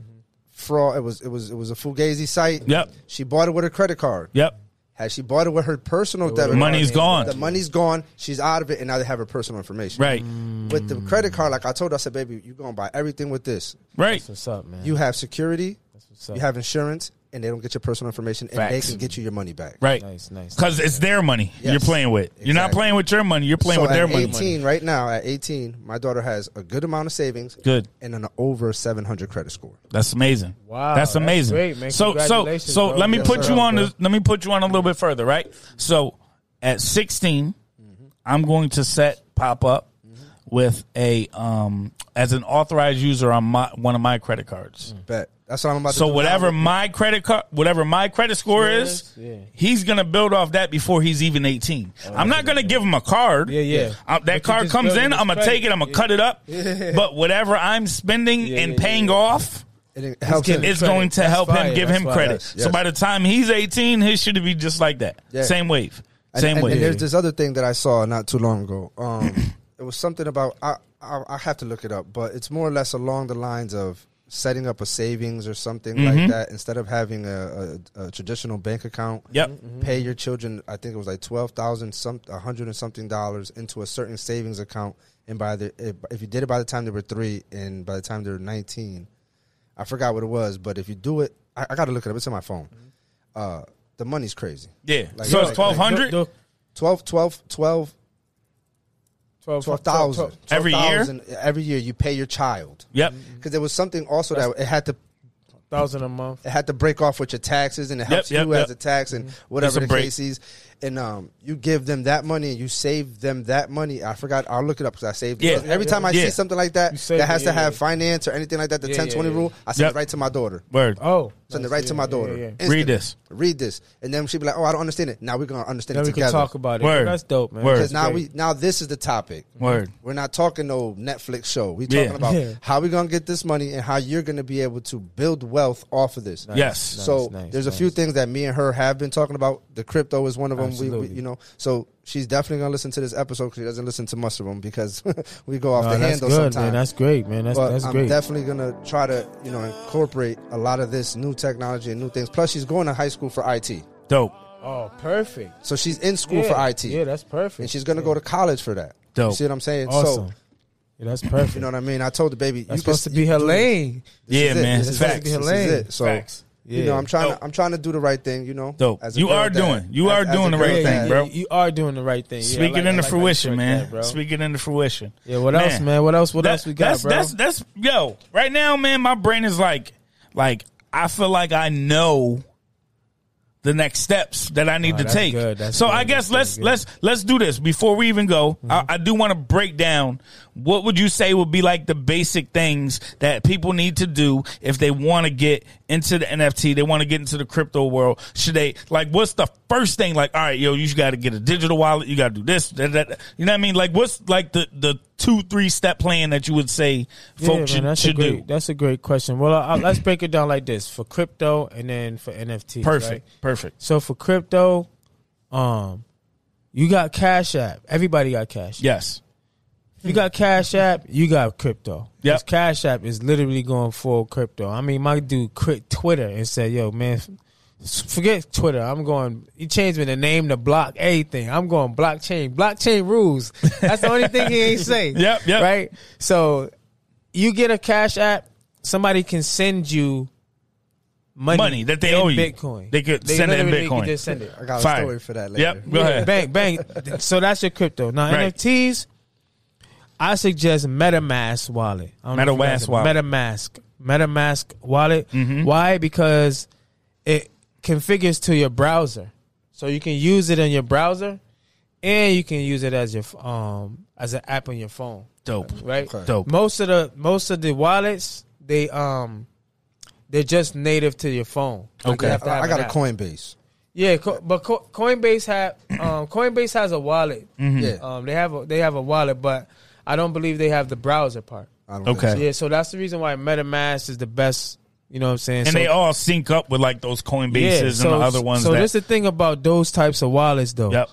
fraud. It was it was it was a fugazi site.
Yep.
She bought it with her credit card.
Yep.
Had she bought it with her personal debit card,
Money's gone.
The money's gone. She's out of it, and now they have her personal information.
Right.
With the credit card, like I told her, I said, "Baby, you're gonna buy everything with this.
Right.
What's up, man?
You have security,
what's up.
you have insurance, and they don't get your personal information, and
Facts.
they can get you your money back."
Right.
Nice, nice.
Because it's their money
Yes.
you're playing with. You're not
Exactly.
playing with your money. You're playing
so
with
at
their
18
money.
right now at 18 my daughter has a good amount of savings
Good.
and an over 700 credit score
That's amazing.
Wow,
That's
that's
amazing.
great, man.
So so
Congratulations,
so
bro.
let me
Yes,
put
sir.
you on the, let me put you on a little bit further, right? So at 16
Mm-hmm.
I'm going to set pop up with a um as an authorized user on my one of my credit
Mm.
cards.
bet that's what i'm about to
So
do
whatever
now.
my credit card, whatever my credit score is,
Yeah. Oh,
he's gonna build off that before he's even eighteen. I'm not gonna give him a card.
Yeah, yeah.
Uh,
But you
that card
just
comes
building
in,
his
I'm gonna
credit.
take it, I'm gonna cut it up. But whatever I'm spending and paying off
it helps
getting-
him.
is
Credit.
going to
That's
help
fire.
him give
That's
him
fire.
credit.
Yes, yes.
So by the time he's eighteen, his should be just like that.
Yeah.
Same wave,
And-
same
and,
wave.
and there's this other thing that i saw not too long ago um, it was something about I, I i have to look it up but it's more or less along the lines of setting up a savings or something
Mm-hmm.
like that instead of having a, a, a traditional bank account. Mm-hmm.
Yep.
Pay your children. I think it was like twelve thousand some a hundred and something dollars into a certain savings account. And by the if, if you did it by the time they were three and by the time they were nineteen, I forgot what it was. But if you do it, I, I got to look it up. It's on my phone.
Mm-hmm.
Uh, the money's crazy.
Yeah.
Like-
so it's
like-
twelve hundred.
The- the-
12, 12, 12
twelve-
12,000.
twelve-
Every year?
12,000 Every year you pay your child.
Yep.
Because there was something also that it had to
thousand a month.
it had to break off with your taxes and it helps
yep,
you
yep.
as a tax and whatever
It's a
the
break.
case is. And um, you give them that money and you save them that money. I forgot. I'll look it up because I saved it.
Yeah.
Every time I
Yeah.
see something like that
save
that has
it,
to
yeah,
have
yeah.
finance or anything like that, the
Yeah,
ten twenty
yeah, yeah.
rule, I send
Yep.
it right to my daughter.
Word.
Oh,
Send it
nice.
right to
Yeah,
my
yeah,
daughter.
yeah.
Instantly.
this.
Read this. And then she'd be like, oh, I don't understand it. Now we're going to understand
Then
it
we can
together.
talk about it.
Word.
That's dope, man.
Word.
That's
Because now
great.
we now this is the topic.
Word.
We're not talking no Netflix show. We're talking
Yeah.
about
Yeah.
how we're gonna get this money and how you're gonna be able to build wealth off of this.
Yes.
So
nice,
there's a
nice.
few things that me and her have been talking about. The crypto is one of them. We, we,
Absolutely.
you know, so she's definitely gonna listen to this episode because she doesn't listen to much of them because we go off
Oh,
the
that's
handle
good,
sometimes.
man. That's great, man. That's
but
that's
I'm
great.
definitely gonna try to you know incorporate a lot of this new technology and new things. Plus, she's going to high school for IT,
Dope.
oh, perfect.
so she's in school
yeah.
for IT,
Yeah, that's perfect.
and she's gonna go to college for that.
Dope.
You see what I'm saying?
awesome.
So
yeah, that's perfect.
you know what I mean? I told the baby
that's
you can-
supposed to be her lane.
this
yeah,
is it.
man.
This is
Facts.
it. This is
Lane.
it. So
Facts.
you know,
Yeah.
I'm trying.
Dope.
To, I'm trying to do the right thing. You know,
Dope.
as a
You
girl
are
dad.
doing- you are
as
doing
a
the right
girl
thing,
dad.
bro.
You, you are doing the right thing. Yeah, I
Speak
like-
it
I
into
like how you
fruition,
put
man.
that, bro.
Speak it into fruition.
Yeah, what else, man? What else? What else we got,
that's,
bro?
That's that's yo. Right now, man, my brain is like, like I feel like I know the next steps that I need
Oh,
to
that's
take.
good, that's
so
good,
I
that's
guess
really
let's
good.
let's let's do this before we even go. I,
Mm-hmm.
I do want to break down what would you say would be like the basic things that people need to do if they want to get into the NFT, they want to get into the crypto world. Should they like what's the first thing? Like, all right, yo, you got to get a digital wallet. You got to do this, that, that. that. You know what I mean? Like, what's like the the two three step plan that you would say
Yeah, man,
folks should,
that's a
should
great,
do?
That's a great question. Well, I, I- let's break it down like this: for crypto and then for NFT.
Perfect, perfect.
So for crypto, um, you got Cash App. Everybody got Cash. App.
Yes,
If you got Cash App, you got crypto. 'Cause
Yep.
Cash App is literally going full crypto. I mean, my dude quit Twitter and said, "Yo, man." s- Forget Twitter. I'm going. He changed me the name to block everything. I'm going blockchain. Blockchain rules. That's the only thing he ain't say.
Yep, yep.
Right. So you get a Cash App. Somebody can send you money,
Money that they
in
owe you.
Bitcoin.
They could send it in
literally
Bitcoin.
Could just send it.
I got a
Fire.
story for that later.
Yep. Go ahead.
Bang, bang. So that's your crypto. Now
Right.
NFTs, I suggest MetaMask wallet. I don't know if you
MetaMask
guys know-
wallet. Mm-hmm.
MetaMask. MetaMask wallet. Why? Because it configures to your browser, so you can use it in your browser, and you can use it as your f- um as an app on your phone.
dope,
Right.
dope.
Most of the most of the wallets they um they're just native to your phone. Like, you
Okay.
have to have
I
an
got a
app.
Coinbase.
Yeah, co- but co- Coinbase have um, Coinbase has a wallet.
Mm-hmm.
Yeah.
Um, they have a, they have a wallet, but I don't believe they have the browser part.
I don't
Okay.
okay.
Yeah, so that's the reason why MetaMask is the best. You know what I'm saying?
And
so,
they all sync up with like those Coinbases and the other ones.
So
that,
this is the thing about those types of wallets, though.
Yep.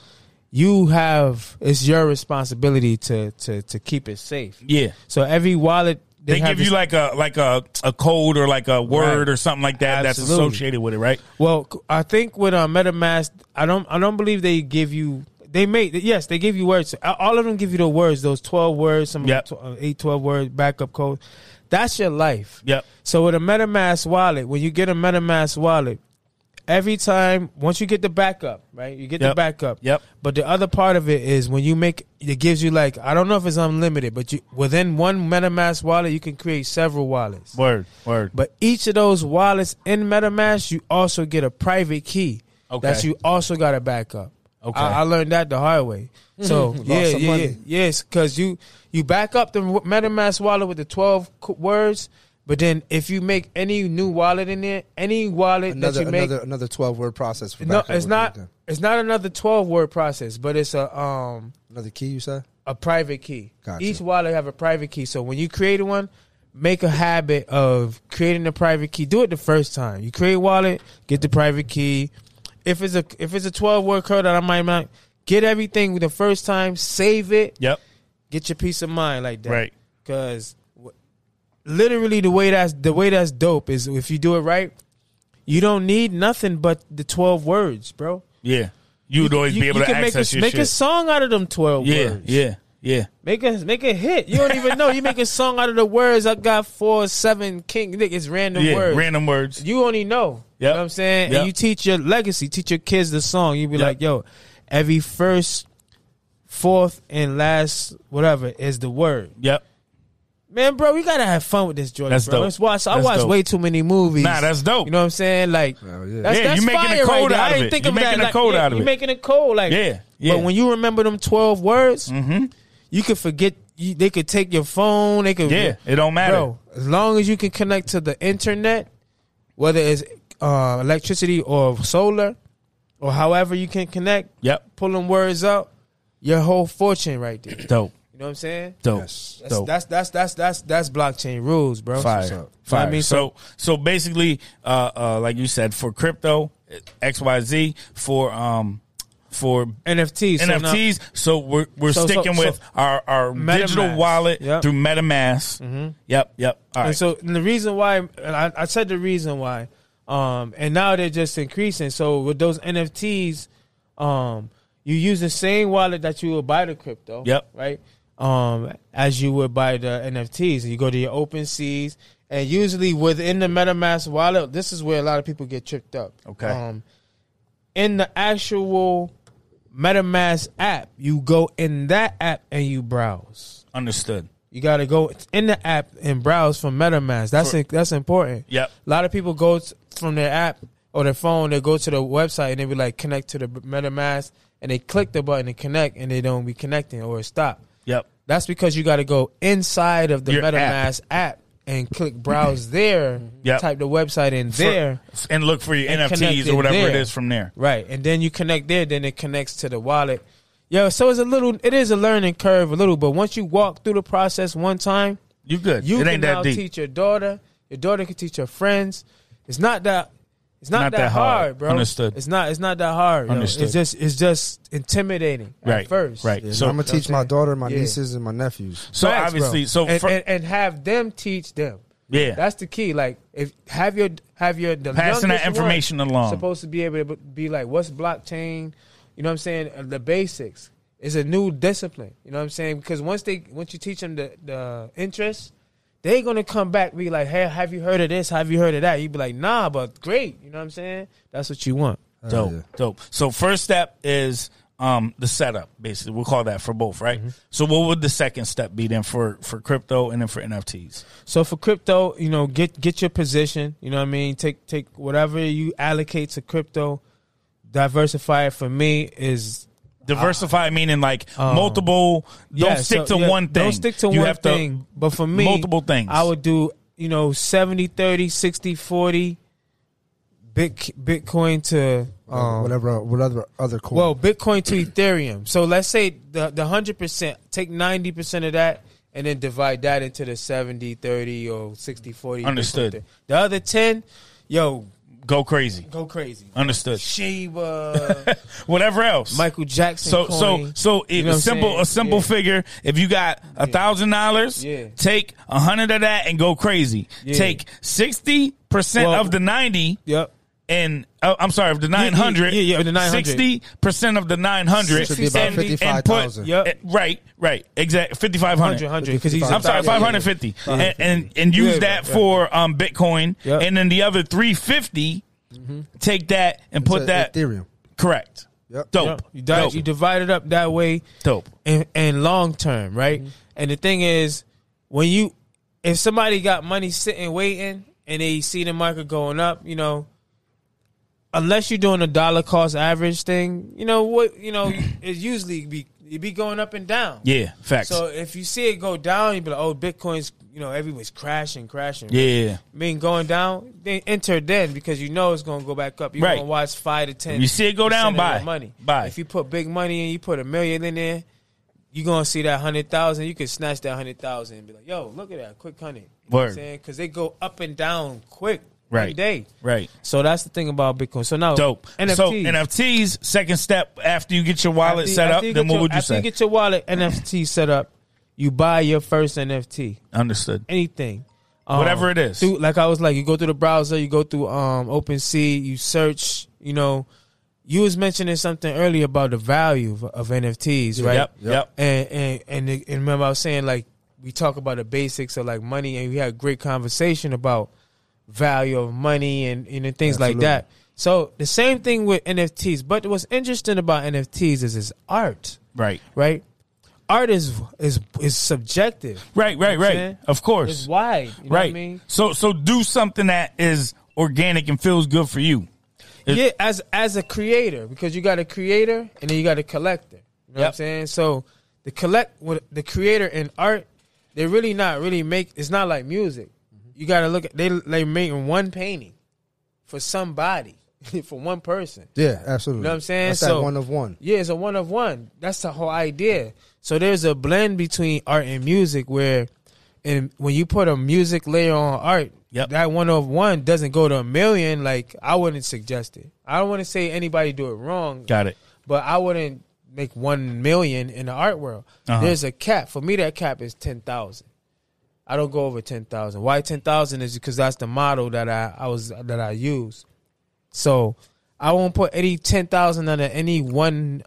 You have it's your responsibility to to to keep it safe.
Yeah.
So every wallet
They,
have
give
this-
you like a like a, a code or like a word
Right.
or something like that that's
Absolutely.
associated with it, right?
Well, c- I think with uh, MetaMask, I don't, I don't believe they give you. They make yes, they give you words. A- All of them give you the words, those twelve words, some of them
Yep.
tw- uh, eight, twelve word backup code. That's your life.
Yep.
So with a MetaMask wallet, when you get a MetaMask wallet, every time once you get the backup, right? You get the
Yep.
backup.
Yep.
But the other part of it is when you make it gives you like I don't know if it's unlimited, but you within one MetaMask wallet you can create several wallets.
Word, word.
But each of those wallets in MetaMask, you also get a private key
Okay.
that you also got to back up.
Okay.
I, I learned that the hard way. So yeah,
some
yeah, yeah,
money.
yes, because you you back up the w- MetaMask wallet with the twelve c- words, but then if you make any new wallet in there, any wallet
Another
that you make,
another another twelve word process. For
no,
backup
it's
would be
not
okay.
it's not another twelve word process, but it's a um
another key. You said
a private key.
Gotcha.
Each wallet have a private key. So when you create one, make a habit of creating a private key. Do it the first time. You create a wallet, get the private key. If it's a if it's a twelve word code that I might not get everything the first time, save it.
Yep.
Get your peace of mind like that.
Right.
Because literally the way that's the way that's dope is if you do it right, you don't need nothing but the twelve words, bro.
Yeah. You would always
You-
be able
you
to
can
access
make a,
your
make
shit.
a song out of them twelve
yeah,
words.
yeah, yeah.
Make a make a hit. You don't even know. You make a song out of the words I got four seven king. Nigga, It's random
Yeah.
words.
Random words.
You only know. You
Yep.
know what I'm saying?
Yep.
And you teach your legacy, teach your kids the song. You be
Yep.
like, yo, every first, fourth, and last whatever is the word.
Yep.
Man, bro, we gotta have fun with this Jordan.
That's
bro.
dope.
Let's watch. I
That's
watch
dope.
way too many movies.
Nah, that's dope.
You know what I'm saying? Like,
yeah.
that's,
Yeah,
that's
you making a
fire
code
right there.
out
I
of
didn't
it.
think
You
of that.
making a
like,
code
yeah,
out of
you
it.
making a code. Like,
Yeah, yeah. Mm-hmm.
But when you remember them twelve words, you could forget. You, they could take your phone. They could.
Yeah. It don't matter.
Bro, as long as you can connect to the internet, whether it's uh, electricity or solar, or however you can connect,
Yep.
pull them words out, your whole fortune right there. You
Dope.
know what I'm saying?
Dope.
That's
Dope.
that's that's that's that's that's blockchain rules, bro.
fire.
You know what
Fire.
I mean, so,
so so basically, uh, uh, like you said, for crypto, X Y Z for um for
NFTs, so now-
NFTs. So we're we're
So- so-
sticking
so-
with our our digital
MetaMask.
wallet
Yep. Mm-hmm.
through MetaMask. Yep. Yep. All
and
right.
so and the reason why and I, I said the reason why, um, and now they're just increasing. So with those NFTs, um, you use the same wallet that you would buy the crypto.
Yep.
Right. Um, as you would buy the NFTs, you go to your open seas, and usually within the MetaMask wallet, this is where a lot of people get tripped up.
Okay.
Um, in the actual MetaMask app, you go in that app and you browse.
Understood.
You got to go in the app and browse from MetaMask. That's that's important.
Yep.
A lot of people go t- from their app or their phone. They go to the website and they be like connect to the MetaMask, and they click the button to connect, and they don't be connecting or stop.
Yep.
That's because you got to go inside of the
Your app.
MetaMask app. and click browse there.
Yep.
Type the website in
For-
there.
and look for your
and
NFTs
connect it
or whatever it
there.
is from there.
Right, and then you connect there, then it connects to the wallet. Yo, so it's a little, it is a learning curve a little, but once you walk through the process one time,
You good?
you
it
can
ain't that
now
deep.
teach your daughter. Your daughter can teach her friends. It's not that. It's not, that, hard, bro.
Understood.
It's not. It's not that hard. yo.
Understood.
It's just. It's just intimidating
right.
at first.
Right.
so
so
I'm gonna teach my daughter, my
Yeah.
nieces, and my nephews.
so
Facts, bro.
obviously so
and,
fir-
and, and have them teach them.
yeah.
That's the key. Like if have your have your the
Passing that
youngest one
information along.
Supposed to be able to be like what's blockchain. You know what I'm saying? Uh, The basics is a new discipline. You know what I'm saying? Because once they once you teach them the the interest, they gonna come back and be like, hey, have you heard of this? Have you heard of that? You be like, nah, but great. You know what I'm saying? That's what you want.
dope,
yeah.
dope. So first step is um the setup, basically. We'll call that for both, right?
Mm-hmm.
So what would the second step be then for for crypto and then for NFTs?
So for crypto, you know, get get your position. You know what I mean. Take take whatever you allocate to crypto. Diversify it for me is
Diversify meaning like multiple. Don't
Uh, um, Yeah,
stick
so,
to
yeah,
one thing.
Don't stick to
You
one
have
thing. but for me,
multiple things.
I would do, you know, 70, 30, 60, 40 bit, Bitcoin to, um,
uh, whatever, whatever other coin.
well, Bitcoin to Ethereum. So let's say the, the 100%, take 90% of that and then divide that into the 70, 30 or 60, 40.
Understood.
Bitcoin. The other 10, yo,
go crazy.
go crazy.
Understood.
Shiba,
Whatever else.
Michael Jackson.
so so
coin.
so
You
if
know what I'm
simple
saying?
a simple
Yeah.
figure. If you got a thousand dollars,
Yeah.
take a hundred of that and go crazy.
Yeah.
Take sixty percent
Well-
of the ninety.
Yep.
and uh, I'm sorry, of the 900,
yeah, yeah, the 900.
60% of the 900
Should be about
and- and
55,000.
put-
Yep.
eh, Right, right. Exact 5500.
100, 100, because he's
I'm sorry, 550. And, and and use
Yeah,
that
yeah.
for um Bitcoin
Yep. Mm-hmm.
and then the other 350 take that and put
To
that
Ethereum.
correct.
Yep.
Dope.
You, di-
Dope.
you divide it up that way
Dope. Mm-hmm.
and, and long term, right? And the thing is, when you if somebody got money sitting waiting and they see the market going up, you know, unless you're doing a dollar cost average thing, you know what you know it usually be it be going up and down.
Yeah, facts.
So if you see it go down, you be like, oh, Bitcoin's you know everyone's crashing, crashing.
yeah.
I mean going down, then enter then because you know it's gonna go back up. You
Right.
gonna watch five to ten.
You see it go down,
percent of your
buy.
money.
Buy.
If you put big money in, you put a million in there, you gonna see that hundred thousand. You could snatch that hundred thousand and be like, yo, look at that quick hundred.
Word.
Because they go up and down quick every
Right.
day.
Right.
So that's the thing about Bitcoin. So now
Dope.
NFTs.
So NFTs, second step after you get your wallet
After-
set
after
up,
you
then
get
what
your-
would you
after
say?
you get your wallet NFT set up, you buy your first NFT
Understood.
anything. Um,
Whatever it is.
Through, like I was like, you go through the browser, you go through um OpenSea, you search. You know, you was mentioning something earlier about the value of, of NFTs, right?
Yep, yep.
And and and, it- and remember, I was saying like we talk about the basics of like money, and we had a great conversation about value of money and and, then things like that. So the same thing with NFTs, but what's interesting about NFTs is it's art,
Right.
right? Art is is is subjective.
Right, right,
what I'm
right.
saying?
Of course.
It's wide. You know what
right.
I mean?
So so do something that is organic and feels good for you. It-
yeah, as as a creator, because you got a creator and then you got a collector. You know what I'm
Yep.
saying? So the collect what the creator and art, they really not really make it's not like music.
Mm-hmm.
You gotta look at they they making one painting for somebody, for one person.
Yeah, absolutely.
You know what I'm saying?
That's that one of one.
Yeah, it's a one of one. That's the whole idea. So there's a blend between art and music where and when you put a music layer on art,
Yep.
that one of one doesn't go to a million. Like I wouldn't suggest it. I don't want to say anybody do it wrong.
Got it.
But I wouldn't make one million in the art world.
Uh-huh.
There's a cap. For me that cap is ten thousand. I don't go over ten thousand. Why ten thousand is because that's the model that I, I was that I use. So I won't put any ten thousand under any one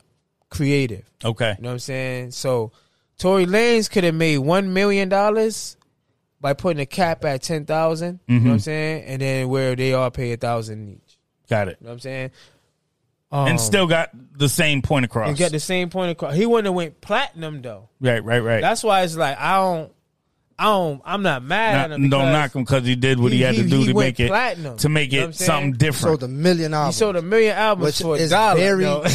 creative.
Okay.
You know what I'm saying? So Tory Lanez could have made one million dollars by putting a cap at ten You know
Mm-hmm.
what I'm saying? And then where they all pay a thousand each.
Got it.
You know what I'm saying? Um,
and still got the same point across.
and get the same point across. He wouldn't have went platinum though.
right, right, right.
That's why it's like I don't, I don't, I'm not mad
Not-
at him.
don't
because
knock him because he did what he, had to do to
went
make it
platinum.
to make
You know
it
what I'm saying?
something different.
Sold a million
He
albums.
sold a million albums
which
for a
is
dollar.
very
yo.
bi-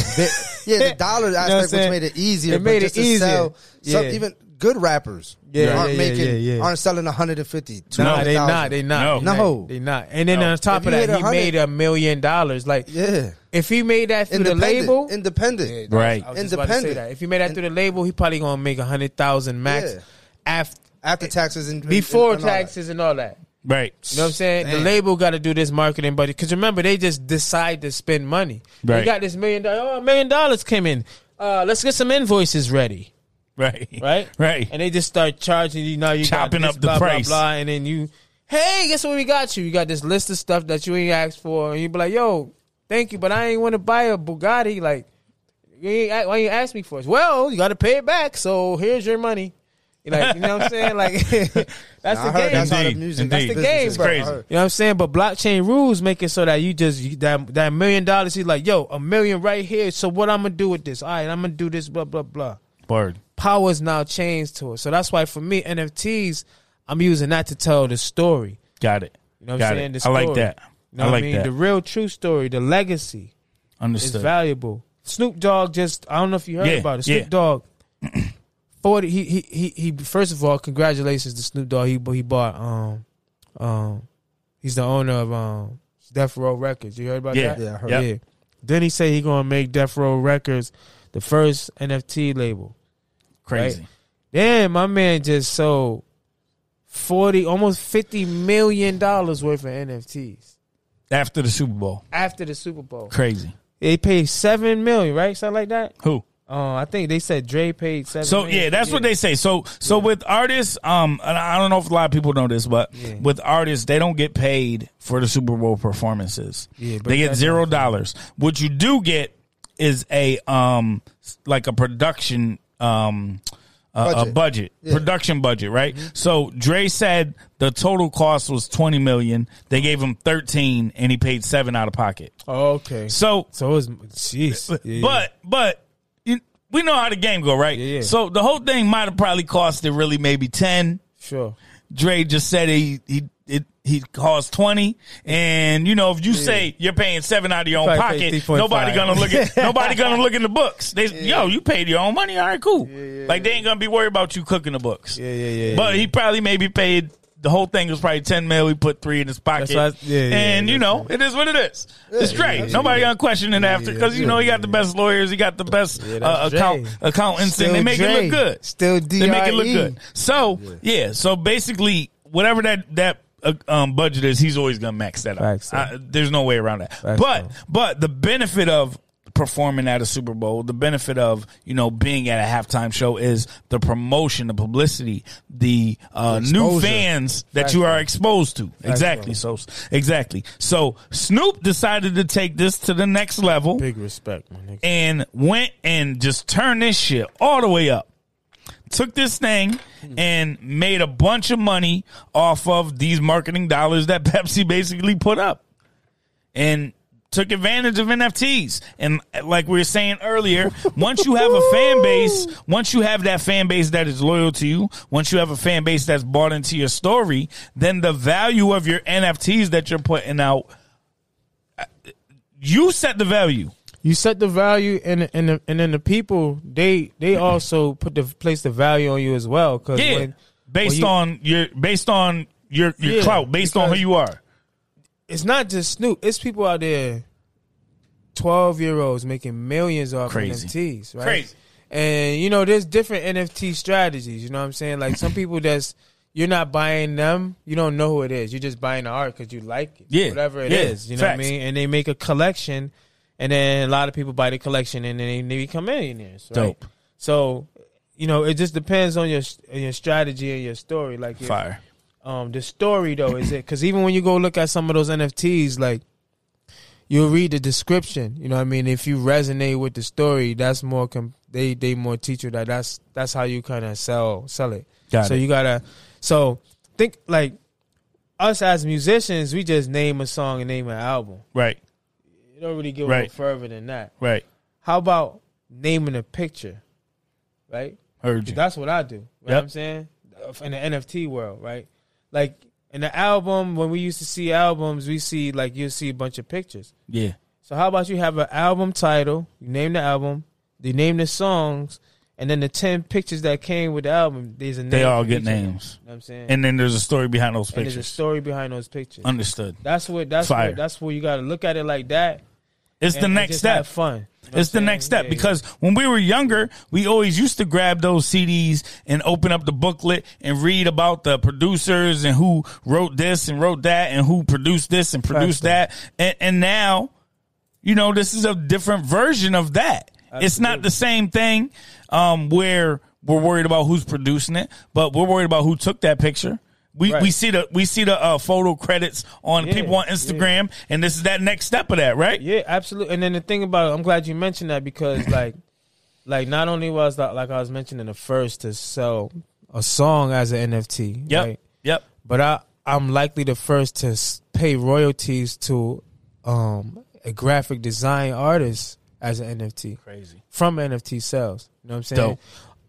yeah the dollar
You know what I'm
aspect which
saying?
made it easier.
It made
but just
it
to
easier.
Sell some,
Yeah.
even good rappers
Yeah,
aren't
yeah, yeah,
making
yeah, yeah.
aren't selling 150.
No, they
200,000.
not. They
No.
not. They
No.
not. They not. And then
No.
on top
If
of
you
that,
hit
he
100
made a million dollars. Like,
Yeah,
if he made that through the label,
independent.
right.
I was just about to say
Independent.
that. If he made that through the label, he probably gonna make a hundred thousand max
Yeah.
after
After taxes and
before
and- and all that.
taxes and all that.
Right.
You know what I'm saying? The
Damn.
label got to do this marketing, buddy. Because remember, they just decide to spend money. They
Right.
got this million dollars. Oh, a million dollars came in. Uh, let's get some invoices ready,
Right.
right?
Right.
And they just start charging you. Now you got
Chopping
this,
up the
blah,
price.
blah, blah, and then you, hey, guess what? We got you. You got this list of stuff that you ain't asked for, and you be like, yo, thank you, but I ain't want to buy a Bugatti. Like, you ain't, a- why you ask me for it? Well, you got to pay it back. So here's your money. Like, you know what I'm saying? Like, that's
I
the
heard
game.
that's how the
Indeed.
music.
That's the
business
game,
is.
bro.
Crazy.
I heard.
You know what I'm saying? But blockchain rules make it so that you just you- that that million dollars. He's like, yo, a million right here. So what I'm gonna do with this? All right, I'm gonna do this. Blah blah blah.
Word.
Power's now changed to it. So that's why for me, NFTs, I'm using that to tell the story.
Got it.
You know what
Got
I'm saying?
It.
The
I like
story.
that.
You know
I
what
like
I mean?
that.
The real true story, the legacy is
Understood.
valuable. Snoop Dogg just I don't know if you heard
Yeah,
about it.
yeah.
Snoop Dogg forty he, he he he first of all, congratulations to Snoop Dogg. He he bought um um he's the owner of um Death Row Records. You heard about
Yeah.
that?
Yeah, I heard.
Yep.
Yeah. Then he said he gonna make Death Row Records the first NFT label.
Crazy.
Damn, my man just sold forty almost fifty million dollars worth of NFTs
After the Super Bowl.
after the Super Bowl.
Crazy.
They paid seven million, right? Something like that.
Who?
Oh, I think they said Dre paid seven.
So
million.
yeah, that's what they say. So so with artists, um, and I don't know if a lot of people know this, but with artists, they don't get paid for the Super Bowl performances.
Yeah, but
they get
that's
zero dollars. What you do get is a um s- like a production um uh, a
Budget.
budget production budget, right?
Mm-hmm.
So Dre said the total cost was twenty million. They gave him thirteen, and he paid seven out of pocket.
Oh, Okay.
So
So it was jeez. Yeah.
but but you, we know how the game go, right?
Yeah, yeah.
So the whole thing might have probably costed really maybe ten.
sure.
Dre just said he he it he cost twenty, and you know if you say you're paying seven out of your own
probably paid
pocket,
3.5.
nobody gonna look at nobody gonna look in the books. They yo, you paid your own money, all right, cool. like they ain't gonna be worried about you cooking the books.
Yeah, yeah, yeah,
But he probably maybe paid. The whole thing was probably ten mil. He put three in his pocket,
That's what I- yeah, yeah,
and
yeah,
you know it is what it is. It's Dre. Nobody gonna question it after because you know he got the best lawyers, he got the best uh,
that's
account
Dre.
accountants,
Still
and they make it
Dre.
look good.
Still E.
they make it look
DRE.
good. So yeah. so basically, whatever that that uh, um, budget is, he's always gonna max that up.
Facts,
I- there's no way around that.
Facts,
but
though.
but the benefit of performing at a Super Bowl. The benefit of you know being at a halftime show is the promotion, the publicity, the uh, new
Exposure.
fans that you are exposed to. Exactly. So exactly. So Snoop decided to take this to the next level
Big respect, my nigga.
and went and just turned this shit all the way up. Took this thing and made a bunch of money off of these marketing dollars that Pepsi basically put up and took advantage of NFTs. And like we were saying earlier, once you have a fan base, once you have that fan base that is loyal to you, once you have a fan base that's bought into your story, then the value of your NFTs that you're putting out, uh, you set the value.
You set the value, and and the, and then the people they they also put the place the value on you as well. Cause
Yeah,
when-
based
when you-
on your based on your your
Yeah,
clout, based on who
because-
you are.
it's not just Snoop. It's people out there, twelve year olds making millions off
Crazy.
NFTs, right?
Crazy.
And you know, there's different NFT strategies. You know what I'm saying? Like some people that's you're not buying them. You don't know who it is. You're just buying the art because you like it.
Yeah.
Whatever it is.
Yeah.
you know what
Facts.
I mean? And they make a collection, and then a lot of people buy the collection, and then they, they become millionaires. Right?
Dope.
So, you know, it just depends on your your strategy and your story. Like if-
Fire.
um the story though is it because even when you go look at some of those nfts like you'll read the description you know what i mean if you resonate with the story that's more com- they they more teach you that that's that's how you kind of sell sell it
Got
so
it.
you gotta so think like us as musicians we just name a song and name an album
Right.
you don't really go
Right.
no further than that
Right.
how about naming a picture right
Heard you.
that's what I do. You know
Yep.
what I'm saying? In the NFT world, right? Like in the album, when we used to see albums, we see like you'll see a bunch of pictures.
Yeah.
So how about you have an album title, you name the album, you name the songs, and then the ten pictures that came with the album, there's a name.
They all
for
get
each of them.
names.
You know what I'm saying? And,
And then there's a story behind those
there's a
pictures.
story behind those pictures.
Understood.
that's what that's
Fire.
what that's where you gotta look at it like that.
It's the
and- and
next
just have
step.
fun. You know
It's
what
the
I'm
next
saying?
step
Yeah, yeah.
because when we were younger, we always used to grab those CDs and open up the booklet and read about the producers and who wrote this and wrote that and who produced this and produced that. And, and now, you know, this is a different version of that. It's not the same thing um, where we're worried about who's producing it, but we're worried about who took that picture. We, we
Right.
see the we see the uh, photo credits on
Yeah,
people on
yeah.
Instagram, and this is that next step of that, right?
Yeah, absolutely. And then the thing about it, I'm glad you mentioned that because like, like not only was that like I was mentioning the first to sell a song as an NFT,
Yep.
right?
Yep.
But I I'm likely the first to s- pay royalties to um a graphic design artist as an NFT
Crazy.
from NFT sales. You know what I'm saying?
Dope.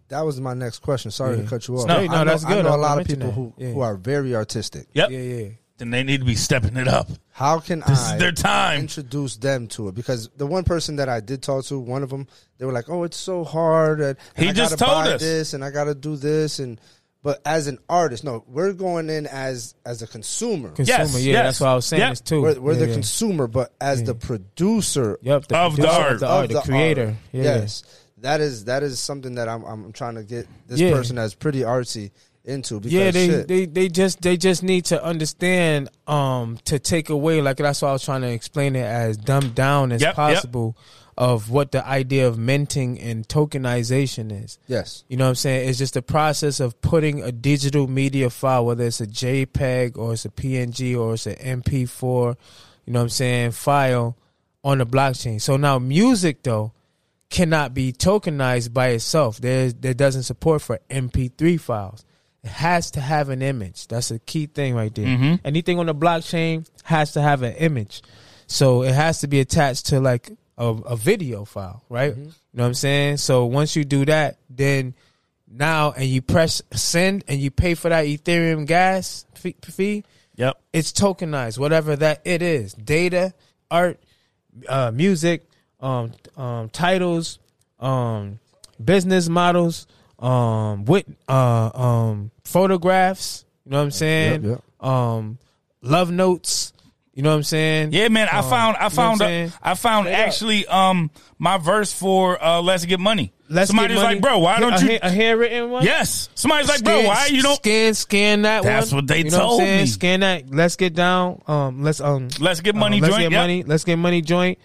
That was my next question. Sorry to cut you off.
No, no,
I know,
that's
I
good.
know a
I'm
lot of
mentioning
people who,
that. Yeah.
who are very artistic.
Yep.
Yeah, yeah.
Then they need to be stepping it up.
How can
This
I
is their time.
introduce them to it? Because the one person that I did talk to, one of them, they were like, "Oh, it's so hard." And, and
He
I
just
gotta
told
buy
us.
this, and I got to do this, and but as an artist, no, we're going in as as a consumer.
Consumer,
Yes,
yeah,
yes.
that's what I was saying.
Yep.
It's too.
we're we're
Yeah,
the
yeah.
consumer, but as the producer
Yep, the
Of the
producer
art.
the, art, the creator.
art.
Yeah.
Yes, that is that is something that I'm I'm trying to get this
Yeah.
person that's pretty artsy into. Because
yeah, they,
shit,
they they just they just need to understand um to take away like that's why I was trying to explain it as dumbed down as
Yep, yep.
possible of what the idea of minting and tokenization is.
yes,
You know what I'm saying? It's just the process of putting a digital media file, whether it's a JPEG or it's a PNG or it's an MP4, you know what I'm saying, file on the blockchain. So now music though cannot be tokenized by itself. There there doesn't support for MP3 files. It has to have an image. That's a key thing right there. Anything on the blockchain has to have an image. So it has to be attached to like a, a video file, right? You know what I'm saying? So once you do that, then now and you press send and you pay for that Ethereum gas fee, fee
Yep.
it's tokenized, whatever that it is. Data, art, uh, music, um, um, titles, um, business models, um, wit, uh, um, photographs. You know what I'm saying?
yep.
Um, love notes. You know what I'm saying?
Yeah, man. I found I
you know what I'm
found
saying?
I found
up.
actually um my verse for uh Let's Get Money.
Let's
Somebody's
get money.
like, bro, why
A
don't
ha-
you?
a handwritten one?
Yes. Somebody's like, bro,
Scan-
why you don't?
scan scan that
That's
one?
what they
you know
told
what I'm saying?
me.
Scan that. Let's get down. Um, let's um.
Let's get money
Let's
joint,
get
yep.
money. Let's get money joint.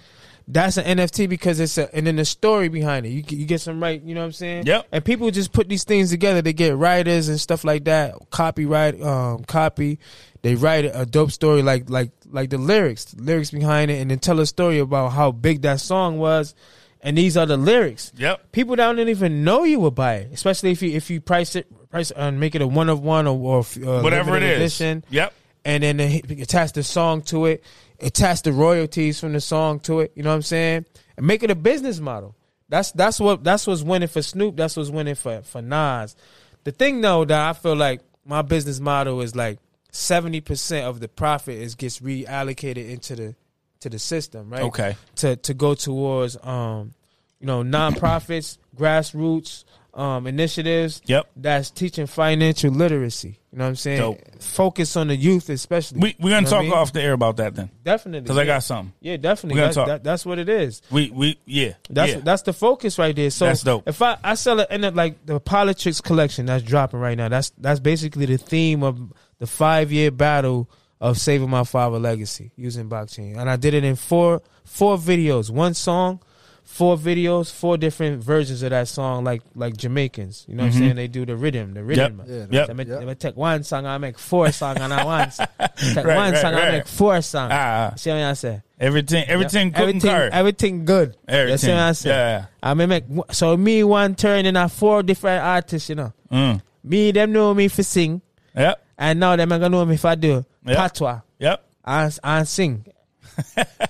That's an NFT because it's a and then the story behind it. You get- you get some right, you know what I'm saying?
Yep.
And people just put these things together. They get writers and stuff like that, copyright, um, copy. They write a dope story like like like the lyrics, the lyrics behind it, and then tell a story about how big that song was. And these are the lyrics.
Yep.
People that don't even know you would buy it, especially if you if you price it price and make it a one of one or, or uh,
Whatever it is.
limited edition
Yep.
and then they attach the song to it, attach the royalties from the song to it. You know what I'm saying? And make it a business model. That's that's what that's what's winning for Snoop. That's what's winning for for Nas. The thing though that I feel like my business model is like seventy percent of the profit is gets reallocated into the to the system, right?
Okay.
To to go towards um, you know, nonprofits, grassroots, um, initiatives.
Yep.
That's teaching financial literacy. You know what I'm saying?
Dope.
Eh, Focus on the youth, especially.
We we're
You
gonna
know what
talk
I mean?
off the air about that then.
Definitely.
Because I
yeah.
got something.
Yeah, definitely.
We gotta
That's,
talk.
that, that's what it is.
We we yeah.
That's
yeah.
that's the focus right there. So
That's dope.
If I, I sell it in the, like the politics collection that's dropping right now, that's that's basically the theme of the five year battle of saving my father legacy using blockchain, and I did it in four four videos, one song, four videos, four different versions of that song, like like Jamaicans. You know what I'm saying? They do the rhythm, the rhythm.
Yeah,
Mm-hmm. Yep.
They,
yeah.
may take one song, I make four song, and I one song.
Right,
Take one
right,
song, I
right.
make four song.
Ah, ah.
See what I say?
everything everything cooking
everything,
card.
everything good.
Everything.
That's what I say.
Yeah.
I may make one- so me one turn and I four different artists. You know,
Mm.
me them know me for sing,
Yep.
and now them gonna know me for do
Yeah.
patois
Yep.
and and sing,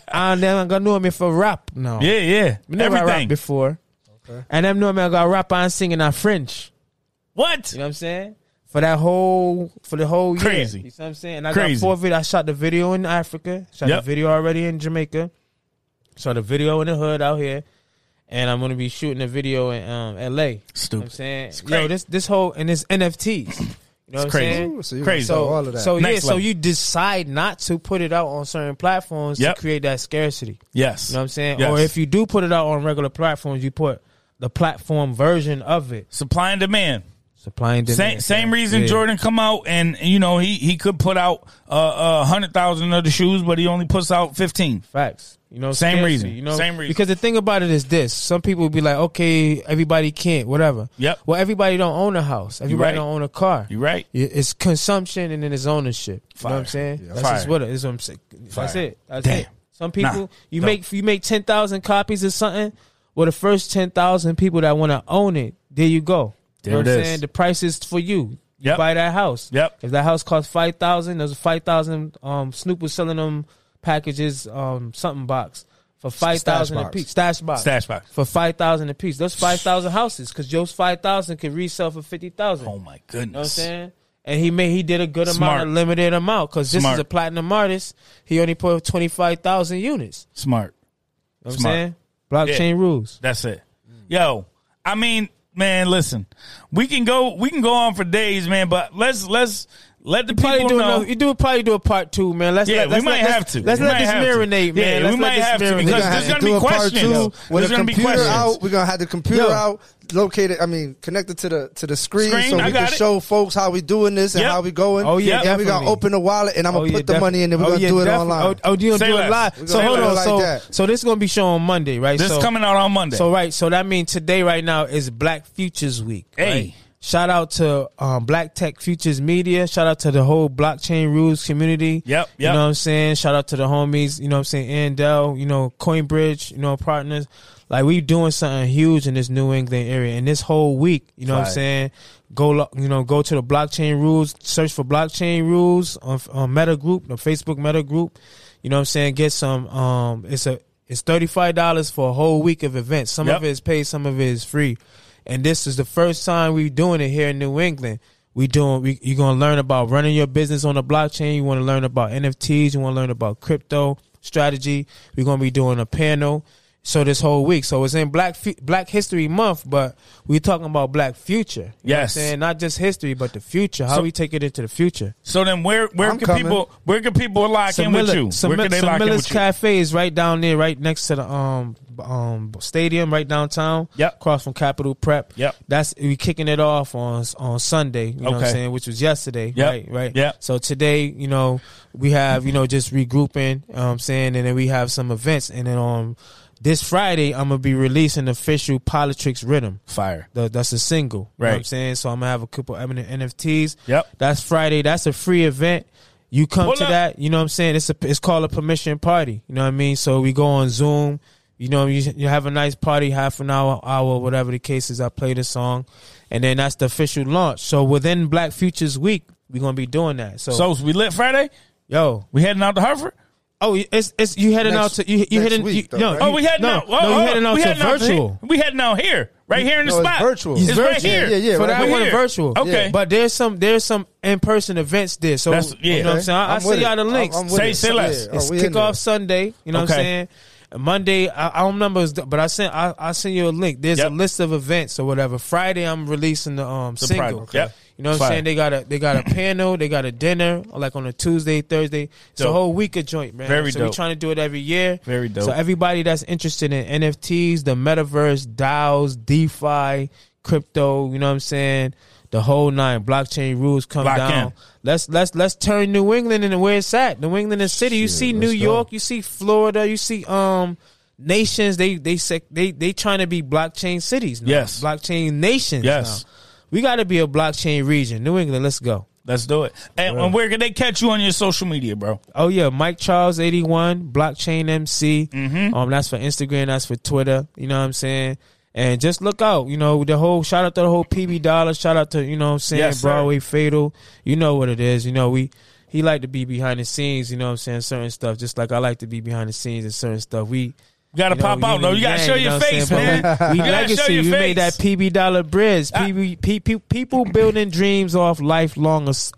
and them gonna know me for rap now.
Yeah, yeah.
me never rap
everything.
before, and them know me I gonna rap and sing in a French.
What?
You know what I'm saying? For that whole for the whole year.
Crazy.
You know what I'm saying? And I
Crazy.
got four videos. I shot the video in Africa. Shot
Yep.
the video already in Jamaica. Shot the video in the hood out here. And I'm gonna be shooting a video in um LA. You know what I'm
Stupid.
saying?
crazy.
Yo, this this whole and it's NFTs. You know what I'm
crazy.
saying?
Ooh, so you
Crazy.
So,
So,
all of that.
so yeah,
Next
so
level.
you decide not to put it out on certain platforms
Yep.
to create that scarcity.
Yes.
You know what I'm saying?
Yes.
Or if you do put it out on regular platforms, you put the platform version of it.
Supply and demand.
Supply and
Same
demand.
same reason
Yeah.
Jordan come out and you know he he could put out a uh, uh, hundred thousand of the shoes, but he only puts out fifteen.
Facts. You know,
Same
scarcity,
reason.
You know,
Same reason.
Because the thing about it is this: some people be like, "Okay, everybody can't, whatever."
Yep.
Well, everybody don't own a house. Everybody
right.
don't own a car.
You right?
Y- It's consumption and then it's ownership. You know what I'm
Fire.
saying? That's
Fire.
just what it is. What I'm saying. That's
Fire.
it. That's
Damn.
it. Some people
Nah.
you
No.
make you make ten thousand copies of something. Well, the first ten thousand people that want to own it, there you go.
There
you know
it
what
is.
I'm saying? The price is for you. You
Yep.
buy that house.
Yep.
If that house costs five thousand, there's five thousand. Um, Snoop was selling them packages, um, something box for five thousand a
box.
piece. Stash box.
Stash box.
for five thousand a piece. Those five thousand houses, because Joe's five thousand could resell for fifty thousand.
Oh my
You know what I'm
goodness!
saying? And he made he did a good
Smart.
amount, a limited amount, because this
Smart.
is a platinum artist. He only put twenty five thousand units.
Smart.
You know what
Smart.
I'm saying? Blockchain rules.
That's it.
Mm.
Yo, I mean, man, listen, we can go we can go on for days, man. But let's let's let the
Probably
people
do
know.
another, you do probably do a part two, man. Let's
Yeah,
let, let's
we might
let,
have to.
Let's
We
let
might
this
have to.
marinate,
Yeah,
man.
we
Let's
might
let this
have to,
marinate.
We're
because
gonna
there's gonna
have
be
do a part
questions.
two
There's
with the
gonna be
computer
questions.
Out, we're gonna have the computer
Yo.
out located. I mean, connected to the to the screen,
Screen,
so we
I
can
got it.
show folks how we doing this and
Yep.
how we going.
Oh, yeah,
and then we gonna
definitely.
open the wallet and I'm gonna
yeah,
put the
defi-
money in and we're
oh,
gonna
yeah,
do it
definitely.
online.
Oh, oh, you gonna
Say
do
less.
it
We're
live? So
gonna
hold
do it
on.
like
so
that.
so this is gonna be shown Monday, right?
This
so,
is coming out on Monday.
So right, so that means today, right now is Black Futures Week. right?
Hey.
shout out to um, Black Tech Futures Media. Shout out to the whole blockchain rules community.
Yep,
You
yep.
know what I'm saying? Shout out to the homies. You know what I'm saying? Andel. You know Coinbridge. You know partners. Like we doing something huge in this New England area, and this whole week, you know what I'm
Right.
saying. Go, lo- you know, go to the blockchain rules. Search for blockchain rules on, on Meta Group, the Facebook Meta Group. You know what I'm saying. Get some. Um, it's a it's thirty five dollars for a whole week of events. Some
Yep.
of it is paid, some of it is free. And this is the first time we doing it here in New England. We doing we, you're gonna learn about running your business on the blockchain. You want to learn about NFTs. You want to learn about crypto strategy. We're gonna be doing a panel. So this whole week, so it's in Black Fu- Black History Month, but we're talking about Black future. You know what I'm
Yes.
saying not just history, but the future. How
So-
we take it into the future.
So then, where where
I'm
can
coming.
people where can people lock in with
Miller-
you?
Some,
where can they
some
lock in
Miller's
with you?
Cafe is right down there, right next to the um um stadium, right downtown.
Yep.
Across from Capital Prep.
Yep.
That's we kicking it off on on Sunday. You know what
Okay.
I'm saying? Which was yesterday.
Yep.
Right. Right.
Yep.
So today, you know, we have you know just regrouping. Um, saying and then we have some events, and then on This Friday, I'm gonna be releasing the official Politrix Rhythm.
Fire.
The, that's a single, You know what I'm
Right.
saying so. I'm gonna have a couple eminent NFTs.
Yep.
That's Friday. That's a free event. You come
Pull
to
up.
that. You know what I'm saying. It's a it's called a permission party. You know what I mean. So we go on Zoom. You know you, you have a nice party, half an hour, hour, whatever the case is. I play the song, and then that's the official launch. So within Black Futures Week, we're gonna be doing that. So,
So we lit Friday.
yo,
We heading out to Harvard.
oh, it's it's you heading
Next-
out to you you
next
heading
week,
you,
though,
no
right?
Oh, we heading
no,
out. Oh,
no,
oh,
you heading out
we
to
out
virtual.
here. we heading out here, right here in the
No, it's
spot.
virtual.
It's,
It's
right
virtual.
here.
Yeah, yeah,
for
right
that
here.
one virtual.
Okay.
Yeah.
But there's some there's some in person events there. So
That's- yeah.
you know what I'm saying? I, I
I'm with
see y'all
it.
the links.
I'm- I'm with
Say-
it.
say less.
Yeah. Oh,
it's
we in
kickoff
there.
Sunday. You know what I'm
Okay.
saying? Monday, I, I don't remember, it's- but I sent I I send you a link. There's
Yep.
a list of events or whatever. Friday, I'm releasing the um single.
project. Yep.
You know what
Fire.
I'm saying? They got a they got a panel, they got a dinner like on a Tuesday, Thursday. It's
Dope.
a whole week of joint, man.
Very
so
dope.
we trying to do it every year.
Very dope.
So everybody that's interested in NFTs, the metaverse, DAOs, DeFi, crypto, you know what I'm saying? The whole nine blockchain rules come
Lock
down.
in.
Let's let's let's turn New England into where it's at. New England is city. You see New York, you see Florida, you see um nations. They they sec- they they trying to be blockchain cities. Now.
Yes.
blockchain nations.
Yes.
now. we got to be a blockchain region. New England, let's go.
Let's do it. And, and where can they catch you on your social media, bro?
Oh yeah, Mike Charles eighty one blockchain MC. Mm-hmm. Um, that's for Instagram. That's for Twitter. You know what I'm saying. And just look out, you know the whole shout out to the whole PB Dollar. Shout out to you know what I'm saying
Yes, sir.
Broadway Fatal. You know what it is. You know we he like to be behind the scenes. You know what I'm saying certain stuff. Just like I like to be behind the scenes and certain stuff. We
You gotta
you know,
pop out
yin and
though. You gotta
yang,
show
know
your
what I'm
face,
saying?
man.
But We,
you
we
gotta show
legacy.
your
We
face. Uh,
made that PB dollar bridge.
I-
PB, pe- pe- people building dreams off lifelong as-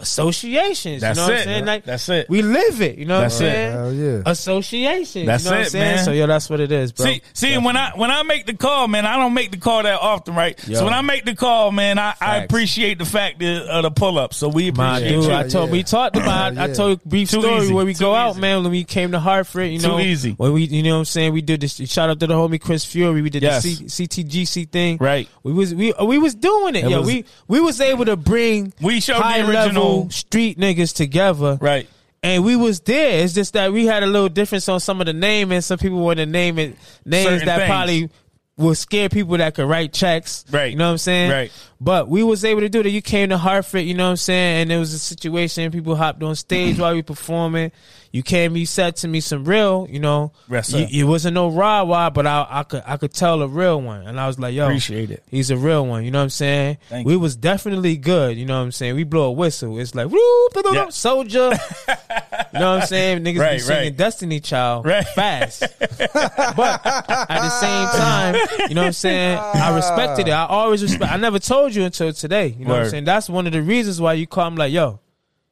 associations.
That's
you know what
it.
I'm saying? Like
That's it.
We live it. You know
That's it.
what I'm saying?
Hell yeah.
Associations.
That's
you know what
it,
I'm saying?
man.
So yo, that's what it is, bro.
See, see, when I when I make the call, man, I don't make the call that often, right? So
Yo.
when I make the call, man, I, I
Facts.
appreciate the fact that, of the pull up. So we
My
appreciate
dude,
you.
I told we talked about. I
Yeah.
told a brief
Too
story
easy.
where we
Too
go out,
easy.
man. When we came to Hartford, you
Too
know,
easy.
When we, you know, what I'm saying we did this. Shout out to the homie Chris Fury. We did
Yes.
the C, CTGC thing,
Right.
We was we we was doing it.
It
yo,
was-
we we was able to bring
We showed the
high
original-
level street niggas together,
right.
And we was there. It's just that we had a little difference on some of the name, and some people wanted to name it names
Certain
that
things.
probably will scare people that could write checks.
Right.
You know what I'm saying?
Right.
But we was able to do that. You came to Hartford, you know what I'm saying? And it was a situation. People hopped on stage while we performing. You came, you said to me some real, you know.
Yes, sir.
you, it wasn't no raw why, but I, I could I could tell a real one. And I was like, yo,
Appreciate it.
He's a real one. You know what I'm saying?
Thank
we
you.
was definitely good. You know what I'm saying? We blow a whistle. It's like, woo,
Yeah.
soldier. you know what I'm saying? Niggas
Right,
be singing
right.
Destiny Child
Right.
fast. but at the same time, you know what I'm saying? I respected it. I always respect. I never told you until today. You know what
Word.
I'm saying? That's one of the reasons why you call me like, yo.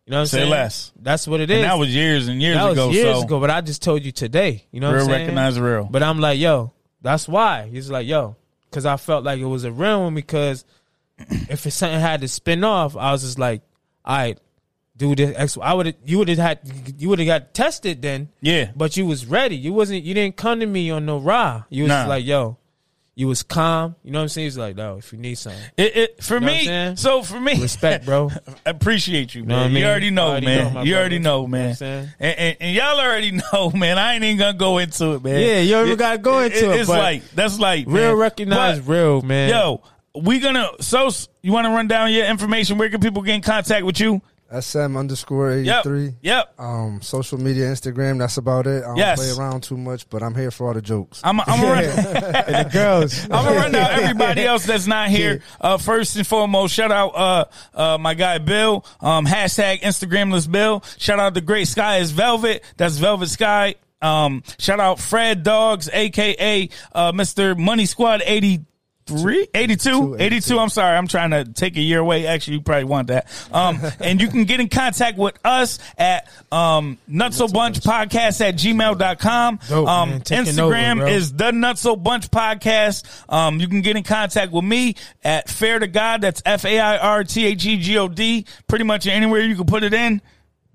You know what I'm
Say
saying?
less.
That's what it is.
And that was years and years
That was
ago.
years
so
ago, but I just told you today. You know what
real
I'm saying?
recognize real.
But I'm like, yo, that's why. He's like, yo, because I felt like it was a real one because if it's something had to spin off, I was just like, all right, do this. X. I would you would have had you would have got tested then,
yeah.
but you was ready. You wasn't. You didn't come to me on no raw. You was
Nah.
like, yo, you was calm. You know what I'm saying? He's like, no, if you need something,
It, it, for
know what I'm
me,
saying?
so for me,
respect, bro.
appreciate you, man.
what I mean?
You already know,
I already know,
man.
my
you already
brother.
know,
You know what
man.
I'm saying?
and, and, and y'all already know, man. I ain't even gonna go into it, man.
Yeah, you already gotta go into it,
It's
but
like that's like
real
man.
recognize
But,
real man.
Yo, we gonna so you want to run down your information? Where can people get in contact with you?
oh.
SM underscore
Yep.
83.
Yep.
Um, social media, Instagram. That's about it. I don't
Yes.
play around too much, but I'm here for all the jokes.
I'm I'm run,
the girls.
I'm gonna run down everybody else that's not here. Uh, first and foremost, shout out uh, uh, my guy Bill. Um, hashtag Instagramless Bill. Shout out the great sky is velvet. That's Velvet Sky. Um, shout out Fred Dogs, aka uh, Mr. Money Squad 83, 82, 82. I'm sorry, I'm trying to take a year away. Actually, you probably want that. Um, and you can get in contact with us at um, Nutso Bunch Podcast at gmail.com.
Dope,
um,
man. Taking over,
Instagram
bro.
is the Nutso Bunch podcast. Um, you can get in contact with me at Fair to God. That's F A I R T H E G O D. Pretty much anywhere you can put it in.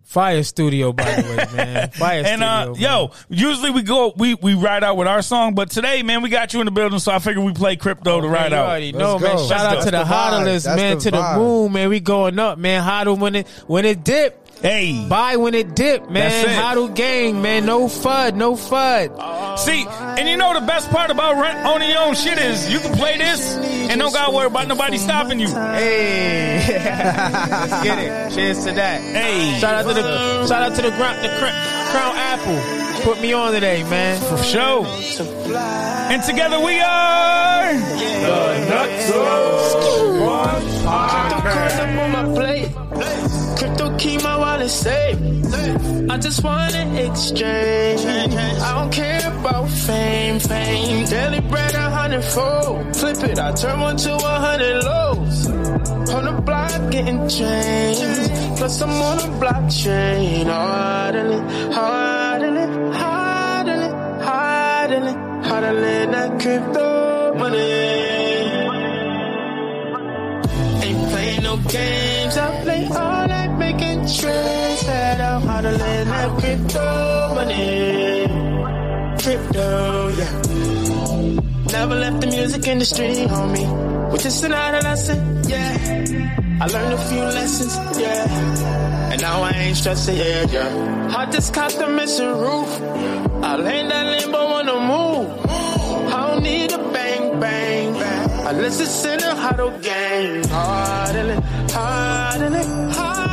Fire Studio, by the way, man. Fire
And
Studio.
uh,
man.
yo, usually we go we we ride out with our song, but today, man, we got you in the building, so I figured we play crypto to
Man,
ride
you
out.
already
Let's
know, man.
go.
Shout
Let's
out
go.
to the
That's the vibe.
hodlers,
That's
man.
the
to the
vibe.
moon, man. We going up, man. Hodl when it when it dip.
Hey,
Buy when it dip, man.
That's it.
Hodl gang, man. No fud, no fud.
see, and you know the best part about rent owning your own shit is you can play this and don't gotta worry about nobody stopping you.
Hey, let's get it. Cheers to that.
Hey,
Shout out to the shout out to the ground the cr- crown apple. Put me on today, man.
for sure. And together we are.
Crypto coins up on my plate. Crypto keep my wallet safe. I just wanna exchange. I don't care about fame, fame. Daily bread a hundredfold. Flip it, I turn one to a hundred lows. On the block getting changed. Plus I'm on the blockchain. Hardly, hardly, hardly, hardly, hardly that crypto money. Ain't playing no games. I play all that making trends that I'm huddling that crypto money. Crypto, yeah. Never left the music industry, homie. Which is an adolescent, yeah. I learned a few lessons, yeah. And now I ain't stressing, yeah, yeah. I just caught the missing roof. I land that limbo on the move. I don't need a bang, bang, bang. Unless it's in a huddle game. Hardly, hardly, hardly.